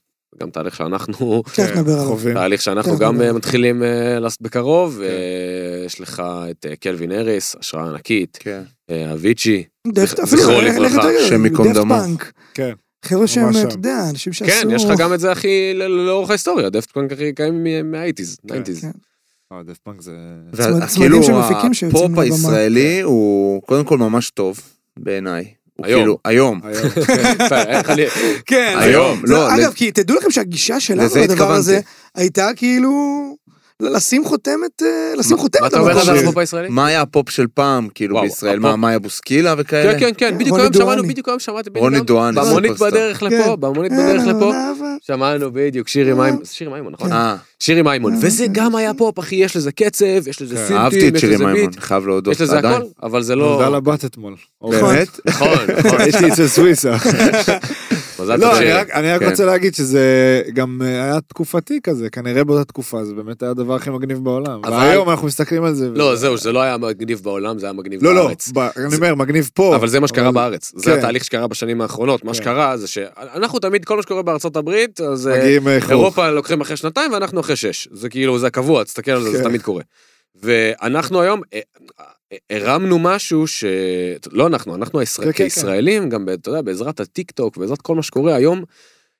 Speaker 2: גם תהליך שאנחנו,
Speaker 4: תכף נדבר עליו.
Speaker 1: חווים.
Speaker 2: תהליך שאנחנו
Speaker 4: כן,
Speaker 2: גם
Speaker 4: כן.
Speaker 2: אה, מתחילים אה, לעשות בקרוב, אה, יש לך את אה, קלווין אריס, השראה ענקית,
Speaker 3: כן.
Speaker 2: אה, אביצ'י,
Speaker 4: דפט-
Speaker 2: זכרו
Speaker 4: אפילו, אה,
Speaker 2: לברכה,
Speaker 4: לך תגיד,
Speaker 3: השם ייקום
Speaker 4: דפט
Speaker 3: דמו.
Speaker 4: פאנק.
Speaker 1: כן.
Speaker 4: חבר'ה שהם,
Speaker 1: ממש שם.
Speaker 4: אתה יודע, אנשים שעשו...
Speaker 2: כן, יש לך גם את זה הכי ל- ל- לאורך ההיסטוריה, דפט פאנק הכי קיים מהאייטיז, ניינטיז.
Speaker 4: כן.
Speaker 1: אה, דף פאנק זה...
Speaker 4: צמד-
Speaker 3: כאילו
Speaker 4: צמדים של מפיקים שיוצאים
Speaker 3: הפופ
Speaker 4: מהבמה.
Speaker 3: הישראלי הוא קודם כל ממש טוב בעיניי. הוא
Speaker 2: היום.
Speaker 3: כאילו, היום.
Speaker 1: היום.
Speaker 4: כן.
Speaker 3: היום.
Speaker 4: זה-
Speaker 3: לא,
Speaker 4: אגב,
Speaker 3: לב-
Speaker 4: כי תדעו לכם שהגישה שלנו
Speaker 3: לזה
Speaker 4: לדבר הזה
Speaker 3: התכוונתי.
Speaker 4: הייתה כאילו... ל- לשים חותמת, אה, לשים חותמת.
Speaker 2: מה אתה
Speaker 4: על
Speaker 2: אומר
Speaker 4: המקום
Speaker 2: על
Speaker 4: הזה.
Speaker 2: הפופ הישראלי?
Speaker 3: מה היה הפופ של פעם, כאילו
Speaker 2: וואו,
Speaker 3: בישראל?
Speaker 2: הפופ.
Speaker 3: מה, מאיה בוסקילה וכאלה?
Speaker 2: כן, כן, כן, בדיוק
Speaker 4: רוני
Speaker 2: היום
Speaker 4: דואני.
Speaker 2: שמענו, בדיוק היום שמעתי, בדיוק
Speaker 3: רוני
Speaker 2: היום.
Speaker 3: דואני,
Speaker 2: במונית
Speaker 3: סופרסטאר.
Speaker 2: בדרך לפה,
Speaker 4: כן.
Speaker 2: במונית בדרך
Speaker 4: אה,
Speaker 2: לפה,
Speaker 4: לא, אבל-
Speaker 2: שמענו בדיוק, שירי מימון, זה שירי מימון, נכון?
Speaker 3: אה,
Speaker 2: שירי מימון,
Speaker 4: אה,
Speaker 2: וזה
Speaker 4: כן.
Speaker 2: גם היה פופ, אחי, יש לזה קצב, יש לזה
Speaker 1: כן.
Speaker 3: אהבתי
Speaker 2: סינטים,
Speaker 3: את
Speaker 2: יש
Speaker 3: שירי
Speaker 2: לזה ביט,
Speaker 3: מימון, חייב להודות.
Speaker 2: יש לזה
Speaker 3: עדיין.
Speaker 2: הכל, אבל זה לא...
Speaker 1: נולדה לבת אתמול. אוקיי.
Speaker 4: נכון.
Speaker 3: באמת?
Speaker 2: נכון,
Speaker 1: [laughs]
Speaker 2: נכון,
Speaker 1: הייתי אצל סוויסה.
Speaker 2: מזל טוב
Speaker 1: לא, אני
Speaker 2: שירי.
Speaker 1: רק- אני רק
Speaker 3: כן.
Speaker 1: רוצה להגיד שזה גם אה, היה תקופתי כזה, כנראה באותה תקופה זה באמת היה הדבר הכי מגניב בעולם.
Speaker 2: אבל-
Speaker 1: והיום אנחנו מסתכלים על זה. ו-
Speaker 2: לא, זהו, זה לא היה מגניב בעולם, זה היה מגניב
Speaker 1: לא, לא,
Speaker 2: בארץ.
Speaker 1: ב- אני אומר, מגניב פה.
Speaker 2: אבל זה מה שקרה בארץ, זה
Speaker 1: כן.
Speaker 2: התהליך שקרה בשנים האחרונות, מה
Speaker 1: כן.
Speaker 2: שקרה זה שאנחנו תמיד, כל מה שקורה בארצות הברית, אז אה,
Speaker 1: מגיעים אה, חרוך.
Speaker 2: אירופה לוקחים אחרי שנתיים ואנחנו אחרי שש. זה כאילו, זה הקבוע, תסתכל על זה, זה
Speaker 1: כן.
Speaker 2: תמיד קורה. ואנחנו היום אה, אה, הרמנו משהו ש... לא אנחנו, אנחנו הישראל-
Speaker 1: כן, כן, כן.
Speaker 2: כישראלים, גם, ב- אתה יודע, בעזרת הטיק טוק, בעזרת כל מה שקורה היום,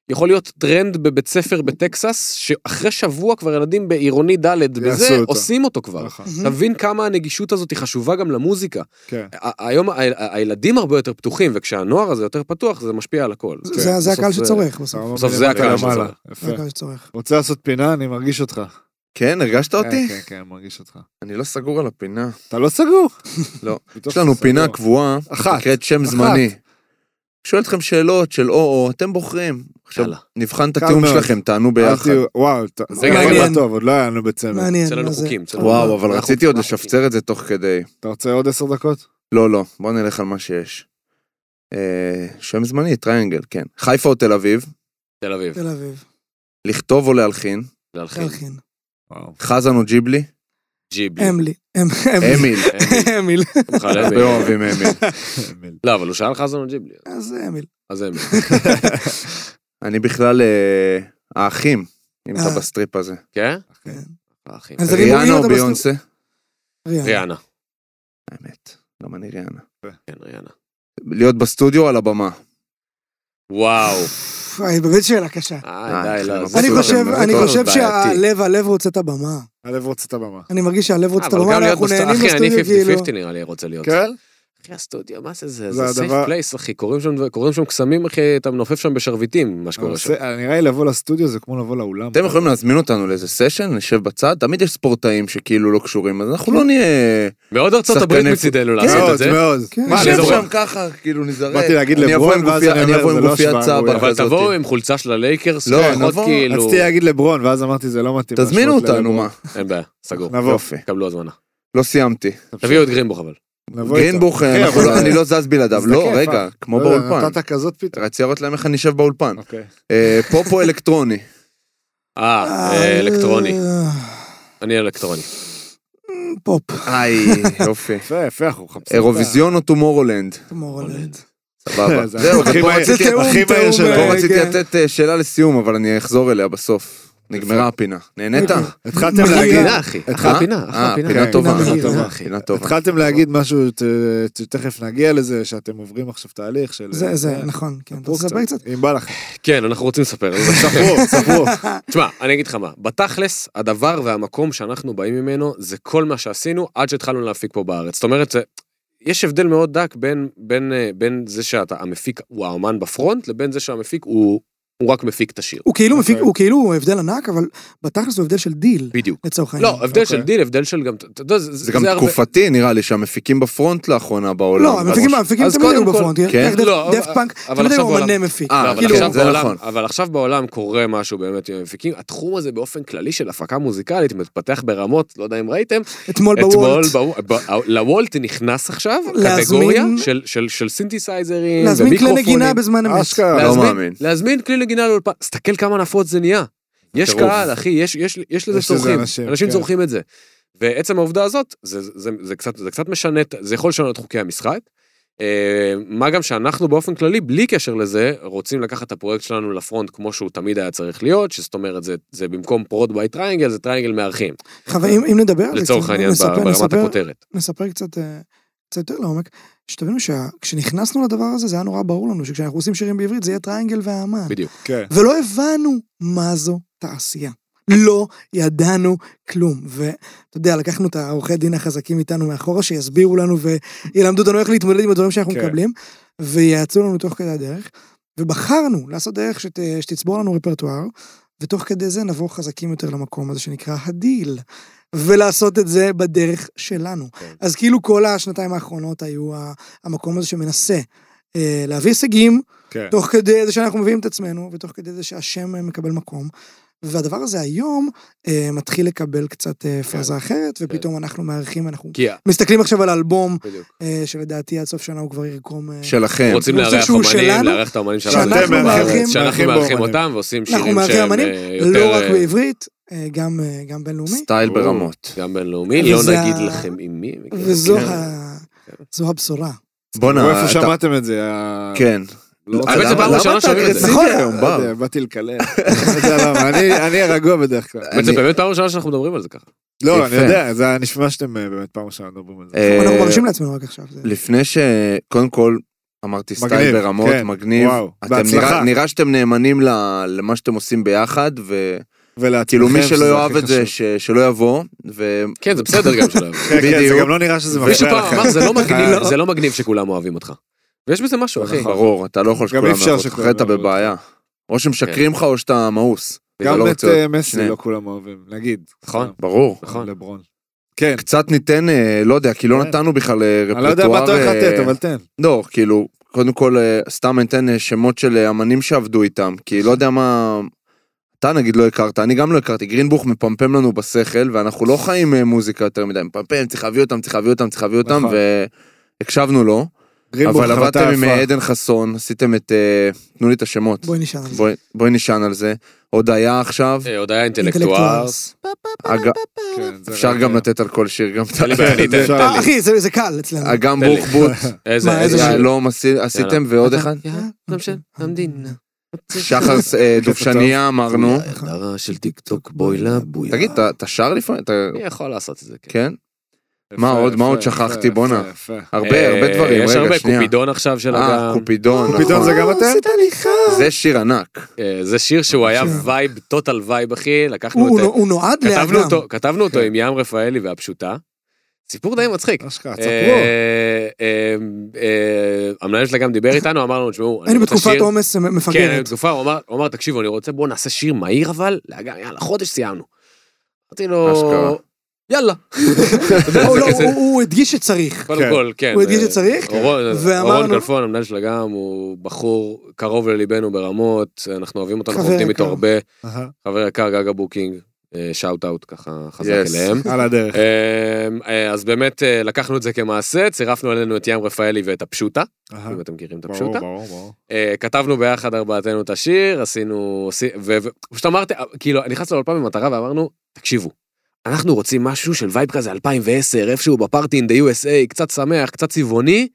Speaker 2: יכול להיות טרנד בבית ספר בטקסס, שאחרי שבוע כבר ילדים בעירוני ד' בזה,
Speaker 1: אותו.
Speaker 2: עושים אותו כבר.
Speaker 1: נכון,
Speaker 4: Mhm.
Speaker 2: אתה מבין כמה הנגישות הזאת היא חשובה גם למוזיקה.
Speaker 1: כן.
Speaker 2: ה- היום ה- ה- הילדים הרבה יותר פתוחים, וכשהנוער הזה יותר פתוח, זה משפיע על הכל.
Speaker 4: זה- זה- זה
Speaker 2: אוקיי. בסוף אה, אוקיי.
Speaker 4: הקהל שצורך בסוף.
Speaker 1: סבבה,
Speaker 2: בסוף זה
Speaker 1: מלמטה
Speaker 2: הקהל
Speaker 1: למעלה.
Speaker 2: שצריך.
Speaker 1: יפה.
Speaker 4: זה הקהל שצורך.
Speaker 1: לא אוקיי. רוצה לעשות פינה? אני מרגיש אותך.
Speaker 3: כן, הרגשת אותי?
Speaker 1: כן, כן, כן, מרגיש אותך.
Speaker 3: אני לא סגור על הפינה.
Speaker 1: אתה לא סגור.
Speaker 3: לא.
Speaker 1: פתאום
Speaker 3: יש לנו
Speaker 1: אתה
Speaker 3: פינה
Speaker 1: סגור.
Speaker 3: קבועה,
Speaker 1: אחת.
Speaker 3: נקראת שם
Speaker 1: אחת.
Speaker 3: זמני. שואל אתכם שאלות של או-או, אתם בוחרים. עכשיו,
Speaker 2: יאללה.
Speaker 3: נבחן את
Speaker 1: קל
Speaker 3: הטיעון
Speaker 1: מאוד.
Speaker 3: שלכם, תענו
Speaker 1: אל
Speaker 3: ביחד.
Speaker 1: תהיו- וואו, ת- זה
Speaker 2: רגע,
Speaker 1: רגע
Speaker 4: רגע.
Speaker 1: טוב, עוד לא היה לנו בצמד.
Speaker 4: מעניין.
Speaker 2: אצלנו
Speaker 4: מה זה.
Speaker 2: חוקים, אצלנו
Speaker 3: וואו, אבל
Speaker 2: אנחנו-
Speaker 3: רציתי עוד
Speaker 2: אנחנו-
Speaker 3: לשפצר את זה תוך כדי.
Speaker 1: אתה רוצה עוד עשר דקות?
Speaker 3: לא, לא, בוא נלך על מה שיש. אה, שם זמני, טריינגל, כן. חיפה או תל אביב,
Speaker 2: תל אביב,
Speaker 4: תל אביב.
Speaker 2: אוקיי.
Speaker 3: לכתוב או להלחין,
Speaker 2: להלחין,
Speaker 4: תלחין.
Speaker 1: וואו.
Speaker 3: חזן או
Speaker 1: [laughs]
Speaker 3: ג'יבלי,
Speaker 2: ג'יבלי.
Speaker 4: אמלי. אמ- אמי.
Speaker 3: אמיל,
Speaker 4: אמיל.
Speaker 2: בכלל אמי.
Speaker 3: הרבה אוהבים אמיל.
Speaker 1: [laughs]
Speaker 2: לא, אבל הוא שאל חזן או ג'יבלי,
Speaker 4: אז אמיל.
Speaker 2: אז אמיל.
Speaker 4: [laughs]
Speaker 3: אני בכלל אה, האחים, אם
Speaker 4: אה.
Speaker 3: אתה בסטריפ הזה.
Speaker 2: כן?
Speaker 4: כן.
Speaker 2: האחים.
Speaker 4: אז אני
Speaker 3: ריאנה
Speaker 4: אם
Speaker 3: או
Speaker 4: אתה בסטריפ-
Speaker 3: ביונסה?
Speaker 4: ריאן.
Speaker 2: ריאנה.
Speaker 3: האמת, גם אני ריאנה.
Speaker 2: כן, ריאנה.
Speaker 3: להיות בסטודיו או על הבמה?
Speaker 2: וואו.
Speaker 4: וואי, באמת שאלה קשה.
Speaker 2: אה,
Speaker 3: אה,
Speaker 2: די, לא.
Speaker 3: אני
Speaker 2: זה
Speaker 4: אני
Speaker 2: כבר-
Speaker 3: בסדר,
Speaker 4: חושב,
Speaker 3: אבל זה
Speaker 4: אני
Speaker 3: כבר
Speaker 4: חושב
Speaker 2: בעייתי.
Speaker 4: שהלב, הלב רוצה את הבמה.
Speaker 1: הלב רוצה את הבמה.
Speaker 4: אני מרגיש שהלב רוצה את
Speaker 2: אה, אבל
Speaker 4: הבמה,
Speaker 2: גם להיות
Speaker 4: אנחנו
Speaker 2: בסטודיו,
Speaker 4: נהנים
Speaker 2: אחי, אני
Speaker 4: בסטודיו
Speaker 2: 50-50
Speaker 4: כאילו.
Speaker 2: נראה לי רוצה להיות.
Speaker 1: כן?
Speaker 2: אחי, הסטודיו, מה זה, זה
Speaker 1: זה
Speaker 2: זה
Speaker 1: הדבר-
Speaker 2: safe place, אחי, קוראים שם דבר- קוראים שם קסמים, אחי, אתה מנופף שם בשרביטים, מה
Speaker 4: אה,
Speaker 2: שקורה שם.
Speaker 1: הנושא- נראה לי לבוא לסטודיו זה כמו לבוא לאולם.
Speaker 3: אתם יכולים להזמין אותנו לאיזה סשן, נשב בצד, תמיד יש ספורטאים שכאילו לא קשורים, אז
Speaker 1: כן.
Speaker 3: אנחנו לא נהיה...
Speaker 2: מאוד ארצות הברית
Speaker 3: שחקני-
Speaker 2: מצידנו לעשות את
Speaker 1: מאוד,
Speaker 2: זה.
Speaker 1: מאוד.
Speaker 4: כן.
Speaker 1: מה,
Speaker 2: נשב
Speaker 1: אני זורק?
Speaker 2: שם
Speaker 3: ככה, כאילו נזרק.
Speaker 1: באתי להגיד
Speaker 3: אני אבוא
Speaker 1: לברון,
Speaker 3: עם
Speaker 1: ואז
Speaker 3: גופייה-
Speaker 1: אני
Speaker 3: אני
Speaker 1: אומר,
Speaker 3: אבוא
Speaker 1: זה
Speaker 3: עם
Speaker 1: לא
Speaker 3: גופיית
Speaker 1: השוואה
Speaker 3: צבר.
Speaker 1: ראויה.
Speaker 2: אבל
Speaker 3: כזאתי.
Speaker 2: תבואו עם חולצה של הלייקרס,
Speaker 3: לא,
Speaker 2: פחות
Speaker 3: נבוא.
Speaker 2: כאילו...
Speaker 1: רציתי להגיד לברון, ואז אמרתי זה לא מתאים.
Speaker 3: תזמינו
Speaker 1: להשוות
Speaker 3: אותנו,
Speaker 1: ללברון.
Speaker 3: מה?
Speaker 2: אין בעיה, סגור.
Speaker 1: נבוא.
Speaker 3: יופי.
Speaker 2: קבלו הזמנה.
Speaker 3: לא סיימתי.
Speaker 2: תביאו את גרינבוך אבל.
Speaker 1: נבוא איתם.
Speaker 3: גרינבוך,
Speaker 1: כן,
Speaker 3: אנחנו
Speaker 1: אבל
Speaker 3: לא-
Speaker 1: זה-
Speaker 3: אני לא זז בלעדיו.
Speaker 1: זה
Speaker 3: לא,
Speaker 1: כיף,
Speaker 3: רגע,
Speaker 1: אה.
Speaker 3: כמו
Speaker 1: לא יודע,
Speaker 3: באולפן.
Speaker 1: נתת כזאת פתאום.
Speaker 3: רציתי להראות להם איך אני אשב באולפן.
Speaker 1: אוקיי.
Speaker 3: אה, פופ
Speaker 1: [laughs]
Speaker 3: או אלקטרוני?
Speaker 2: אה, אה, אלקטרוני.
Speaker 4: אה,
Speaker 2: אני אלקטרוני.
Speaker 4: פופ.
Speaker 3: איי, יופי.
Speaker 1: יפה, יפה, אנחנו מחפשים. כן,
Speaker 3: אירוויזיון או טומורולנד?
Speaker 4: מורלנד.
Speaker 1: [laughs]
Speaker 3: סבבה.
Speaker 1: זה
Speaker 3: זהו,
Speaker 1: הכי
Speaker 3: ופה
Speaker 1: מהיר-
Speaker 3: רציתי-
Speaker 1: הכי
Speaker 4: תיאום,
Speaker 1: מהיר כן.
Speaker 4: תיאום,
Speaker 1: שלהם.
Speaker 3: פה
Speaker 4: רגע.
Speaker 3: רציתי לתת אה, שאלה לסיום, אבל אני אחזור אליה בסוף. נגמרה הפינה.
Speaker 1: אה,
Speaker 3: נהנית?
Speaker 4: אוקיי.
Speaker 1: התחלתם
Speaker 4: אחלה
Speaker 1: להגיד,
Speaker 2: פינה, אחי. אחלה
Speaker 3: אה?
Speaker 2: פינה, אחלה
Speaker 3: אה,
Speaker 2: פינה.
Speaker 3: פינה
Speaker 1: כן,
Speaker 3: טובה,
Speaker 4: פינה
Speaker 3: פינה
Speaker 4: מהירה.
Speaker 3: טובה, פינה טובה.
Speaker 1: התחלתם להגיד משהו, ת- ת- תכף נגיע לזה, שאתם עוברים עכשיו תהליך של...
Speaker 4: זה,
Speaker 2: אה,
Speaker 4: זה, נכון, כן. אתה רוצה לספר קצת?
Speaker 1: אם בא לכם.
Speaker 2: כן, אנחנו רוצים לספר. אז
Speaker 3: [laughs]
Speaker 1: ספרו, ספרו.
Speaker 2: תשמע, אני אגיד לך מה, בתכלס, הדבר והמקום שאנחנו באים ממנו, זה כל מה שעשינו עד שהתחלנו להפיק פה בארץ. זאת אומרת, זה- יש הבדל מאוד דק בין, בין, אה, בין זה שאתה המפיק הוא האמן בפרונט, לבין זה שהמפיק הוא, הוא רק מפיק את השיר.
Speaker 4: הוא כאילו מפיק,
Speaker 1: אוקיי.
Speaker 4: הוא כאילו הבדל ענק, אבל בתכלס הוא הבדל של דיל,
Speaker 2: בדיוק.
Speaker 4: לצורך העניין.
Speaker 2: לא, הבדל של
Speaker 1: אוקיי.
Speaker 2: דיל, הבדל של גם... אתה יודע,
Speaker 3: זה גם
Speaker 2: הרבה-
Speaker 3: תקופתי, נראה לי, שהמפיקים בפרונט לאחרונה בעולם.
Speaker 4: לא, המפיקים
Speaker 3: אז-
Speaker 4: המפיקים
Speaker 2: אז
Speaker 4: תמיד היו
Speaker 2: קודם כל-
Speaker 4: בפרונט,
Speaker 3: כן?
Speaker 2: לא,
Speaker 4: דף
Speaker 2: אבל-
Speaker 4: פאנק,
Speaker 2: אבל
Speaker 4: תמיד
Speaker 2: עכשיו
Speaker 4: היו
Speaker 2: בעולם-
Speaker 4: אמני מפיק.
Speaker 3: אה,
Speaker 2: לא,
Speaker 3: אבל
Speaker 2: אבל
Speaker 4: כאילו-
Speaker 2: עכשיו
Speaker 3: זה
Speaker 2: בעולם-
Speaker 3: נכון.
Speaker 2: אבל עכשיו בעולם קורה משהו באמת עם המפיקים. התחום הזה באופן כללי של הפקה מוזיקלית מתפתח ברמות, לא יודע אם ראיתם,
Speaker 4: אתמול
Speaker 2: אתמול
Speaker 4: בוולט.
Speaker 2: בוו- ב- אה, לוולט נכנס עכשיו
Speaker 4: להזמין-
Speaker 2: קטגוריה של- של- של סינתסייזרים
Speaker 4: להזמין כלי נגינה
Speaker 2: ומיקרופונים.
Speaker 4: בזמן אמת.
Speaker 1: אשכרה.
Speaker 3: לא
Speaker 2: להזמין-
Speaker 3: מאמין.
Speaker 2: להזמין כלי נגינה לאולפן, תסתכל כמה נפוץ זה נהיה. יש
Speaker 3: טירוף.
Speaker 2: קהל, אחי, יש- יש יש לזה
Speaker 1: יש לזה
Speaker 2: צורכים,
Speaker 1: אנשים,
Speaker 2: אנשים
Speaker 1: כן.
Speaker 2: צורכים את זה. ועצם העובדה הזאת, זה- זה- זה קצת- זה קצת משנה, את- זה יכול לשנות את חוקי המשחק. אה, מה גם שאנחנו באופן כללי, בלי קשר לזה, רוצים לקחת את הפרויקט שלנו לפרונט כמו שהוא תמיד היה צריך להיות, שזאת אומרת, זה- זה במקום פרוד ביי טריינגל, זה טריינגל מארחים,
Speaker 4: חברים, אם- אם נדבר על זה,
Speaker 2: לצורך
Speaker 4: קצת,
Speaker 2: העניין,
Speaker 4: נספר-
Speaker 2: ברמת
Speaker 4: נספר-
Speaker 2: הכותרת.
Speaker 4: נספר קצת, אה, קצת יותר לעומק, שתבינו שכשנכנסנו לדבר הזה זה היה נורא ברור לנו שכשאנחנו עושים שירים בעברית זה יהיה טריינגל והאמן.
Speaker 2: בדיוק.
Speaker 1: כן.
Speaker 4: ולא הבנו מה זו תעשייה. לא ידענו כלום. ואתה יודע, לקחנו את העורכי דין החזקים איתנו מאחורה, שיסבירו לנו וילמדו אותנו איך להתמודד עם הדברים שאנחנו
Speaker 1: כן.
Speaker 4: מקבלים, וייעצו לנו תוך כדי הדרך. ובחרנו לעשות דרך שת, שתצבור לנו רפרטואר, ותוך כדי זה נבוא חזקים יותר למקום הזה שנקרא הדיל. ולעשות את זה בדרך שלנו.
Speaker 2: כן.
Speaker 4: אז כאילו כל השנתיים האחרונות היו ה- המקום הזה שמנסה אה, להביא הישגים,
Speaker 1: כן.
Speaker 4: תוך כדי זה שאנחנו מביאים את עצמנו, ותוך כדי זה שהשם אה, מקבל מקום. והדבר הזה היום אה, מתחיל לקבל קצת
Speaker 2: כן.
Speaker 4: אה, פאזה אחרת, ופתאום אנחנו מארחים, אנחנו
Speaker 2: כי
Speaker 4: מסתכלים עכשיו על האלבום,
Speaker 2: בדיוק.
Speaker 4: אה, שלדעתי עד סוף שנה הוא כבר ירקום... אה,
Speaker 3: שלכם.
Speaker 2: רוצים
Speaker 4: אני רוצה
Speaker 2: לארח
Speaker 4: שהוא
Speaker 2: אומנים,
Speaker 4: שלנו,
Speaker 2: לארח את האומנים שלנו.
Speaker 4: שאנחנו
Speaker 2: בארץ,
Speaker 4: מארחים-
Speaker 2: שאנחנו
Speaker 1: מארחים
Speaker 2: מארחים
Speaker 1: באומנים.
Speaker 2: אותם ועושים
Speaker 4: אנחנו
Speaker 2: שירים
Speaker 4: מארחים
Speaker 2: שהם
Speaker 4: אמנים,
Speaker 2: אה,
Speaker 4: לא
Speaker 2: יותר...
Speaker 4: רק
Speaker 2: אה,
Speaker 4: בעברית, אה, גם, אה, גם בינלאומי,
Speaker 3: סטייל
Speaker 1: או.
Speaker 3: ברמות.
Speaker 2: גם בינלאומי, לא
Speaker 4: וזה ה-
Speaker 2: נגיד לכם עם מי.
Speaker 4: וזו
Speaker 2: כן.
Speaker 4: ה- זו הבשורה.
Speaker 3: בואנה,
Speaker 1: איפה
Speaker 3: אתה-
Speaker 1: שמעתם את זה? ה-
Speaker 3: כן.
Speaker 1: לא
Speaker 4: אה,
Speaker 1: רוצה-
Speaker 2: האמת
Speaker 3: למה-
Speaker 2: זה פעם
Speaker 3: למה
Speaker 2: ראשונה
Speaker 3: אתה
Speaker 2: שומעים את זה.
Speaker 3: אגרסיבי
Speaker 4: נכון.
Speaker 3: היום,
Speaker 1: לא
Speaker 3: בר?
Speaker 1: יודע, באתי לקלל. [laughs] לא יודע למה, אני- אני הרגוע בדרך כלל.
Speaker 2: באמת, זה
Speaker 3: אני-
Speaker 2: באמת פעם ראשונה שאנחנו מדברים על זה ככה.
Speaker 1: לא, אני
Speaker 3: אה, יפה.
Speaker 1: יודע, זה היה נשמע שאתם אה, באמת פעם ראשונה מדברים על זה.
Speaker 3: אה,
Speaker 4: אנחנו מרשים לעצמנו רק עכשיו. זה-
Speaker 3: לפני ש... קודם כל, אמרתי סטייל
Speaker 1: מגניב,
Speaker 3: ברמות,
Speaker 1: כן.
Speaker 3: מגניב.
Speaker 1: וואו,
Speaker 3: אתם
Speaker 1: בהצלחה.
Speaker 3: נראה- נראה שאתם נאמנים ל- למה שאתם עושים ביחד, וכאילו
Speaker 1: ולעצמכם,
Speaker 3: כאילו, מי
Speaker 1: שזה
Speaker 3: שלא
Speaker 1: הכי
Speaker 3: יאהב את זה,
Speaker 1: חשוב.
Speaker 3: ש- שלא יבוא, ו-
Speaker 2: כן, זה בסדר גם שלהם.
Speaker 1: כן, כן, זה
Speaker 3: בדיוק.
Speaker 1: גם לא נראה שזה
Speaker 2: מישהו
Speaker 1: מפריע [laughs]
Speaker 2: פעם
Speaker 1: לכם. אה,
Speaker 2: אמר, "זה לא מגניב-
Speaker 4: לא. נכון.
Speaker 2: זה לא מגניב שכולם אוהבים אותך. ויש בזה משהו, אחי.
Speaker 3: ברור, אתה לא יכול
Speaker 1: כן. גם אי
Speaker 3: שכולם
Speaker 1: אפשר
Speaker 3: יאהבו אותך,
Speaker 1: שכולם
Speaker 3: אחרת אתה
Speaker 1: יאהבו אותך.
Speaker 3: בבעיה. או שמשקרים לך או שאתה מאוס.
Speaker 1: גם
Speaker 3: אתה לא
Speaker 1: את
Speaker 3: רוצה-
Speaker 1: אה, מסי
Speaker 3: שניהם.
Speaker 1: לא כולם אוהבים, נגיד.
Speaker 2: נכון.
Speaker 3: ברור.
Speaker 2: נכון.
Speaker 1: נכון. לברון. כן,
Speaker 3: קצת ניתן, אה, לא יודע, כי לא
Speaker 1: כן.
Speaker 3: נתנו בכלל אה, רפרטואר.
Speaker 1: אני לא יודע מה אתה הולך
Speaker 3: אה,
Speaker 1: לתת, אבל כן. תן.
Speaker 3: לא, כאילו, קודם כל, אה, סתם אתן אה, שמות של אה, אמנים שעבדו איתם, כי לא יודע מה... אתה נגיד לא הכרת, אני גם לא הכרתי, גרינבוך מפמפם לנו בשכל, ואנחנו לא חיים אה, מוזיקה יותר מדי, מפמפם, צריך להביא אותם, צריך להביא אותם, צריך להביא אותם,
Speaker 1: נכון.
Speaker 3: והקשבנו לו,
Speaker 1: גרינבוך
Speaker 3: אבל
Speaker 1: חרטה
Speaker 3: עבדתם עם
Speaker 1: יפה.
Speaker 3: אה, עדן חסון, עשיתם את... אה, תנו לי את השמות,
Speaker 4: בואי נשאל על זה.
Speaker 3: בואי- בואי נשען על זה. הודיה עכשיו,
Speaker 2: אה, הודיה אינטלקטואלס.
Speaker 3: אג-
Speaker 1: כן, זה
Speaker 3: אפשר
Speaker 1: רק-
Speaker 3: גם לתת על כל שיר, גם את
Speaker 2: אין לי בעיה, אני אתן-
Speaker 1: [laughs] אפשר.
Speaker 2: תן
Speaker 4: אה,
Speaker 2: לי.
Speaker 4: אחי, זה זה קל
Speaker 3: [laughs]
Speaker 4: אצלנו.
Speaker 3: אגם
Speaker 2: תן לי.
Speaker 3: בוחבוט,
Speaker 2: איזה
Speaker 4: מה,
Speaker 2: איזה
Speaker 4: שיר?
Speaker 3: יהלום עשי- עשיתם, ועוד אחד,
Speaker 4: גם של המדינה.
Speaker 3: שחר אה, דובשניה אמרנו.
Speaker 2: הדרה של טיק טוק, בואי לבויה.
Speaker 3: תגיד, אתה- אתה שר לפעמים? אתה...
Speaker 2: מי יכול לעשות את זה? כן.
Speaker 3: כן?
Speaker 1: יפה,
Speaker 3: מה עוד-
Speaker 1: יפה,
Speaker 3: מה עוד
Speaker 1: יפה,
Speaker 3: שכחתי?
Speaker 1: יפה,
Speaker 3: בואנה.
Speaker 1: יפה.
Speaker 3: הרבה, הרבה
Speaker 2: אה,
Speaker 3: דברים.
Speaker 2: יש
Speaker 3: רגע,
Speaker 2: הרבה
Speaker 3: שנייה.
Speaker 2: קופידון עכשיו של
Speaker 3: אה,
Speaker 2: אגם.
Speaker 3: קופידון,
Speaker 1: פתאום זה
Speaker 3: נכון.
Speaker 1: גם
Speaker 4: אה,
Speaker 1: אתם?
Speaker 3: זה שיר ענק.
Speaker 2: אה, זה שיר שהוא היה
Speaker 4: שיר.
Speaker 2: וייב, טוטל וייב אחי, לקחנו
Speaker 4: הוא
Speaker 3: לא
Speaker 2: אותו,
Speaker 4: הוא נועד
Speaker 2: כתבנו
Speaker 4: לאדם.
Speaker 2: אותו, כתבנו
Speaker 3: כן.
Speaker 2: אותו עם ים רפאלי והפשוטה. סיפור די מצחיק.
Speaker 1: אשכרה,
Speaker 2: אה,
Speaker 1: תספרו.
Speaker 2: אה, אה, המנהל שלה גם דיבר איתנו, אמרנו, תשמעו, אני
Speaker 4: היינו
Speaker 2: רוצה
Speaker 4: בתקופת
Speaker 2: שיר.
Speaker 4: עומס אה,
Speaker 2: כן, היינו
Speaker 4: מפגרת.
Speaker 2: בתקופה, הוא אמר- הוא אמר, תקשיבו, אני רוצה, בואו נעשה שיר מהיר אבל, לאגם, יאללה, חודש סיימנו. אמרתי
Speaker 3: אשכרה.
Speaker 2: לו, יאללה. אתה יודע,
Speaker 4: או
Speaker 2: זה
Speaker 4: לא,
Speaker 2: כזה-
Speaker 4: הוא- הוא הדגיש שצריך.
Speaker 2: קודם
Speaker 1: כן.
Speaker 2: כל, כן.
Speaker 4: הוא הדגיש
Speaker 2: אה,
Speaker 4: שצריך,
Speaker 2: אורון-
Speaker 4: ואמרנו-
Speaker 2: אורון כלפון, המנהל של אגם, הוא בחור קרוב לליבנו ברמות, אנחנו אוהבים אותו, אנחנו
Speaker 4: חבר
Speaker 2: עובדים איתו
Speaker 4: יקר.
Speaker 2: הרבה.
Speaker 3: אה,
Speaker 1: אהה,
Speaker 2: חבר יקר גגה בוקינג, שאוט אאוט ככה חזק
Speaker 3: Yes.
Speaker 2: אליהם.
Speaker 1: על הדרך.
Speaker 2: אמ, אה, אז באמת אה, לקחנו את זה כמעשה, צירפנו אלינו את ים רפאלי ואת הפשוטה,
Speaker 4: אה,
Speaker 1: אהה,
Speaker 2: אם אתם מכירים את
Speaker 1: ברור,
Speaker 2: הפשוטה.
Speaker 1: ברור, ברור.
Speaker 2: אה, כתבנו ביחד ארבעתנו את השיר, עשינו, עשי- ו- ו- פשוט אמרתי, אה, כאילו, נכנסנו לאולפן במטרה ואמרנו, תקשיבו, אנחנו רוצים משהו של וייב כזה 2010, איפשהו בפארטי in the USA, קצת שמח, קצת צבעוני,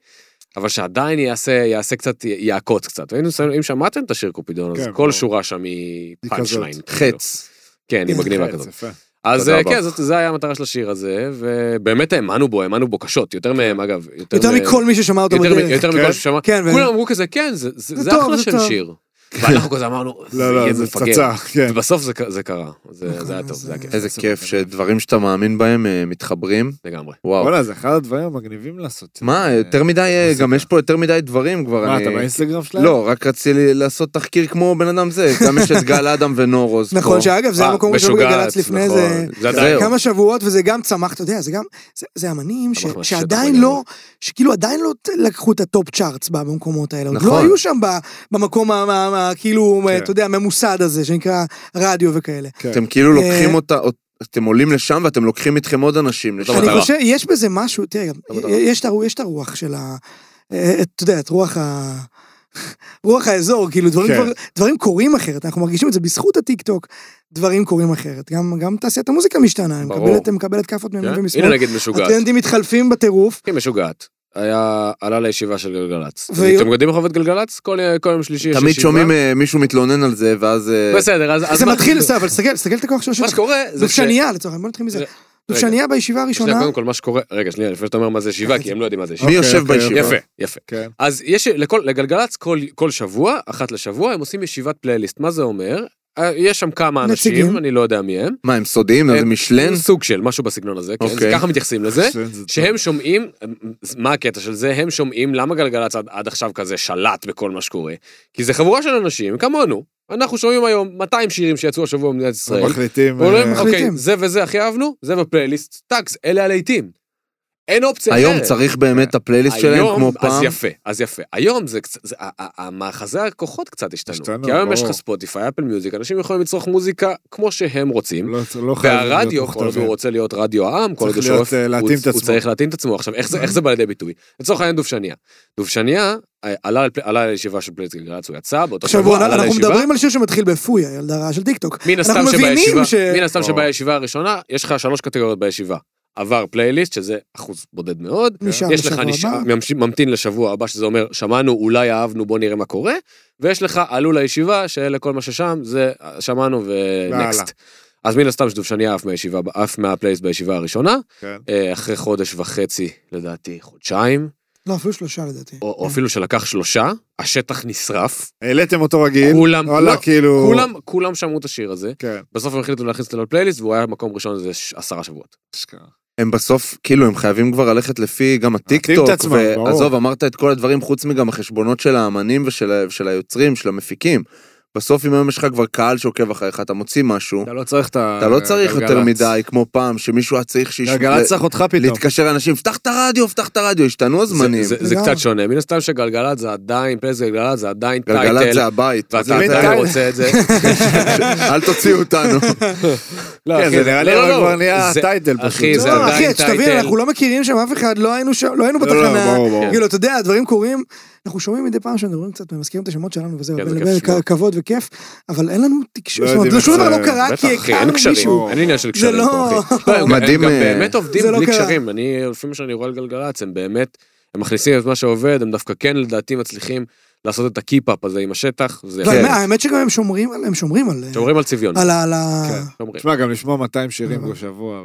Speaker 2: אבל שעדיין יעשה, יעשה קצת, יעקוץ קצת. והיינו, שמים- אם שמעתם את השיר קופידון, אז
Speaker 1: כן,
Speaker 2: כל
Speaker 1: ברור.
Speaker 2: שורה שם היא
Speaker 1: היא
Speaker 2: פאנצ'
Speaker 1: כזאת.
Speaker 2: ליין.
Speaker 3: חץ.
Speaker 2: כן, היא
Speaker 4: כן,
Speaker 2: מגניבה
Speaker 1: כן,
Speaker 2: כזאת.
Speaker 1: זה יפה.
Speaker 2: אז
Speaker 3: תודה
Speaker 2: אה,
Speaker 3: רבה.
Speaker 2: כן, זאת- זה היה המטרה של השיר הזה, ובאמת האמנו בו, האמנו בו קשות, יותר מהם אגב.
Speaker 4: יותר
Speaker 2: מ-
Speaker 4: מכל מי ששמע אותו
Speaker 2: יותר מ-
Speaker 4: בדרך.
Speaker 2: יותר
Speaker 1: כן.
Speaker 2: מכל ששמע.
Speaker 4: כן, ו-
Speaker 2: כולם אמרו כזה, כן, זה- זה
Speaker 4: זה
Speaker 2: זה
Speaker 4: טוב,
Speaker 2: אחלה
Speaker 4: זה
Speaker 2: של
Speaker 4: טוב. [laughs]
Speaker 2: שיר. ואנחנו כזה אמרנו, זה
Speaker 1: לא, לא,
Speaker 2: יהיה
Speaker 1: זה
Speaker 2: מפגר.
Speaker 1: פצצה, כן.
Speaker 2: ובסוף זה ק- זה קרה, זה
Speaker 4: נכון,
Speaker 2: זה היה
Speaker 4: אז,
Speaker 2: טוב, זה היה
Speaker 4: אה,
Speaker 2: כיף
Speaker 3: איזה
Speaker 1: זה
Speaker 3: כיף
Speaker 1: סופר.
Speaker 3: שדברים שאתה מאמין בהם אה, מתחברים.
Speaker 2: לגמרי.
Speaker 3: וואו.
Speaker 1: וואלה, זה אחד הדברים המגניבים לעשות.
Speaker 3: מה,
Speaker 1: אה,
Speaker 3: יותר מדי, אה,
Speaker 1: מוזיקה.
Speaker 3: גם יש פה יותר מדי דברים כבר.
Speaker 1: מה,
Speaker 3: אני-
Speaker 1: אתה באינסטגרם שלהם?
Speaker 3: לא, רק רציתי לעשות תחקיר כמו בן אדם זה. גם יש את גל אדם ונורוז פה.
Speaker 4: נכון, שאגב, זה
Speaker 2: אה,
Speaker 4: המקום הראשון
Speaker 2: משוגעת,
Speaker 4: בגלגלצ לפני
Speaker 2: נכון.
Speaker 4: איזה
Speaker 2: זה עדיין,
Speaker 3: זהו.
Speaker 4: כמה שבועות, וזה גם צמח, אתה יודע, זה גם, זה- זה אמנים ש-
Speaker 2: צמח מהשטח
Speaker 4: שעדיין
Speaker 2: לגמרי.
Speaker 4: לא, שכאילו עדיין לא ט- לקחו את הטופ צ'ארטס ב- במקומות האלה, עוד לא
Speaker 3: נכון.
Speaker 4: היו שם ב- במקום ה- ה- ה- כאילו,
Speaker 1: כן.
Speaker 4: אתה יודע, הממוסד הזה, שנקרא רדיו וכאלה.
Speaker 1: כן.
Speaker 3: אתם כאילו
Speaker 4: אה,
Speaker 3: לוקחים אותה, אתם עולים לשם ואתם לוקחים איתכם עוד אנשים. לשם.
Speaker 4: אני
Speaker 2: לא מטרה. לא
Speaker 4: חושב, יש בזה משהו, תראה, גם,
Speaker 2: מטרה.
Speaker 4: יש את הרוח- יש את הרוח של ה... אה, אתה יודע, את רוח ה... רוח האזור, כאילו דברים,
Speaker 1: כן.
Speaker 4: כבר, דברים קורים אחרת, אנחנו מרגישים את זה בזכות הטיק טוק, דברים קורים אחרת. גם, גם תעשיית המוזיקה משתנה, היא
Speaker 2: ברור.
Speaker 4: מקבלת, מקבלת כאפות מימין
Speaker 2: כן? הנה
Speaker 4: ומשמאל,
Speaker 2: נגיד משוגעת.
Speaker 4: הטרנדים מתחלפים בטירוף,
Speaker 2: היא משוגעת. היה, עלה לישיבה של גלגלצ.
Speaker 4: והיא-
Speaker 2: אתם יודעים איך עובד גלגלצ? כל כל יום שלישי יש ישיבה.
Speaker 3: תמיד שומעים אה, מישהו מתלונן על זה, ואז... אה,
Speaker 2: בסדר, אז... אז
Speaker 4: זה
Speaker 2: מה-
Speaker 4: מתחיל, סתם, אבל תסתכל, תסתכל את הכוח של
Speaker 2: מה
Speaker 4: השטח.
Speaker 2: שקורה זה ש...
Speaker 4: דובשנייה לצורך העניין, בוא נתחיל מזה.
Speaker 2: רגע.
Speaker 4: דובשנייה בישיבה
Speaker 2: שנייה,
Speaker 4: הראשונה,
Speaker 2: קודם כל מה שקורה... רגע, שנייה, לפני שאתה אומר מה זה ישיבה, כי הם לא יודעים מה זה ישיבה.
Speaker 3: מי
Speaker 1: אוקיי,
Speaker 3: יושב
Speaker 1: אוקיי,
Speaker 3: בישיבה?
Speaker 2: יפה, יפה.
Speaker 1: כן.
Speaker 2: אז יש לכל, לגלגלצ כל, כל שבוע, אחת לשבוע, הם עושים ישיבת פלייליסט. מה זה אומר? אה, יש שם כמה אנשים,
Speaker 4: נציגים.
Speaker 2: אני לא יודע מי הם.
Speaker 3: מה, הם סודיים?
Speaker 2: אה,
Speaker 3: זה משלן?
Speaker 2: סוג של, משהו בסגנון הזה, כן. אז
Speaker 3: Mm. אוקיי.
Speaker 2: ככה מתייחסים
Speaker 1: [laughs]
Speaker 2: לזה.
Speaker 1: זה- זה-
Speaker 2: שהם שומעים, מה הקטע של זה? הם שומעים למה גלגלצ עד, עד עכשיו כזה שלט בכל מה שקורה. כי זה חבורה של אנשים, כמונו. אנחנו שומעים היום 200 שירים שיצאו השבוע במדינת ישראל.
Speaker 1: מחליטים...
Speaker 2: ואומרים,
Speaker 1: אה,
Speaker 2: אוקיי,
Speaker 4: מחליטים.
Speaker 2: זה וזה הכי אהבנו, זה בפלייליסט, טאקס, אלה הלהיטים. אין אופציה אחרת.
Speaker 3: היום צריך באמת את הפלייליסט שלהם
Speaker 2: כן. היום,
Speaker 3: כמו
Speaker 2: אז
Speaker 3: פעם?
Speaker 2: יפה, אז יפה. היום זה קצת, זה- ה- ה- המאחזי הכוחות קצת השתנו.
Speaker 1: השתנו,
Speaker 2: כי היום יש לך
Speaker 1: ברור.
Speaker 2: ספוטיפיי, אפל מיוזיק, אנשים יכולים לצרוך מוזיקה כמו שהם רוצים.
Speaker 1: לא- לא חייבים להיות
Speaker 2: והרדיו, כל עוד הוא
Speaker 1: מוכתבים.
Speaker 2: רוצה להיות רדיו העם, כל עוד הוא
Speaker 1: צריך להיות,
Speaker 2: שואף,
Speaker 1: אה, להתאים
Speaker 2: הוא-
Speaker 1: את
Speaker 2: הוא
Speaker 1: עצמו.
Speaker 2: צריך להתאים את עצמו. עכשיו, איך זה- איך זה בא לידי ביטוי? לצורך העניין דובשניה. דובשניה אה, עלה על פל- עלה לישיבה של פלייסט גלגלצ, הוא יצא, באותו
Speaker 4: עכשיו
Speaker 2: שבוע
Speaker 4: בוא,
Speaker 2: עלה
Speaker 4: אנחנו
Speaker 2: לישיבה.
Speaker 4: מדברים על שיר שמתחיל בפויה, ילדה רעה של טיק טוק.
Speaker 2: מן הסתם
Speaker 4: אנחנו מבינים
Speaker 2: שבישיבה,
Speaker 4: ש-
Speaker 2: מן הסתם
Speaker 1: ברור.
Speaker 2: שבישיבה הראשונה, יש לך שלוש קטגוריות בישיבה. עבר פלייליסט, שזה אחוז בודד מאוד.
Speaker 4: נשאר
Speaker 2: כן. יש לך
Speaker 4: בשבוע
Speaker 2: נשאר,
Speaker 4: הבא.
Speaker 2: ממש- ממתין לשבוע הבא, שזה אומר, שמענו, אולי אהבנו, בוא נראה מה קורה. ויש לך עלו לישיבה, שאלה כל מה ששם, זה אה, שמענו
Speaker 1: והלאה.
Speaker 2: ונקסט. אז מן הסתם שדובשני עף מהישיבה, עף מהפלייליסט בישיבה הראשונה.
Speaker 1: כן.
Speaker 2: אה, אחרי חודש וחצי, לדעתי, חודשיים,
Speaker 4: לא, אפילו שלושה לדעתי. כן.
Speaker 2: או או אפילו שלקח שלושה, השטח נשרף.
Speaker 1: העליתם אותו
Speaker 3: כן.
Speaker 1: רגיל.
Speaker 2: כולם,
Speaker 1: וואלה,
Speaker 2: לא,
Speaker 1: כאילו...
Speaker 2: כולם, כולם שמעו את השיר הזה.
Speaker 1: כן.
Speaker 2: בסוף הם החליטו להכניס אותו לפלייליסט, והוא היה מקום ראשון איזה ש- עשרה שבועות.
Speaker 1: אשכרה.
Speaker 3: הם בסוף, כאילו, הם חייבים כבר ללכת לפי גם הטיק
Speaker 1: להתאים את
Speaker 3: טוק.
Speaker 1: עצמם, ברור.
Speaker 3: עזוב, אמרת את כל הדברים, חוץ מגם החשבונות של האמנים ושל ה- ושל היוצרים, של המפיקים. בסוף, אם היום יש לך כבר קהל שעוקב אחריך, אתה מוציא משהו,
Speaker 2: אה,
Speaker 1: אתה לא צריך את ה...
Speaker 3: אתה לא צריך יותר
Speaker 1: גלגלצ.
Speaker 3: מדי, כמו פעם, שמישהו היה צריך שיש...
Speaker 1: גלגלצ צריך אותך פתאום.
Speaker 3: להתקשר לאנשים, פתח את הרדיו, פתח את הרדיו, השתנו הזמנים.
Speaker 2: זה, זה, זה
Speaker 4: לגמרי.
Speaker 2: קצת שונה, מן הסתם שגלגלצ זה עדיין, פלייליסט גלגלצ זה עדיין
Speaker 3: גלגלצ
Speaker 2: טייטל,
Speaker 3: זה הבית.
Speaker 2: ואתה
Speaker 1: זה
Speaker 2: עדיין
Speaker 1: מטאל.
Speaker 2: רוצה את זה.
Speaker 3: אל תוציאו אותנו. [laughs]
Speaker 2: לא,
Speaker 1: כן,
Speaker 2: אחי,
Speaker 1: זה נראה לי
Speaker 2: לא, לא,
Speaker 1: אבל
Speaker 2: לא.
Speaker 1: כבר נהיה
Speaker 2: זה-
Speaker 1: טייטל פשוט.
Speaker 2: אחי, זה
Speaker 4: לא,
Speaker 2: עדיין
Speaker 4: אחי, שתבין,
Speaker 2: טייטל.
Speaker 4: אנחנו לא מכירים שם אף אחד, לא היינו שם, לא היינו
Speaker 1: לא, לא,
Speaker 4: בתחנה.
Speaker 1: ברור, ברור.
Speaker 4: כאילו, אתה יודע, הדברים קורים, אנחנו שומעים מדי פעם שמדברים קצת ומזכירים את השמות שלנו וזהו,
Speaker 2: כן, זה כיף
Speaker 4: ולבין
Speaker 2: לשמוע.
Speaker 4: כ- כבוד וכיף, אבל אין לנו
Speaker 1: לא
Speaker 4: תקשורת, זאת אומרת,
Speaker 1: יודעים
Speaker 4: שום
Speaker 1: איך
Speaker 4: דבר
Speaker 1: זה-
Speaker 4: לא קרה,
Speaker 2: בטח
Speaker 4: כי
Speaker 2: אחי, אין
Speaker 4: הכרנו
Speaker 2: קשרים,
Speaker 4: מישהו.
Speaker 2: אין עניין של קשרים
Speaker 4: לא-
Speaker 2: פה אחי. לא, הם-
Speaker 3: מדהים,
Speaker 2: הם גם
Speaker 3: אה,
Speaker 2: באמת
Speaker 4: זה
Speaker 2: עובדים
Speaker 4: לא
Speaker 2: בלי
Speaker 4: קרה.
Speaker 2: קשרים, אני, לפעמים שאני רואה על גלגלצ, הם באמת, הם מכניסים את מה שעובד, הם דווקא כן לדעתי מצליחים לעשות את הקיפ-אפ הזה עם השטח, זה
Speaker 4: לא,
Speaker 2: יפה.
Speaker 4: האמת- האמת שגם הם שומרים על, הם שומרים על,
Speaker 2: שומרים על צביון,
Speaker 4: על ה... על ה-
Speaker 1: כן.
Speaker 2: שומרים.
Speaker 1: תשמע, גם לשמוע 200 שירים בשבוע,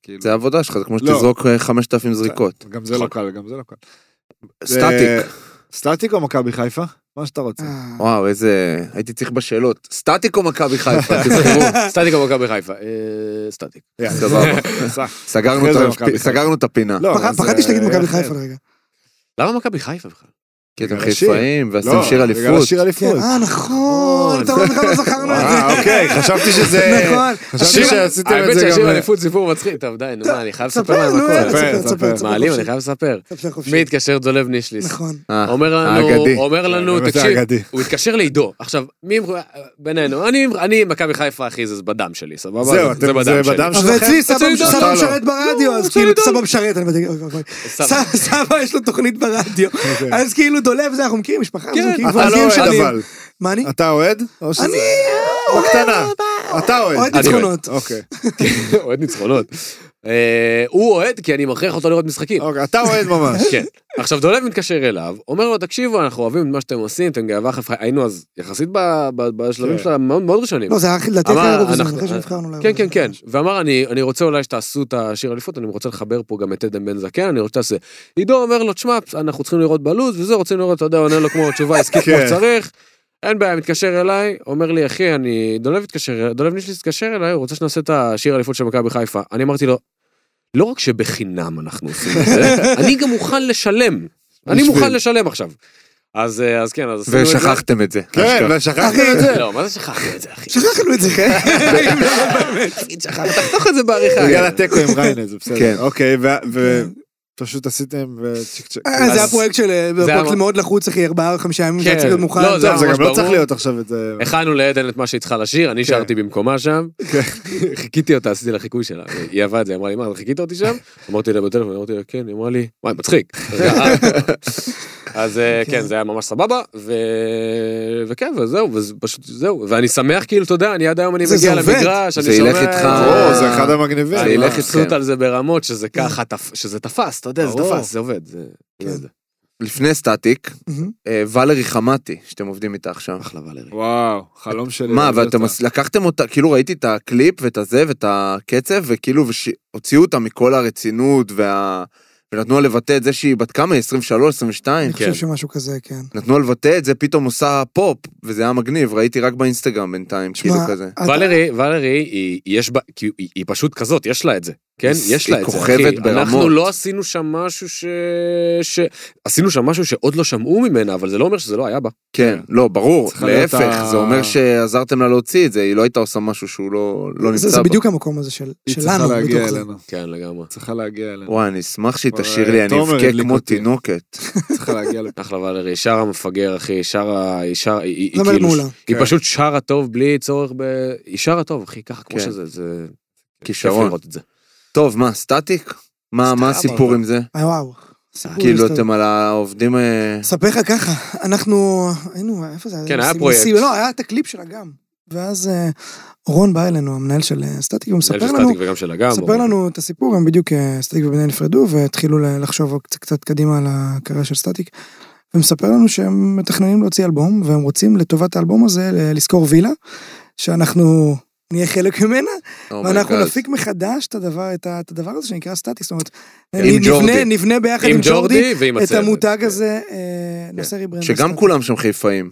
Speaker 1: וכאילו...
Speaker 3: זה העבודה שלך, זה כמו
Speaker 1: לא.
Speaker 3: שתזרוק אה, 5,000 זריקות.
Speaker 1: גם זה לא קל, גם זה לא קל.
Speaker 3: סטטיק.
Speaker 1: זה- סטטיק או מכבי חיפה? מה שאתה רוצה.
Speaker 4: אה,
Speaker 3: וואו, איזה... הייתי צריך בשאלות. סטטיק או מכבי
Speaker 1: [laughs]
Speaker 3: חיפה? תזכרו.
Speaker 2: סטטיק או מכבי חיפה? אה, סטטיק.
Speaker 1: יאללה,
Speaker 3: סבבה.
Speaker 1: [laughs] סע.
Speaker 3: סגרנו
Speaker 1: אחרי זה
Speaker 3: את ה-
Speaker 1: מכבי חיפה.
Speaker 3: סגרנו את הפינה.
Speaker 1: לא,
Speaker 4: פחד-
Speaker 1: אבל זה-
Speaker 4: פחדתי שתגיד מכבי חיפה לרגע.
Speaker 2: למה מכבי חיפה בכלל?
Speaker 3: כי אתם
Speaker 1: בגלל השיר.
Speaker 3: חיפאים,
Speaker 1: לא,
Speaker 3: ועשיתם שיר
Speaker 1: בגלל
Speaker 3: אליפות.
Speaker 1: השיר
Speaker 4: כן,
Speaker 1: אליפות.
Speaker 4: אה, נכון,
Speaker 2: נכון.
Speaker 4: אתה אומר, בכלל לא זכרנו את זה.
Speaker 1: אה, אוקיי, חשבתי שזה...
Speaker 4: נכון.
Speaker 1: חשבתי
Speaker 2: השיר-
Speaker 1: שעשיתם את
Speaker 2: האמת
Speaker 1: זה
Speaker 2: שהשיר
Speaker 1: גם... אה,
Speaker 2: אליפות סיפור מצחיק, טוב די, נו מה, אני חייב לספר
Speaker 4: ספר,
Speaker 2: להם
Speaker 4: נו, יאללה,
Speaker 2: הכל.
Speaker 4: ספר,
Speaker 1: ספר,
Speaker 4: ספר.
Speaker 1: ספר.
Speaker 4: ספר
Speaker 2: מעלים,
Speaker 4: חופשי.
Speaker 2: אני חייב לספר.
Speaker 4: ספר חופשי.
Speaker 2: מי התקשר דולב נישליס?
Speaker 4: נכון.
Speaker 3: אה,
Speaker 2: אומר לנו,
Speaker 3: האגדי.
Speaker 2: אומר לנו,
Speaker 1: באמת
Speaker 2: תקשיב,
Speaker 1: האגדי.
Speaker 2: הוא התקשר לעידו. עכשיו, מי, עם- בינינו, אני, אני עם מכבי חיפה, אחי, זה בדם שלי, סבבה?
Speaker 1: זהו, אתם- זה בדם
Speaker 4: אבל
Speaker 1: שלכם?
Speaker 4: אצלי סבא
Speaker 2: לדאוג.
Speaker 4: סבא
Speaker 1: אתה לא.
Speaker 4: משרת ברדיו, אז כאילו סבא משרת, אני בדיוק, אוי, אוי.
Speaker 2: סבא.
Speaker 4: ס- סבא יש לו תוכנית ברדיו, אז כאילו דולב זה, אנחנו מכירים משפחה,
Speaker 2: כן,
Speaker 4: אנחנו מכירים כבר
Speaker 1: אתה לא
Speaker 4: עשרים
Speaker 1: אוהד
Speaker 4: שנים.
Speaker 1: אבל.
Speaker 4: מה אני?
Speaker 1: אתה אוהד? או שזה-
Speaker 4: אני
Speaker 1: בקטנה. אתה אוהד.
Speaker 4: אוהד
Speaker 2: אני אוהד.
Speaker 4: ניצחונות.
Speaker 1: אוקיי.
Speaker 2: [laughs] אוהד ניצחונות. אה, הוא אוהד כי אני מכריח אותו לראות משחקים.
Speaker 1: אוקיי, אתה אוהד
Speaker 2: [laughs]
Speaker 1: ממש.
Speaker 2: כן. עכשיו דולב מתקשר אליו, אומר לו, תקשיבו, אנחנו אוהבים את מה שאתם עושים, אתם גאווה חברה, היינו אז יחסית ב- ב- בשלבים
Speaker 1: כן.
Speaker 2: של המאוד מאוד ראשונים.
Speaker 4: לא, זה היה הכי לדעתי
Speaker 2: אמר,
Speaker 4: אחרי האירוויזיון,
Speaker 2: אנחנו-
Speaker 4: אחרי שנבחרנו
Speaker 2: כן, כן,
Speaker 4: לאירוויזיון.
Speaker 2: כן. ואמר, אני, אני רוצה אולי שתעשו את השיר אליפות, אני רוצה לחבר פה גם את עדן בן זקן, אני רוצה שתעשה. עידו אומר לו, תשמע, אנחנו צריכים לראות בלוז, וזה, רוצים לראות, אתה יודע, עונה לו כמו [laughs] תשובה עסקית כמו
Speaker 1: כן.
Speaker 2: שצריך. אין בעיה, מתקשר אליי, אומר לי, אחי, אני... דולב התקשר, דולב ניסלי התקשר אליי, הוא רוצה שנעשה את השיר אליפות של מכבי חיפה. אני אמרתי לו, לא רק שבחינם אנחנו עושים את [laughs] זה, אני גם מוכן לשלם. אני
Speaker 1: בשביל.
Speaker 2: מוכן לשלם עכשיו. אז, אה, אז כן, אז עשינו את זה.
Speaker 3: ושכחתם את זה.
Speaker 1: כן,
Speaker 3: אשכרה.
Speaker 1: ושכחתם את זה.
Speaker 2: לא, מה זה שכחנו את זה, אחי?
Speaker 4: שכחנו את
Speaker 2: [laughs]
Speaker 4: זה. לא,
Speaker 2: תגיד, שכחנו, תחתוך את זה בעריכה.
Speaker 1: בגלל התיקו עם ריינה, זה
Speaker 3: כן.
Speaker 1: בסדר. אוקיי, ו- ו... פשוט עשיתם וצ'יק צ'ק.
Speaker 4: אה, זה היה
Speaker 2: אז-
Speaker 4: פרויקט של אה,
Speaker 2: זה היה-
Speaker 4: פרויקט מאוד לחוץ אחי ארבעה או חמישה ימים
Speaker 2: כן.
Speaker 4: זה היה צריך להיות מוכן.
Speaker 2: לא, זה
Speaker 1: טוב, זה
Speaker 2: ממש
Speaker 1: גם לא
Speaker 2: ברור.
Speaker 1: צריך להיות עכשיו את זה.
Speaker 2: הכנו לעדן את מה שהיא צריכה לשיר, אני שרתי במקומה שם. חיכיתי אותה, עשיתי לה חיקוי שלה. היא אהבה את זה, היא אמרה לי, מה, חיכית אותי שם? אמרתי לה בטלפון, אמרתי לה, כן, היא אמרה לי, וואי, מצחיק. אז אה, כן, זה היה ממש סבבה, ו- וכן, וזהו, ופשוט זהו. ואני שמח, כאילו, אתה יודע, אני עד היום אני
Speaker 4: זה-
Speaker 2: מגיע
Speaker 4: זה עובד.
Speaker 2: למגרש, אני
Speaker 3: זה
Speaker 2: שומע...
Speaker 3: ילך איתך.
Speaker 1: או, זה אחד המגניבים.
Speaker 2: אה, אני
Speaker 3: ילך
Speaker 1: מה?
Speaker 3: איתך.
Speaker 2: מבסוט על זה ברמות, שזה ככה, תפ- שזה תפס, אתה יודע, זה
Speaker 1: ברור.
Speaker 2: תפס, זה עובד. זה-
Speaker 4: כן.
Speaker 2: זה-
Speaker 3: לפני סטטיק,
Speaker 4: מהמם.
Speaker 3: אה, ולרי חמתי, שאתם עובדים איתה עכשיו.
Speaker 2: אחלה ולרי.
Speaker 1: וואו, חלום שלי.
Speaker 3: מה,
Speaker 1: להביא
Speaker 3: ואתם
Speaker 1: נכון, אותה.
Speaker 3: עש- לקחתם אותה, כאילו ראיתי את הקליפ ואת הזה ואת הקצב, וכאילו וש- הוציאו אותה מכל הרצינות וה... ונתנו לה לבטא את זה שהיא בת כמה? 23, 22?
Speaker 4: אני חושב שמשהו כזה כן.
Speaker 3: נתנו לה לבטא את זה, פתאום עושה פופ, וזה היה מגניב, ראיתי רק באינסטגרם בינתיים, כאילו
Speaker 4: שמע,
Speaker 3: כזה.
Speaker 4: אתה-
Speaker 2: ולרי, ולרי, היא, יש בה, כי היא, היא פשוט כזאת, יש לה את זה. כן,
Speaker 3: היא-
Speaker 2: יש לה
Speaker 3: היא
Speaker 2: את זה,
Speaker 3: כוכבת
Speaker 2: אחי. אנחנו
Speaker 3: ברמות.
Speaker 2: לא עשינו שם משהו ש... ש... עשינו שם משהו שעוד לא שמעו ממנה, אבל זה לא אומר שזה לא היה בה.
Speaker 3: כן, לא, ברור,
Speaker 1: צריכה להיות
Speaker 3: להפך,
Speaker 1: ה-
Speaker 3: זה אומר שעזרתם לה להוציא את זה, היא לא הייתה עושה משהו שהוא לא לא
Speaker 4: זה
Speaker 3: נמצא
Speaker 4: זה
Speaker 3: בו.
Speaker 4: בדיוק המקום הזה של-
Speaker 1: היא צריכה
Speaker 4: שלנו
Speaker 1: להגיע
Speaker 4: בתוך זה.
Speaker 1: אלינו.
Speaker 2: כן, לגמרי.
Speaker 1: צריכה להגיע
Speaker 3: [laughs]
Speaker 1: אלינו.
Speaker 3: וואי, אני אשמח שהיא
Speaker 1: וואי,
Speaker 3: תשאיר לי, אני
Speaker 1: תומר
Speaker 3: אבכה
Speaker 1: הדליק
Speaker 3: כמו
Speaker 1: אותי.
Speaker 3: תינוקת.
Speaker 1: צריכה להגיע לפה.
Speaker 2: אחלה ולרי, היא שרה מפגר, אחי, היא שרה... היא שרה... היא, היא,
Speaker 4: זה מלך
Speaker 2: כאילו,
Speaker 4: מעולה.
Speaker 2: היא
Speaker 1: כן.
Speaker 2: פשוט שרה טוב בלי צורך ב... היא שרה טוב, אחי, ככה, כמו
Speaker 3: כן.
Speaker 2: שזה, זה... כיף
Speaker 3: כישרון.
Speaker 2: לראות את זה.
Speaker 3: טוב, מה, סטטיק? מה מה הסיפור עם זה?
Speaker 4: אה, וואו. סיפור
Speaker 3: כאילו,
Speaker 4: היסטורי.
Speaker 3: אתם על העובדים... אה,
Speaker 4: אספר לך ככה, אנחנו היינו, איפה זה
Speaker 2: כן, היה
Speaker 4: CBC,
Speaker 2: פרויקט.
Speaker 4: לא, היה את הקליפ שלה גם. ואז אה, רון בא אלינו, המנהל של אה, סטטיק, הוא
Speaker 2: מנהל
Speaker 4: מספר
Speaker 2: של
Speaker 4: לנו,
Speaker 2: סטטיק וגם של אגם.
Speaker 4: ספר
Speaker 2: ברור.
Speaker 4: לנו את הסיפור, הם בדיוק אה, סטטיק ובני נפרדו והתחילו ל- לחשוב קצת, קצת קדימה על הקריירה של סטטיק. ומספר לנו שהם מתכננים להוציא אלבום והם רוצים לטובת האלבום הזה ל- לשכור וילה שאנחנו נהיה חלק ממנה
Speaker 2: Oh
Speaker 3: oh
Speaker 4: ואנחנו
Speaker 3: אומייגאד.
Speaker 4: נפיק מחדש את הדבר, את ה- את הדבר הזה שנקרא סטטיק, זאת אומרת
Speaker 3: עם
Speaker 4: נ- נבנה,
Speaker 3: ג'ורדי.
Speaker 4: נבנה ביחד
Speaker 2: עם
Speaker 4: עם ג'ורדי
Speaker 2: ג'ורדי ועם
Speaker 4: את
Speaker 2: הצוות. כן.
Speaker 4: המותג הזה, אה, נעשה ריברנד.
Speaker 3: שגם
Speaker 4: לסטטיק.
Speaker 3: כולם שם חיפאים.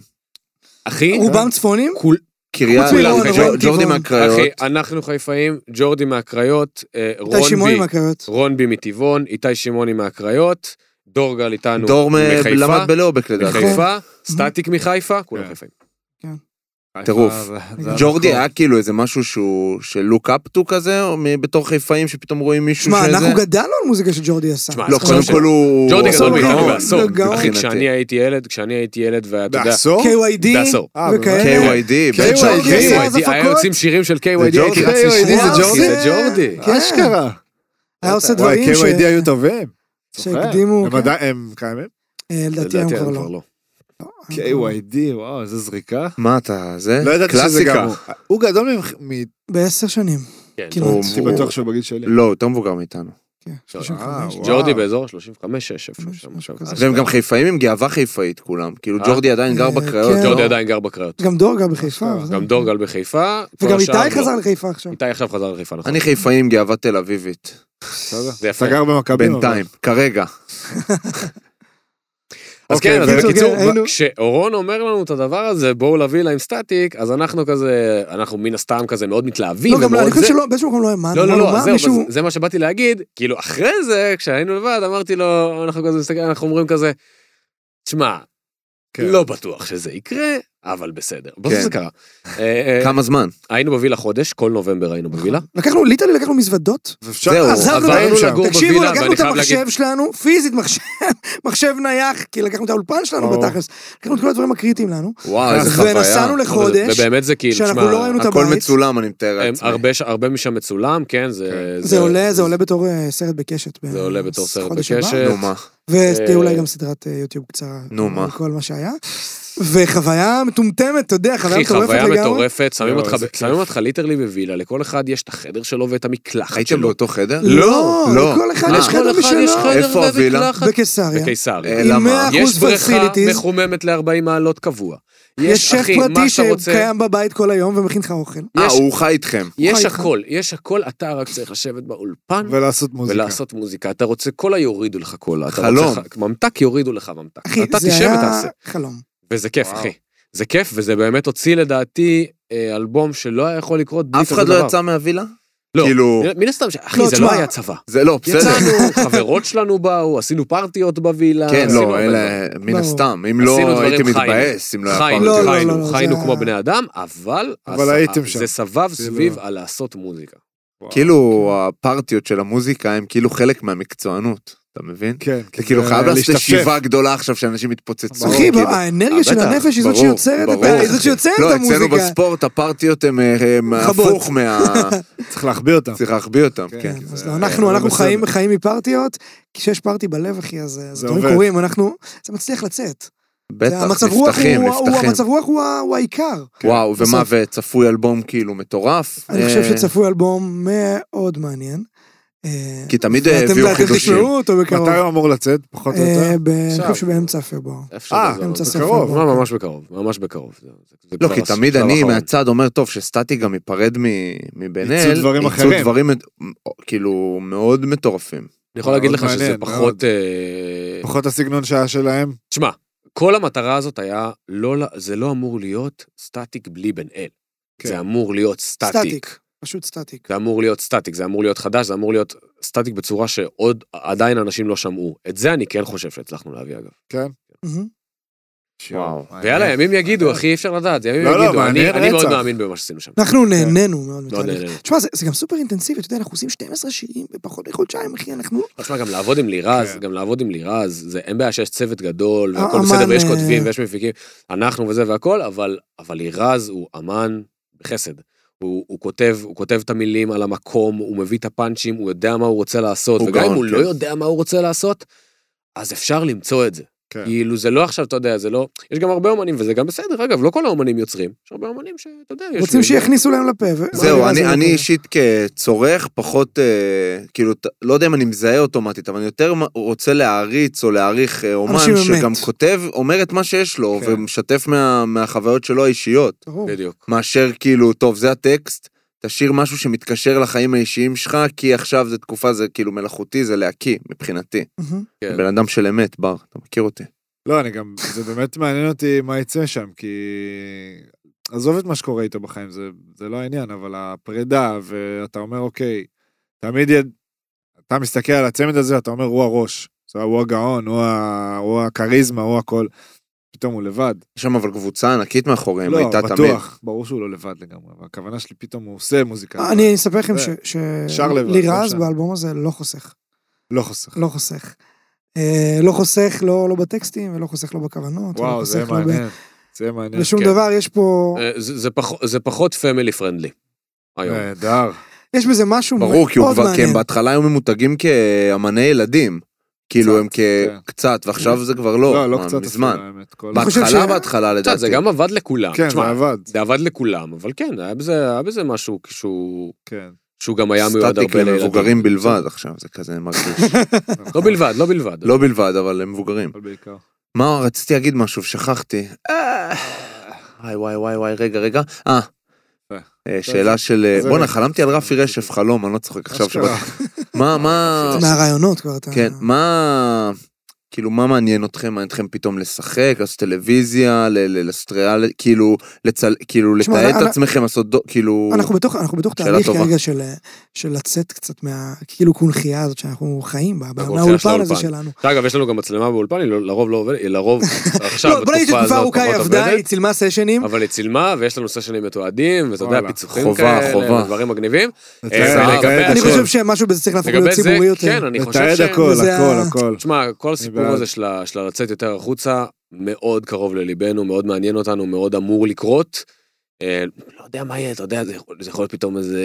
Speaker 2: אחי,
Speaker 4: רובם צפונים?
Speaker 2: כול-
Speaker 3: קריה,
Speaker 4: חוץ מלירון,
Speaker 3: ג'ו-
Speaker 4: רון
Speaker 3: ג'ורדי
Speaker 4: טבעון.
Speaker 3: מהקריות.
Speaker 2: אחי, אנחנו חיפאים, ג'ורדי מהקריות, אה,
Speaker 4: איתי
Speaker 2: רון
Speaker 4: שמעון
Speaker 2: בי,
Speaker 4: עם הקריות.
Speaker 2: רון בי מטבעון, איתי שמעוני מהקריות, דור גל איתנו
Speaker 3: דור מ-
Speaker 2: מחיפה,
Speaker 3: למד בלאובק לדעתי.
Speaker 4: נכון.
Speaker 2: מחיפה, סטטיק מחיפה, כולם
Speaker 4: אה.
Speaker 1: כן.
Speaker 2: חיפאים.
Speaker 3: טירוף.
Speaker 1: חיפה, אה, זה- זה
Speaker 3: ג'ורדי
Speaker 1: המקום.
Speaker 3: היה כאילו איזה משהו שהוא של לוק אפ טו כזה, או מ- בתור חיפאים שפתאום רואים מישהו
Speaker 4: שמע,
Speaker 3: שזה...
Speaker 4: אנחנו גדלנו על מוזיקה שג'ורדי עשה.
Speaker 2: שמע,
Speaker 3: לא,
Speaker 2: אז
Speaker 3: קודם
Speaker 2: עכשיו
Speaker 3: כל הוא...
Speaker 2: ג'ורדי
Speaker 3: הוא
Speaker 2: גדול
Speaker 3: גאון,
Speaker 2: מאיתנו
Speaker 3: גאון,
Speaker 2: בעשור.
Speaker 4: גאון. כן.
Speaker 2: אחי,
Speaker 3: מבחינתי.
Speaker 2: כשאני הייתי ילד, כשאני הייתי ילד, ואתה יודע...
Speaker 1: בעשור?
Speaker 4: KYD
Speaker 2: בעשור.
Speaker 1: אה,
Speaker 3: לא.
Speaker 4: וכאלה.
Speaker 3: KYD,
Speaker 1: KYD,
Speaker 3: בן
Speaker 2: KYD,
Speaker 3: שי
Speaker 4: עושה אז
Speaker 2: היה
Speaker 4: הפקות.
Speaker 2: יוצאים שירים של KYD,
Speaker 3: ג'ורדי.
Speaker 2: הייתי רץ
Speaker 1: KYD, זה
Speaker 2: לשמוע, אחי,
Speaker 1: ג'ורדי?
Speaker 2: זה ג'ורדי.
Speaker 4: כן.
Speaker 1: אשכרה.
Speaker 4: היה עושה
Speaker 1: וואי,
Speaker 4: דברים ש-
Speaker 1: KYD היו טובים. זוכר?
Speaker 4: כן. שהקדימו,
Speaker 1: הם
Speaker 4: כן.
Speaker 1: עדיין- הם קיימים?
Speaker 4: אה, לדעתי היום
Speaker 2: לדעתי
Speaker 4: כבר
Speaker 2: היום
Speaker 4: לא.
Speaker 1: KYD, וואו, איזה זריקה.
Speaker 3: מה אתה, זה?
Speaker 1: לא ידעתי שזה
Speaker 3: קלאסיקה.
Speaker 1: גם הוא. הוא גדול ממך, מ-
Speaker 4: בעשר שנים.
Speaker 2: כן,
Speaker 4: כאילו,
Speaker 3: הוא-
Speaker 1: הייתי בטוח שהוא בגיל שלי.
Speaker 3: לא, הוא יותר מבוגר מאיתנו.
Speaker 4: כן,
Speaker 2: אה,
Speaker 4: 35.
Speaker 1: וואו.
Speaker 2: ג'ורדי באזור ה-35-6 איפשהו
Speaker 4: משהו
Speaker 2: שם. עכשיו.
Speaker 4: כזה.
Speaker 3: והם גם חיפאים עם גאווה חיפאית כולם. כאילו
Speaker 2: אה?
Speaker 3: ג'ורדי עדיין גר
Speaker 4: אה,
Speaker 3: בקריות.
Speaker 4: כן.
Speaker 3: לא?
Speaker 2: ג'ורדי עדיין גר בקריות.
Speaker 4: גם דור גר בחיפה. וזה.
Speaker 2: אה, גם דור גל בחיפה. כל
Speaker 4: וגם
Speaker 2: השאר
Speaker 4: איתי
Speaker 2: לא.
Speaker 4: חזר לחיפה עכשיו.
Speaker 2: איתי עכשיו חזר לחיפה, נכון.
Speaker 3: אני חיפאי עם גאווה תל אביבית.
Speaker 1: בסדר.
Speaker 2: זה יפה.
Speaker 1: אתה גר במכבי. אבל.
Speaker 3: בינתיים, כרגע.
Speaker 2: אה? אז
Speaker 1: אוקיי,
Speaker 2: כן, אז
Speaker 1: בקיצור,
Speaker 2: בקיצור,
Speaker 4: כן, היינו-
Speaker 2: כשאורון אומר לנו את הדבר הזה, בואו לווילה עם סטטיק, אז אנחנו כזה, אנחנו מן הסתם כזה מאוד מתלהבים.
Speaker 4: לא, גם לא,
Speaker 2: ומאוד
Speaker 4: אני חושב
Speaker 2: זה.
Speaker 4: שלא, באיזשהו מקום לא האמנו.
Speaker 2: לא, לא,
Speaker 4: אמרנו,
Speaker 2: לא,
Speaker 4: מה,
Speaker 2: אז זהו,
Speaker 4: מישהו-
Speaker 2: אז זה מה שבאתי להגיד, כאילו, אחרי זה, כשהיינו לבד, אמרתי לו, אנחנו כזה מסתכלים, אנחנו אומרים כזה, תשמע,
Speaker 1: כן.
Speaker 2: לא בטוח שזה יקרה, אבל בסדר. בסוף
Speaker 3: כן.
Speaker 2: זה קרה. אה, אה,
Speaker 3: כמה זמן?
Speaker 2: היינו בווילה חודש, כל נובמבר היינו בווילה.
Speaker 4: לקחנו, ליטרלי לקחנו מזוודות.
Speaker 1: ואפשר-
Speaker 3: זהו,
Speaker 1: עזבנו
Speaker 4: עברנו
Speaker 1: אותם שם.
Speaker 2: לגור- גור
Speaker 4: תקשיבו,
Speaker 2: בווילה,
Speaker 4: לקחנו
Speaker 2: ואני
Speaker 4: את
Speaker 2: חייב
Speaker 4: המחשב
Speaker 2: להגיד-
Speaker 4: שלנו, פיזית מחשב, [laughs] מחשב נייח, כי לקחנו את האולפן שלנו
Speaker 1: ברור.
Speaker 4: בתכלס. לקחנו את כל הדברים הקריטיים לנו.
Speaker 3: וואו, איזה חוויה.
Speaker 4: ונסענו נכון. לחודש,
Speaker 2: ובאמת זה כאילו,
Speaker 4: שאנחנו
Speaker 2: תשמע,
Speaker 4: לא ראינו את
Speaker 3: הכל
Speaker 4: הבית.
Speaker 3: מצולם, אני מתאר
Speaker 2: הם-
Speaker 3: לעצמי.
Speaker 2: הרבה ש- הרבה משם מצולם, כן, זה...
Speaker 4: זה עולה, זה עולה בתור אה, סרט בקשת. ב-
Speaker 2: זה עולה בתור סרט
Speaker 4: חודש הבא.
Speaker 2: בקשת.
Speaker 3: נו מה.
Speaker 4: ותהיה
Speaker 2: אה,
Speaker 4: אולי גם סדרת אה, יוטיוב קצרה.
Speaker 3: נו, מה?
Speaker 4: על כל מה שהיה. וחוויה מטומטמת, אתה יודע, חוויה
Speaker 2: אחי,
Speaker 4: מטורפת
Speaker 2: חוויה
Speaker 4: לגמרי.
Speaker 2: מטורפת, שמים
Speaker 1: לא,
Speaker 2: אותך
Speaker 1: זה
Speaker 2: ב-
Speaker 1: כיף.
Speaker 2: שמים אותך ליטרלי בווילה, לכל אחד יש את החדר שלו ואת המקלחת
Speaker 3: הייתם
Speaker 2: שלו.
Speaker 3: באותו חדר?
Speaker 4: לא,
Speaker 3: לא.
Speaker 4: לכל אחד
Speaker 2: אה,
Speaker 4: יש חדר
Speaker 2: לכל אחד יש
Speaker 4: משלו.
Speaker 2: חדר
Speaker 3: איפה הווילה?
Speaker 2: ומקלחת.
Speaker 4: בקיסריה.
Speaker 2: בקיסריה.
Speaker 3: אה,
Speaker 4: עם
Speaker 3: למה?
Speaker 4: 100%
Speaker 2: יש בריכה
Speaker 4: facilities.
Speaker 2: מחוממת ל-40 מעלות קבוע.
Speaker 4: יש
Speaker 2: יש,
Speaker 4: שף
Speaker 2: אחי, מה
Speaker 4: פרטי
Speaker 2: שאתה רוצה.
Speaker 4: שקיים בבית כל היום ומכין לך אוכל.
Speaker 3: אה,
Speaker 2: יש-
Speaker 3: הוא חי איתכם.
Speaker 2: יש
Speaker 4: איתך.
Speaker 2: הכל, יש הכל, אתה רק צריך לשבת באולפן
Speaker 1: ולעשות מוזיקה.
Speaker 2: ולעשות מוזיקה. אתה רוצה קולה, יורידו לך קולה. אתה
Speaker 3: חלום.
Speaker 2: רוצה ח- ממתק, יורידו לך ממתק.
Speaker 4: אחי,
Speaker 2: אתה
Speaker 4: זה
Speaker 2: תשב
Speaker 4: היה
Speaker 2: ותעשה.
Speaker 4: חלום.
Speaker 2: וזה כיף,
Speaker 1: וואו.
Speaker 2: אחי. זה כיף, וזה באמת הוציא לדעתי אה, אלבום שלא היה יכול לקרות בלי
Speaker 3: אף
Speaker 2: כזה
Speaker 3: אחד
Speaker 2: דבר.
Speaker 3: לא יצא מהווילה?
Speaker 2: לא.
Speaker 3: כאילו...
Speaker 2: מן הסתם, ש- אחי,
Speaker 4: לא,
Speaker 2: זה
Speaker 4: תשמע,
Speaker 2: לא היה צבא.
Speaker 3: זה לא, בסדר.
Speaker 2: יצאנו, חברות שלנו באו, עשינו פרטיות בווילה.
Speaker 3: כן,
Speaker 2: עשינו
Speaker 3: לא,
Speaker 2: הרבה
Speaker 3: אלה...
Speaker 2: דברים.
Speaker 3: מן
Speaker 4: ברור.
Speaker 3: הסתם. אם
Speaker 2: עשינו
Speaker 3: לא
Speaker 2: דברים,
Speaker 3: הייתי
Speaker 2: חיינו.
Speaker 3: מתבאס, אם לא היה
Speaker 2: חיינו,
Speaker 4: לא, לא,
Speaker 3: פרטי.
Speaker 4: לא,
Speaker 2: חיינו,
Speaker 4: זה
Speaker 2: חיינו
Speaker 4: היה-
Speaker 2: כמו בני אדם, אבל...
Speaker 1: אבל
Speaker 2: הס-
Speaker 1: הייתם שם.
Speaker 2: זה סבב
Speaker 1: כאילו-
Speaker 2: סביב על לעשות מוזיקה.
Speaker 1: וואו.
Speaker 3: כאילו, הפרטיות של המוזיקה הם כאילו חלק מהמקצוענות, אתה מבין?
Speaker 1: כן.
Speaker 3: זה כאילו חייב לעשות
Speaker 1: להשתפשף.
Speaker 3: ישיבה גדולה עכשיו שאנשים יתפוצצו.
Speaker 1: ברור,
Speaker 4: אחי,
Speaker 3: כאילו.
Speaker 4: האנרגיה של
Speaker 3: בטח,
Speaker 4: הנפש היא זאת
Speaker 3: ברור,
Speaker 4: שיוצרת את ה-
Speaker 3: ברור,
Speaker 4: היא זאת
Speaker 3: אחי.
Speaker 4: שיוצרת את
Speaker 3: לא, אצלנו
Speaker 4: המוזיקה.
Speaker 3: בספורט הפרטיות הם אה,
Speaker 4: [laughs]
Speaker 3: הם
Speaker 4: חבות.
Speaker 3: הפוך מה...
Speaker 4: [laughs]
Speaker 1: צריך להחביא אותם.
Speaker 3: צריך להחביא אותם,
Speaker 1: כן.
Speaker 3: כן.
Speaker 4: כן, אז
Speaker 1: זה-
Speaker 4: לא,
Speaker 1: זה
Speaker 4: אנחנו, אנחנו
Speaker 1: בסדר.
Speaker 4: חיים, חיים מפרטיות, כשיש פארטי בלב, אחי, אז אז דברים
Speaker 1: עובד.
Speaker 4: קורים, אנחנו, זה מצליח לצאת.
Speaker 3: בטח,
Speaker 4: המצב רוח
Speaker 3: נפתחים,
Speaker 4: הוא- הוא-
Speaker 3: נפתחים.
Speaker 4: המצב רוח הוא ה- הוא העיקר.
Speaker 3: וואו,
Speaker 4: בסוף.
Speaker 3: ומה, וצפוי אלבום כאילו מטורף?
Speaker 4: אני
Speaker 3: אה,
Speaker 4: חושב שצפוי אלבום מאוד מעניין. אה,
Speaker 3: כי תמיד
Speaker 4: ואתם-
Speaker 3: הביאו
Speaker 4: ואתם
Speaker 3: חידושים.
Speaker 4: תשמעו אותו בקרוב.
Speaker 1: מתי הוא אמור לצאת? פחות או יותר?
Speaker 4: אה, ב- אני
Speaker 2: עכשיו.
Speaker 4: חושב שבאמצע פברואר.
Speaker 2: אפשר
Speaker 1: אה,
Speaker 2: לזהות.
Speaker 4: אמצע ספר.
Speaker 1: בקרוב.
Speaker 2: ממש ממש בקרוב, ממש בקרוב. זה- זה- זה
Speaker 3: לא,
Speaker 2: כבר
Speaker 3: כי
Speaker 2: השלב
Speaker 3: תמיד אני
Speaker 2: האחרון.
Speaker 3: מהצד אומר, טוב, שסטטי גם ייפרד מ- מבן אל,
Speaker 1: יצאו דברים אחרים."
Speaker 3: דברים כאילו מאוד מטורפים.
Speaker 2: אני יכול להגיד
Speaker 1: מאוד
Speaker 2: לך שזה
Speaker 1: מעניין, מאוד.
Speaker 2: פחות... אה,
Speaker 1: פחות הסגנון שהיה שלהם?
Speaker 2: תשמע, כל המטרה הזאת היה, לא ל- זה לא אמור להיות סטטיק בלי בן אל.
Speaker 1: כן.
Speaker 2: זה אמור להיות סטטיק.
Speaker 4: סטטיק. פשוט סטטיק.
Speaker 2: זה אמור להיות סטטיק, זה אמור להיות חדש, זה אמור להיות סטטיק בצורה שעוד עדיין אנשים לא שמעו. את זה אני כן חושב שהצלחנו להביא, אגב.
Speaker 3: כן.
Speaker 4: מהמם.
Speaker 1: אה,
Speaker 2: ויאללה, ימים יגידו,
Speaker 1: מעניין.
Speaker 2: אחי, אי אפשר לדעת, זה ימים
Speaker 1: לא, לא,
Speaker 2: יגידו. אני-
Speaker 1: מעניין
Speaker 2: אני מאוד
Speaker 1: רצח. לא,
Speaker 2: מאמין במה שעשינו שם. לא
Speaker 4: אנחנו
Speaker 3: כן.
Speaker 4: נהנינו מאוד
Speaker 3: לא
Speaker 2: מאוד
Speaker 4: מתהליך.
Speaker 2: נהנינו.
Speaker 4: תשמע, זה- זה גם סופר אינטנסיבי, אתה יודע, אנחנו עושים 12 שירים בפחות מחודשיים, אחי, אנחנו...
Speaker 2: תשמע, גם לעבוד עם לירז,
Speaker 1: כן.
Speaker 2: גם לעבוד עם לירז, זה אין בעיה שיש צוות גדול,
Speaker 4: א-
Speaker 2: והכל בסדר,
Speaker 4: אמן,
Speaker 2: ויש
Speaker 4: אה,
Speaker 2: כותבים ויש מפיקים, אנחנו וזה והכל, אבל אבל לירז הוא אמן בחסד. הוא הוא כותב, הוא כותב את המילים על המקום, הוא מביא את הפאנצ'ים, הוא יודע מה הוא רוצה לעשות,
Speaker 3: הוא
Speaker 2: וגם אם
Speaker 3: גאון,
Speaker 2: הוא
Speaker 3: כן.
Speaker 2: לא יודע מה הוא רוצה לעשות, אז אפשר למצוא את זה.
Speaker 1: כן.
Speaker 2: כאילו זה לא עכשיו, אתה יודע, זה לא, יש גם הרבה אומנים, וזה גם בסדר, אגב, לא כל האומנים יוצרים, יש הרבה אומנים שאתה יודע, יש...
Speaker 4: רוצים שיכניסו להם לפה. ו-
Speaker 3: זהו,
Speaker 4: מה,
Speaker 3: אני-
Speaker 4: זה
Speaker 3: אני
Speaker 4: לא
Speaker 3: אישית כצורך פחות, אה, כאילו, ת- לא יודע אם אני מזהה אוטומטית, אבל אני יותר מ- רוצה להעריץ או להעריך אה,
Speaker 4: אנשים
Speaker 3: אומן
Speaker 4: אמת.
Speaker 3: שגם כותב, אומר את מה שיש לו,
Speaker 1: כן.
Speaker 3: ומשתף מה- מהחוויות שלו האישיות,
Speaker 4: קורה. ברור.
Speaker 2: בדיוק.
Speaker 3: מאשר כאילו, טוב, זה הטקסט. תשאיר משהו שמתקשר לחיים האישיים שלך, כי עכשיו זה תקופה, זה כאילו מלאכותי, זה להקיא, מבחינתי.
Speaker 4: מהמם.
Speaker 2: כן.
Speaker 3: בן אדם של אמת, בר, אתה מכיר אותי.
Speaker 1: לא, אני גם, זה באמת מעניין אותי מה יצא שם, כי... עזוב את מה שקורה איתו בחיים, זה, זה לא העניין, אבל הפרידה, ואתה אומר, אוקיי, תמיד יד... אתה מסתכל על הצמד הזה, אתה אומר, הוא הראש, זה, הוא הגאון, הוא, ה... הוא הכריזמה, הוא הכל. פתאום הוא לבד.
Speaker 3: יש שם אבל קבוצה ענקית מאחוריהם,
Speaker 1: לא, [laughs]
Speaker 3: הייתה תמיד.
Speaker 1: בטוח, ברור שהוא לא לבד לגמרי, אבל הכוונה שלי, פתאום הוא עושה מוזיקה. אבל
Speaker 4: אה, אני אספר לכם ש-
Speaker 1: זה.
Speaker 4: ש...
Speaker 1: שר לבד, לא
Speaker 4: לירז
Speaker 1: משנה.
Speaker 4: באלבום הזה לא חוסך.
Speaker 1: לא חוסך.
Speaker 4: לא חוסך. אה, לא חוסך לא לא בטקסטים ולא חוסך לא בכוונות. ולא
Speaker 1: וואו, זה
Speaker 4: חוסך לא ב-
Speaker 1: מעניין. זה מעניין.
Speaker 4: לשום
Speaker 2: כן.
Speaker 4: דבר יש פה...
Speaker 2: אה, זה זה פחות- זה פחות פמילי פרנדלי. היום.
Speaker 1: נהדר.
Speaker 4: יש בזה משהו מאוד מעניין.
Speaker 3: ברור, כי, הוא כבר, כי הם בהתחלה היו ממותגים כאמני ילדים. כאילו הם כ...
Speaker 1: כן.
Speaker 3: קצת, ועכשיו זה כבר לא.
Speaker 1: לא, לא
Speaker 3: מה,
Speaker 1: קצת לא.
Speaker 3: מזמן.
Speaker 1: אפילו, האמת. כל-
Speaker 4: אני חושב
Speaker 3: בהתחלה,
Speaker 4: ש-
Speaker 3: בהתחלה
Speaker 2: אתה יודע,
Speaker 3: לדעתי.
Speaker 2: זה גם עבד לכולם.
Speaker 1: כן,
Speaker 2: תשמע,
Speaker 1: זה עבד.
Speaker 2: זה עבד לכולם, אבל כן, היה בזה, היה בזה משהו שהוא,
Speaker 1: כן.
Speaker 2: שהוא גם היה מיועד
Speaker 3: סטטיק
Speaker 2: הרבה לילדים.
Speaker 3: למבוגרים בלבד עכשיו, זה כזה מרגיש.
Speaker 2: [laughs] לא בלבד, לא בלבד.
Speaker 3: לא בלבד, אבל למבוגרים.
Speaker 1: נכון, אבל בעיקר.
Speaker 3: מה, רציתי להגיד משהו, שכחתי. אה, וואי וואי וואי וואי, רגע רגע. אה.
Speaker 1: אה.
Speaker 3: אה, שאלה של... אה,
Speaker 1: זה
Speaker 3: בואנה,
Speaker 1: רגע.
Speaker 3: חלמתי על רפי רשף, חלום, אני לא צוחק עכשיו.
Speaker 1: אשכרה.
Speaker 3: שבא- מה,
Speaker 4: [laughs]
Speaker 3: מה...
Speaker 4: מהרעיונות כבר אתה...
Speaker 3: כן, מה... כאילו, מה מעניין אתכם? מעניין אתכם פתאום לשחק, לעשות טלוויזיה, לסטריאל, כאילו, לצל... כאילו,
Speaker 4: תשמע,
Speaker 3: לתעד את
Speaker 4: אנ-
Speaker 3: עצמכם, לעשות דו... כאילו...
Speaker 4: אנחנו בתוך, אנחנו בתוך
Speaker 3: שאלה
Speaker 4: תהליך
Speaker 3: טובה.
Speaker 4: כרגע של, של לצאת קצת מה... כאילו קונכייה הזאת שאנחנו חיים בה,
Speaker 2: הקונכייה של
Speaker 4: מהאולפן
Speaker 2: האולפן.
Speaker 4: הזה שלנו.
Speaker 2: אגב, יש לנו גם מצלמה באולפן, היא לרוב לא עובדת, היא לרוב עכשיו,
Speaker 4: לא, בוא נגיד
Speaker 2: בתקופה
Speaker 4: שתקופה
Speaker 2: הזאת,
Speaker 4: ארוכה היא
Speaker 2: פחות
Speaker 4: עבדה, היא
Speaker 2: עובדת,
Speaker 4: צילמה סשנים.
Speaker 2: אבל היא צילמה, ויש לנו סשנים מתועדים, ואתה יודע,
Speaker 1: וואלה.
Speaker 2: פיצוחים
Speaker 3: חובה,
Speaker 2: כאלה,
Speaker 3: חובה.
Speaker 2: דברים מגניבים.
Speaker 1: לתעד-
Speaker 2: אה,
Speaker 1: לתעד
Speaker 2: לגבי-
Speaker 1: הכל.
Speaker 4: אני חושב שמשהו בזה צריך להפוך
Speaker 2: לגבי
Speaker 4: להיות אה,
Speaker 2: זה,
Speaker 4: ציבורי יותר.
Speaker 2: כן, אני חושב ש...
Speaker 1: אה, לתעד הכל,
Speaker 4: וזה ה-
Speaker 1: הכל, הכל.
Speaker 2: תשמע, כל הסיפור
Speaker 1: בעד.
Speaker 2: הזה של ה- של הלצאת יותר החוצה, מאוד קרוב לליבנו, מאוד מעניין אותנו, מאוד אמור לקרות. אה, לא יודע מה יהיה, אתה יודע, זה יכול, זה יכול להיות פתאום איזה,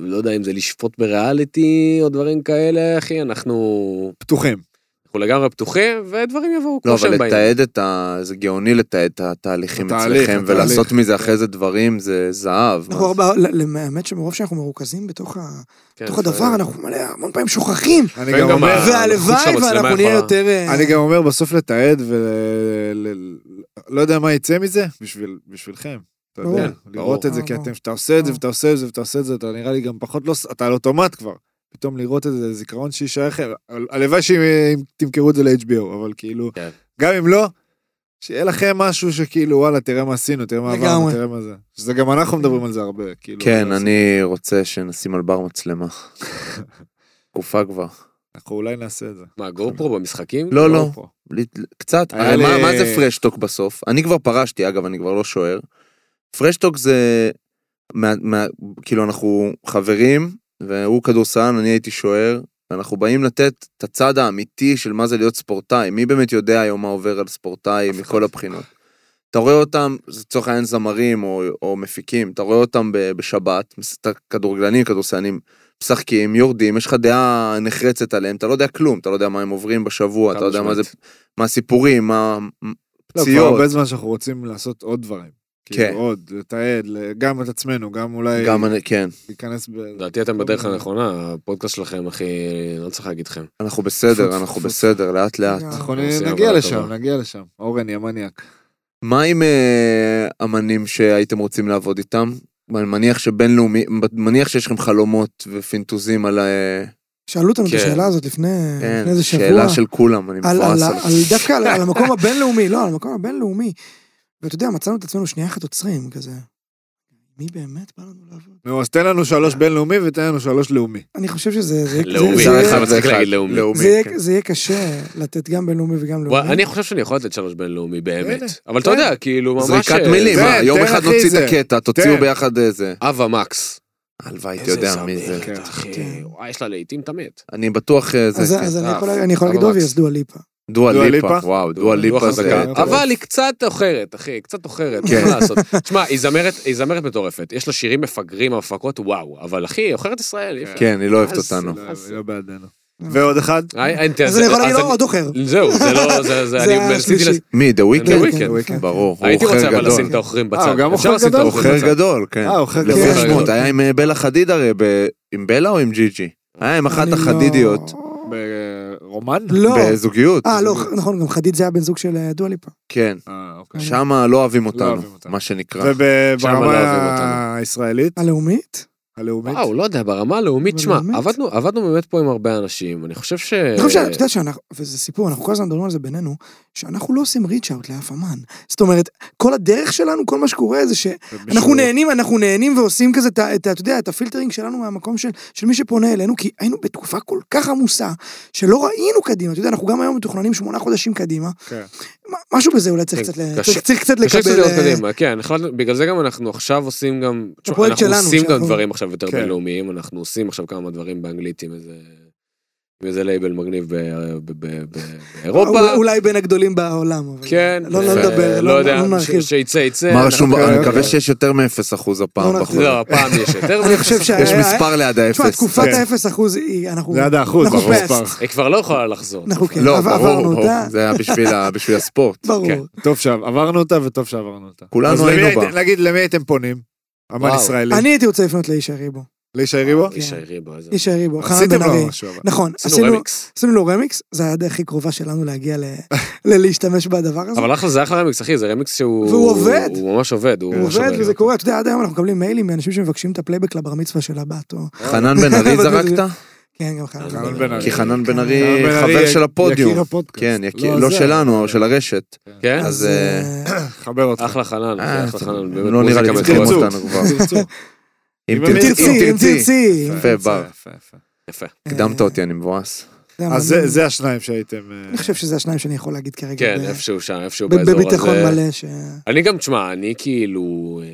Speaker 2: לא יודע אם זה לשפוט בריאליטי או דברים כאלה, אחי, אנחנו
Speaker 1: פתוחים.
Speaker 2: אנחנו לגמרי פתוחים, ודברים יבואו
Speaker 3: לא,
Speaker 2: כמו
Speaker 3: אבל
Speaker 2: שהם באים.
Speaker 3: לתעד את ה... זה גאוני לתעד את התהליכים
Speaker 1: התהליך,
Speaker 3: אצלכם,
Speaker 1: התהליך.
Speaker 3: ולעשות מזה אחרי זה דברים, זה זהב. מה
Speaker 4: אנחנו
Speaker 3: זה?
Speaker 4: הרבה, האמת שמרוב שאנחנו מרוכזים בתוך ה-
Speaker 2: כן,
Speaker 4: בתוך
Speaker 2: זה- אה,
Speaker 4: הדבר, אנחנו מלא המון פעמים שוכחים.
Speaker 1: אני
Speaker 2: לפעמים
Speaker 1: גם
Speaker 2: גם
Speaker 1: אומר,
Speaker 2: ה- הנוכחות של
Speaker 4: והלוואי
Speaker 2: המצלמה
Speaker 4: ואנחנו נהיה
Speaker 2: יכולה-
Speaker 4: יותר... אה,
Speaker 1: אני גם אומר, בסוף לתעד ול... ל- לא יודע מה יצא מזה, בשביל, בשבילכם. אתה
Speaker 4: ברור.
Speaker 1: יודע,
Speaker 2: כן,
Speaker 1: לראות את זה,
Speaker 4: ברור.
Speaker 1: כי אתם, שאתה עושה את זה
Speaker 4: ברור.
Speaker 1: ואתה עושה את זה ואתה עושה את זה, אתה נראה לי גם פחות לא... ס- אתה על אוטומט כבר. פתאום לראות את זה, זה זיכרון שיישאר לכם. ה- הלוואי שתמכרו את זה ל-HBO, אבל כאילו,
Speaker 2: כן.
Speaker 1: גם אם לא, שיהיה לכם משהו שכאילו, וואלה, תראה מה עשינו, תראה מה עברנו,
Speaker 4: לגמרי.
Speaker 1: תראה מה זה. שזה גם אנחנו מדברים על זה הרבה, כאילו.
Speaker 3: כן,
Speaker 1: זה-
Speaker 3: אני רוצה שנשים על בר
Speaker 1: [laughs]
Speaker 3: מצלמה. תקופה כבר.
Speaker 1: אנחנו אולי נעשה את זה.
Speaker 2: מה, גו פרו במשחקים?
Speaker 3: לא, לא,
Speaker 1: פה.
Speaker 3: בלי- קצת.
Speaker 1: היה
Speaker 3: הרי
Speaker 1: ל-
Speaker 3: מה מה זה פרשטוק בסוף? אני כבר פרשתי, אגב, אני כבר לא שוער. פרשטוק זה... מה- מה- כאילו, אנחנו חברים, והוא כדורסלן, אני הייתי שוער, ואנחנו באים לתת את הצד האמיתי של מה זה להיות ספורטאי. מי באמת יודע היום מה עובר על ספורטאי מכל הבחינות? אתה רואה אותם, זה לצורך העניין זמרים או, או מפיקים, אתה רואה אותם ב- בשבת, מס- אתה- כדורגלנים, כדורסלנים, משחקים, יורדים, יש לך דעה נחרצת עליהם, אתה לא יודע כלום, אתה לא יודע מה הם עוברים בשבוע, אתה לא יודע מה זה, מה הסיפורים, מה
Speaker 1: לא, כבר
Speaker 3: פציעות,
Speaker 1: הרבה זמן שאנחנו רוצים לעשות עוד דברים.
Speaker 3: כן.
Speaker 1: כאילו עוד, לתעד, ל- גם את עצמנו, גם אולי
Speaker 3: גם, אני- כן,
Speaker 1: להיכנס ב...
Speaker 2: לדעתי אתם בדרך הנכונה, הפודקאסט שלכם, אחי, אני לא צריך להגיד לכם.
Speaker 3: אנחנו בסדר,
Speaker 1: טפו,
Speaker 3: אנחנו
Speaker 1: טפו,
Speaker 3: בסדר, לאט לאט.
Speaker 1: אנחנו
Speaker 2: עושים
Speaker 1: נגיע
Speaker 2: עבודה
Speaker 1: לשם,
Speaker 2: טובה.
Speaker 1: נגיע לשם. אורן, יא מניאק.
Speaker 3: מה עם אה, אמנים שהייתם רוצים לעבוד איתם? אני מניח שבינלאומי, מניח שיש לכם חלומות ופינטוזים על ה...
Speaker 4: שאלו אותנו את
Speaker 2: כן.
Speaker 4: השאלה הזאת לפני
Speaker 3: כן,
Speaker 4: לפני איזה שבוע.
Speaker 3: שאלה של כולם, אני
Speaker 4: על, על,
Speaker 3: מפרס
Speaker 4: על,
Speaker 3: על...
Speaker 4: על, דווקא על, על המקום הבינלאומי, לא, על המקום הבינלאומי. ואתה יודע, מצאנו את עצמנו שנייה אחת עוצרים, כזה. מי באמת בא לנו לעבוד?
Speaker 1: נו, אז תן לנו
Speaker 4: אה.
Speaker 1: שלוש בינלאומי ותן לנו שלוש לאומי.
Speaker 4: אני חושב שזה... זה,
Speaker 2: לאומי,
Speaker 4: זה, זה,
Speaker 2: אני
Speaker 4: זה,
Speaker 2: חייב מצחיק להגיד לאומי.
Speaker 4: זה, יהיה-
Speaker 3: כן.
Speaker 4: זה יהיה קשה לתת גם בינלאומי וגם לאומי.
Speaker 2: וואי, אני חושב שאני יכול לתת שלוש בינלאומי באמת,
Speaker 1: בסדר,
Speaker 2: אבל אתה
Speaker 1: כן.
Speaker 2: יודע, כאילו, ממש...
Speaker 3: זריקת מילים,
Speaker 1: זה,
Speaker 3: מה? יום
Speaker 1: תן,
Speaker 3: אחד
Speaker 1: אחי,
Speaker 3: נוציא
Speaker 1: זה.
Speaker 3: את הקטע, תוציאו
Speaker 1: תן.
Speaker 3: ביחד איזה.
Speaker 2: אבה מקס.
Speaker 3: הלוואי, אתה יודע מי זה.
Speaker 1: כן.
Speaker 2: אחי,
Speaker 4: כן.
Speaker 2: וואי, יש לה לעיתים אתה מת.
Speaker 3: אני בטוח אה,
Speaker 4: אז,
Speaker 3: זה... כן.
Speaker 4: אז אני
Speaker 2: אה,
Speaker 4: יכול, אני יכול
Speaker 2: אבל
Speaker 4: להגיד
Speaker 2: רק-
Speaker 4: אובי, אז דואה ליפה.
Speaker 3: דואה
Speaker 1: דואה
Speaker 3: ליפה,
Speaker 1: ליפה?
Speaker 3: וואו, דואה ליפה
Speaker 2: רוח
Speaker 3: זה...
Speaker 2: חזקה.
Speaker 1: אוקיי.
Speaker 2: אבל היא קצת אוכרת, אחי, קצת אוכרת,
Speaker 3: כן.
Speaker 2: אין מה לעשות. תשמע, היא זמרת- היא זמרת מטורפת, יש לה שירים מפגרים, הפקות, וואו, אבל אחי, היא עוכרת ישראל, אי אפשר.
Speaker 3: כן, היא לא אוהבת
Speaker 2: אז-
Speaker 3: אותנו.
Speaker 1: לא,
Speaker 2: אז-
Speaker 1: לא בעדנו. ועוד אחד?
Speaker 2: אה, אין תראה,
Speaker 4: אז אני יכול להגיד
Speaker 2: אז
Speaker 4: לו עוד אוכר.
Speaker 2: אני- זהו, זה לא, זה, זה,
Speaker 4: זה
Speaker 2: אני
Speaker 4: השלישי.
Speaker 2: רציתי, לס-
Speaker 3: מי, דה
Speaker 2: The
Speaker 3: וויקנד?
Speaker 2: Weeknd.
Speaker 4: כן,
Speaker 1: Weeknd.
Speaker 4: כן.
Speaker 3: ברור, הוא
Speaker 2: הייתי רוצה
Speaker 3: אוכר
Speaker 2: אבל
Speaker 3: גדול.
Speaker 2: לשים את האוכרים בצד.
Speaker 1: אה, הוא גם
Speaker 2: אפשר
Speaker 1: אוכר
Speaker 2: לשים את
Speaker 1: גדול?
Speaker 2: האוכרים
Speaker 3: אוכר
Speaker 2: בצד.
Speaker 3: גדול, כן.
Speaker 1: אה, אוכל
Speaker 3: לפי
Speaker 1: גדול.
Speaker 4: כן.
Speaker 3: השמות, היה עם אה, בלה חדיד הרי, ב- עם בלה או עם ג'י ג'י? היה עם אחת
Speaker 4: אני לא-
Speaker 3: החדידיות,
Speaker 1: ברומן?
Speaker 4: לא.
Speaker 3: בזוגיות.
Speaker 4: אה, לא, נכון, גם חדיד זה היה בן זוג של אה, דואה ליפה.
Speaker 3: כן,
Speaker 1: אה, אוקיי.
Speaker 3: שמה לא אוהבים אותנו,
Speaker 1: אוהבים אותנו.
Speaker 3: מה שנקרא.
Speaker 2: שמה לא
Speaker 1: וברמה
Speaker 2: אוהבים אותנו.
Speaker 1: הישראלית,
Speaker 4: הלאומית?
Speaker 1: הלאומית?
Speaker 2: וואו, לא יודע, ברמה הלאומית, שמע,
Speaker 4: באמת?
Speaker 2: עבדנו, עבדנו באמת פה עם הרבה אנשים, אני חושב ש...
Speaker 4: אני חושב שאתה יודע שאנחנו, וזה סיפור, אנחנו כל הזמן מדברים על זה בינינו, שאנחנו לא עושים ריצ'אוט לאף אמן. זאת אומרת, כל הדרך שלנו, כל מה שקורה זה שאנחנו
Speaker 1: ומישהו-
Speaker 4: נהנים, אנחנו נהנים ועושים כזה, את ה- את ה- אתה יודע, את הפילטרינג שלנו מהמקום של של מי שפונה אלינו, כי היינו בתקופה כל כך עמוסה, שלא ראינו קדימה, אתה יודע, אנחנו גם היום מתוכננים שמונה חודשים קדימה.
Speaker 1: כן.
Speaker 4: מ- משהו בזה אולי צריך
Speaker 2: כן,
Speaker 4: קצת ל-
Speaker 2: קשה-
Speaker 4: צריך- צריך קצת
Speaker 2: קשה קצת
Speaker 4: לקבל...
Speaker 2: להיות
Speaker 4: אה,
Speaker 2: קדימה, כן, החלטנו- בגלל זה גם אנחנו עכשיו עושים גם, תשמע,
Speaker 4: הפרויקט
Speaker 2: אנחנו
Speaker 4: שלנו, אה,
Speaker 2: עושים גם
Speaker 4: שאנחנו-
Speaker 2: דברים עכשיו יותר
Speaker 1: כן.
Speaker 2: בינלאומיים, אנחנו עושים עכשיו כמה דברים באנגלית עם איזה... עם איזה לייבל מגניב ב- ב- ב- ב- באירופה.
Speaker 4: אולי- אולי בין הגדולים בעולם, אבל...
Speaker 2: כן.
Speaker 4: לא, לא
Speaker 2: ו-
Speaker 4: נדבר,
Speaker 2: לא
Speaker 4: לא-
Speaker 2: יודע,
Speaker 4: לא נרחיב.
Speaker 2: ש- שיצא, יצא.
Speaker 3: מה
Speaker 2: אנחנו-
Speaker 3: רשום,
Speaker 1: אוקיי,
Speaker 3: אני
Speaker 1: אוקיי.
Speaker 3: מקווה שיש יותר מ-0% הפעם
Speaker 4: אה, לא
Speaker 3: בחוזה.
Speaker 2: לא, הפעם יש יותר.
Speaker 4: אני חושב שה...
Speaker 3: יש מספר ליד
Speaker 4: אה, תשמע,
Speaker 3: האפס.
Speaker 4: תקופת
Speaker 1: כן.
Speaker 4: האפס אחוז היא, אנחנו...
Speaker 1: זה עד האחוז,
Speaker 4: אנחנו
Speaker 1: ברור.
Speaker 4: פסט.
Speaker 1: מספר.
Speaker 2: היא כבר לא יכולה לחזור.
Speaker 4: אנחנו כן,
Speaker 3: לא,
Speaker 4: עב-
Speaker 3: ברור,
Speaker 4: עברנו
Speaker 3: ברור.
Speaker 4: אותה,
Speaker 3: זה היה בשביל
Speaker 4: [laughs]
Speaker 3: ה- בשביל הספורט.
Speaker 2: כן.
Speaker 4: ברור.
Speaker 1: טוב שעב- עברנו אותה וטוב שעברנו אותה.
Speaker 3: כולנו
Speaker 1: אז למי
Speaker 3: לא, היינו
Speaker 1: הייתם-
Speaker 3: בה.
Speaker 1: נגיד, למי הייתם פונים? אמן
Speaker 2: וואו.
Speaker 1: ישראלי.
Speaker 4: אני הייתי רוצה לפנות לאיש הריבו.
Speaker 1: לאיש הריבו?
Speaker 4: כן.
Speaker 2: תישארי בו, איזה...
Speaker 4: איש הריבו, חנן
Speaker 1: עשיתם
Speaker 4: בן
Speaker 1: לו
Speaker 4: ארי.
Speaker 1: משהו, אבל.
Speaker 4: נכון,
Speaker 2: עשינו
Speaker 4: עשינו
Speaker 2: רמיקס.
Speaker 4: עשינו לו רמיקס, זה היה הדרך הכי קרובה שלנו להגיע ל- ל- להשתמש בדבר הזה.
Speaker 2: אבל אחלה, זה אחלה רמיקס, אחי, זה רמיקס שהוא...
Speaker 4: והוא עובד.
Speaker 2: הוא ממש עובד. הוא
Speaker 4: הוא
Speaker 2: ממש
Speaker 4: עובד וזה קורה, אתה יודע, עד היום אנחנו מקבלים מיילים מאנשים שמבקשים את הפלייבק לבר מצווה של הבת, או...
Speaker 3: [laughs] חנן בן ארי זרקת?
Speaker 4: כן, גם חנן.
Speaker 1: חנן
Speaker 4: בן
Speaker 1: בן
Speaker 4: ארי.
Speaker 1: ארי.
Speaker 3: כי חנן בן
Speaker 1: אה, חנן
Speaker 3: ארי
Speaker 1: בן ארי
Speaker 3: חבר של
Speaker 1: יקיר
Speaker 3: הפודיום.
Speaker 1: הפודקאסט.
Speaker 3: כן, יקיר-
Speaker 1: זה.
Speaker 3: לא שלנו, אבל של הרשת.
Speaker 2: כן?
Speaker 3: אז,
Speaker 4: אז... אה,
Speaker 1: חבר אותך.
Speaker 2: אחלה חנן, אחי,
Speaker 3: אה,
Speaker 2: אחלה חנן. באמת,
Speaker 3: לא נראה לי
Speaker 2: מוזיקה
Speaker 3: צריכים
Speaker 1: תרצו.
Speaker 2: מטורפת.
Speaker 3: אותנו כבר.
Speaker 1: תרצו.
Speaker 3: אם
Speaker 1: אם
Speaker 4: אם תרצי, אם תרצי.
Speaker 3: יפה, בר.
Speaker 1: יפה, יפה.
Speaker 2: יפה.
Speaker 3: הקדמת אותי, אני מבואס.
Speaker 4: אתה יודע,
Speaker 1: אז
Speaker 4: אני-
Speaker 1: זה- זה השניים שהייתם... אה,
Speaker 4: אני חושב שזה השניים שאני יכול להגיד כרגע.
Speaker 2: כן,
Speaker 4: ב-
Speaker 2: איפשהו שם, איפשהו
Speaker 4: ב-
Speaker 2: באזור הזה.
Speaker 4: בביטחון מלא ש...
Speaker 2: אני גם, תשמע, אני כאילו... אה,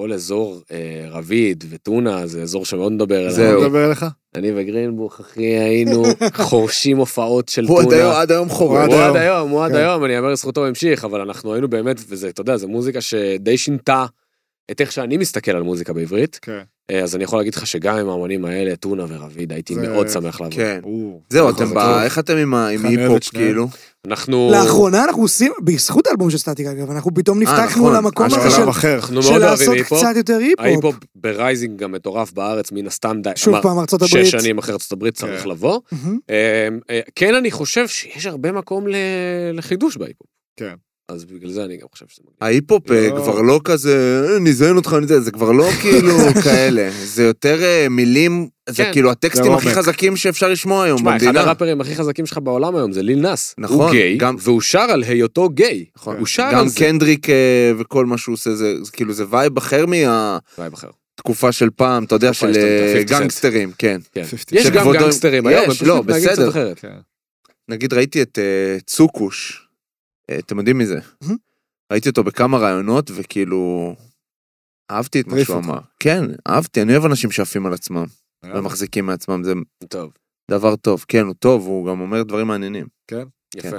Speaker 2: כל אזור אה, רביד וטונה זה אזור שמאוד מדבר אליי.
Speaker 1: אני
Speaker 3: זהו.
Speaker 1: מדבר אליך?
Speaker 2: אני וגרינבוך, אחי, היינו חורשים הופעות של
Speaker 3: הוא עד היום-
Speaker 2: טונה.
Speaker 3: עד היום
Speaker 1: הוא
Speaker 3: חורג.
Speaker 1: עד
Speaker 2: הוא
Speaker 1: היום.
Speaker 2: עד היום, הוא עד
Speaker 1: כן.
Speaker 2: היום, אני אאמר לזכותו המשיך, אבל אנחנו היינו באמת, וזה, אתה יודע, זו מוזיקה שדי שינתה את איך שאני מסתכל על מוזיקה בעברית.
Speaker 1: כן.
Speaker 2: אה, אז אני יכול להגיד לך שגם עם האמנים האלה, טונה ורביד, הייתי
Speaker 1: זה-
Speaker 2: מאוד שמח לעבוד.
Speaker 3: כן.
Speaker 1: הוא-
Speaker 3: זהו,
Speaker 1: נכון,
Speaker 3: אתם
Speaker 1: זה
Speaker 3: ב...
Speaker 1: טוב.
Speaker 3: איך אתם עם ה- עם
Speaker 1: אני אוהב את
Speaker 3: היפ-הופ,
Speaker 1: שניהם.
Speaker 3: כאילו?
Speaker 2: אנחנו...
Speaker 4: לאחרונה אנחנו עושים, בזכות האלבום של סטטיק אגב, אנחנו פתאום נפתחנו
Speaker 3: נכון,
Speaker 4: למקום
Speaker 3: אשכרה.
Speaker 4: הזה
Speaker 1: עולם
Speaker 4: של-
Speaker 1: אחר.
Speaker 2: אנחנו
Speaker 4: של
Speaker 2: מאוד אוהבים
Speaker 4: לעשות
Speaker 2: היפ-הופ.
Speaker 4: קצת יותר היפ-הופ.
Speaker 2: ההיפ-הופ ברייזינג גם מטורף בארץ, מן הסתם די...
Speaker 4: שוב
Speaker 2: אמר,
Speaker 4: פעם ארצות הברית.
Speaker 2: שש שנים אחרי ארצות הברית צריך
Speaker 1: כן.
Speaker 2: לבוא.
Speaker 4: מהמם.
Speaker 2: אה, אה, כן, אני חושב שיש הרבה מקום ל- לחידוש בהיפ-הופ.
Speaker 1: כן.
Speaker 2: אז בגלל זה אני גם חושב שזה מגניב.
Speaker 3: ההיפ-הופ אה,
Speaker 1: לא.
Speaker 3: כבר לא כזה, "אה, נזיין אותך, נזיין, זה כבר לא [laughs] כאילו כאלה. זה יותר אה, מילים, זה
Speaker 2: כן.
Speaker 3: כאילו
Speaker 1: זה
Speaker 3: הטקסטים
Speaker 1: עומק.
Speaker 3: הכי חזקים שאפשר לשמוע היום
Speaker 2: תשמע, אחד
Speaker 3: במדינה.
Speaker 2: הראפרים הכי חזקים שלך בעולם היום זה ליל נאס.
Speaker 3: נכון,
Speaker 2: הוא גיי,
Speaker 3: גם-
Speaker 2: והוא שר על היותו גיי.
Speaker 3: נכון.
Speaker 2: הוא שר
Speaker 3: גם
Speaker 2: על זה.
Speaker 3: קנדריק אה, וכל מה שהוא עושה, זה זה כאילו זה וייב אחר מהתקופה
Speaker 2: וייב אחר.
Speaker 3: של פעם, אתה יודע,
Speaker 2: תקופה
Speaker 3: של
Speaker 2: של
Speaker 3: אה,
Speaker 2: 50 cent.
Speaker 3: גangsters, כן.
Speaker 2: כן.
Speaker 1: 50.
Speaker 2: יש גם
Speaker 3: שכבודו-
Speaker 2: גנגסטרים היום,
Speaker 3: יש,
Speaker 2: הם פשוט
Speaker 3: לא,
Speaker 2: מתנהגים קצת
Speaker 3: בסדר.
Speaker 2: אחרת.
Speaker 1: כן.
Speaker 3: נגיד ראיתי את אה, צוקוש, אה, אתם יודעים מי זה.
Speaker 4: Mhm.
Speaker 3: ראיתי אותו בכמה ראיונות וכאילו... אהבתי את מה
Speaker 1: הטריף
Speaker 3: שהוא
Speaker 1: אותך.
Speaker 3: אמר. כן, אהבתי, אני אוהב אנשים שעפים על עצמם ומחזיקים מעצמם, זה
Speaker 2: טוב,
Speaker 3: דבר טוב. כן, הוא טוב, הוא גם אומר דברים מעניינים.
Speaker 2: יפה.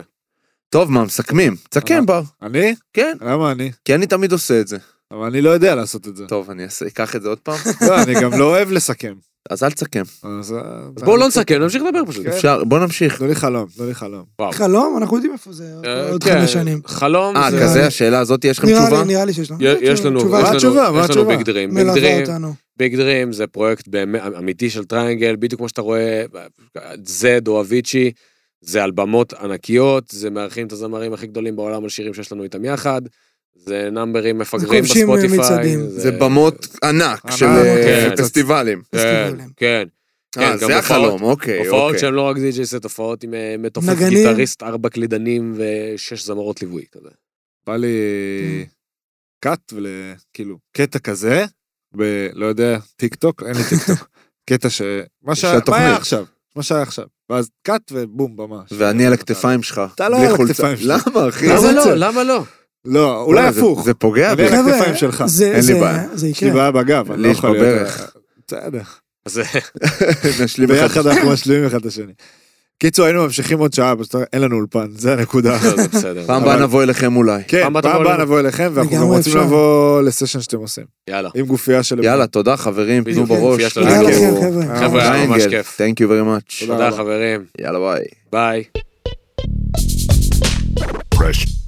Speaker 3: טוב, מה, מסכמים? תסכם
Speaker 1: אה.
Speaker 3: בר.
Speaker 1: אני?
Speaker 3: כן,
Speaker 1: למה אני?
Speaker 3: כי אני תמיד עושה את זה.
Speaker 1: אבל אני לא יודע לעשות את זה.
Speaker 3: טוב, אני אעשה- אקח את זה עוד
Speaker 2: [laughs]
Speaker 3: פעם,
Speaker 1: לא, אני גם לא אוהב לסכם.
Speaker 3: אז אל תסכם.
Speaker 1: אז
Speaker 2: אז בואו לא נסכם, נמשיך לדבר פשוט.
Speaker 1: כן.
Speaker 3: אפשר, בוא נמשיך.
Speaker 1: תנו לי חלום, תנו לי חלום.
Speaker 4: חלום, אנחנו יודעים איפה זה,
Speaker 2: אה,
Speaker 4: עוד
Speaker 2: כן,
Speaker 4: חמש שנים.
Speaker 2: חלום
Speaker 3: אה,
Speaker 2: זה...
Speaker 4: כזה?
Speaker 3: כזה, השאלה הזאת, יש לכם
Speaker 4: נראה
Speaker 3: תשובה?
Speaker 4: לי, נראה לי שיש לנו.
Speaker 2: י- יש לנו,
Speaker 4: תשובה
Speaker 1: מה
Speaker 2: יש לנו,
Speaker 1: התשובה? מה
Speaker 2: יש לנו
Speaker 1: התשובה?
Speaker 2: ביג דרים, ביג
Speaker 4: מלווה
Speaker 2: דרים,
Speaker 4: אותנו.
Speaker 2: ביג דרים זה פרויקט באמת אמ, אמיתי של טריינגל, בדיוק כמו שאתה רואה, זד או אביצ'י, זה על במות ענקיות, זה מארחים את הזמרים הכי גדולים בעולם על שירים שיש לנו איתם יחד, זה נאמברים מפגרים
Speaker 4: כובשים
Speaker 2: בספוטיפיי.
Speaker 4: מצעדים.
Speaker 3: זה במות ענק של
Speaker 1: אה,
Speaker 3: [laughs] אה,
Speaker 2: אה, כן.
Speaker 3: פסטיבלים.
Speaker 2: כן,
Speaker 4: פסטיבלים.
Speaker 2: כן. כן,
Speaker 3: אה,
Speaker 2: גם
Speaker 3: זה
Speaker 2: הופעות-
Speaker 3: החלום, אוקיי,
Speaker 2: הופעות
Speaker 3: אוקיי.
Speaker 2: שהן לא רק די.ג'י סט, הופעות עם אה, מתופף
Speaker 4: נגנים.
Speaker 2: גיטריסט, ארבע קלידנים ושש זמרות ליווי כזה.
Speaker 1: בא לי
Speaker 3: כן.
Speaker 1: קאט, ול- כאילו, קטע כזה, ב- לא יודע, טיק טוק, אין לי טיק
Speaker 3: [laughs]
Speaker 1: טוק. קטע ש... מה ש- מה
Speaker 3: התוכנית.
Speaker 1: היה עכשיו? מה שהיה עכשיו. ואז קאט ובום, במה.
Speaker 3: ואני על הכתפיים שלך.
Speaker 1: אתה לא
Speaker 3: בלי
Speaker 1: על
Speaker 3: חולצה.
Speaker 1: הכתפיים שלי.
Speaker 3: למה, אחי?
Speaker 1: למה
Speaker 2: למה
Speaker 1: זה?
Speaker 2: לא? למה
Speaker 3: [laughs]
Speaker 2: לא?
Speaker 1: לא, אולי
Speaker 3: זה-
Speaker 1: הפוך.
Speaker 3: זה פוגע בי.
Speaker 1: אני על
Speaker 4: חבר'ה,
Speaker 1: הכתפיים שלך.
Speaker 4: זה-
Speaker 3: אין לי
Speaker 4: זה-
Speaker 3: בעיה.
Speaker 4: זה
Speaker 1: יש לי
Speaker 4: יקרה.
Speaker 1: בעיה בגב, אני
Speaker 3: לי
Speaker 1: לא
Speaker 3: יש
Speaker 1: יכול להיות...
Speaker 3: בברך.
Speaker 1: בסדר.
Speaker 2: אז אה,
Speaker 3: [laughs] נשלים אחד.
Speaker 1: ביחד אנחנו משלימים אחד את השני. קיצור, היינו ממשיכים עוד שעה, פשוט אין לנו אולפן, זה הנקודה.
Speaker 2: לא, זה בסדר.
Speaker 3: פעם
Speaker 1: אבל-
Speaker 3: הבאה נבוא אליכם אולי.
Speaker 1: כן, פעם
Speaker 2: פעם הבאה תבוא
Speaker 1: הבאה
Speaker 2: אלינו.
Speaker 1: נבוא אליכם, ואנחנו גם
Speaker 4: לגמרי
Speaker 1: רוצים
Speaker 4: אפשר.
Speaker 1: לבוא לסשן שאתם עושים.
Speaker 2: יאללה.
Speaker 1: עם גופייה של...
Speaker 3: יאללה, תודה חברים, תנו
Speaker 2: בדיוק,
Speaker 3: בראש.
Speaker 2: כיף שלנו.
Speaker 4: תודה
Speaker 2: אה,
Speaker 4: לכם,
Speaker 2: כאילו,
Speaker 1: כן,
Speaker 4: חבר'ה.
Speaker 2: חבר'ה, היה ממש
Speaker 3: ריינגל,
Speaker 2: כיף.
Speaker 3: thank you very much.
Speaker 1: תודה
Speaker 2: תודה
Speaker 1: רבה.
Speaker 2: חברים,
Speaker 3: יאללה ביי.
Speaker 2: ביי.
Speaker 5: Fresh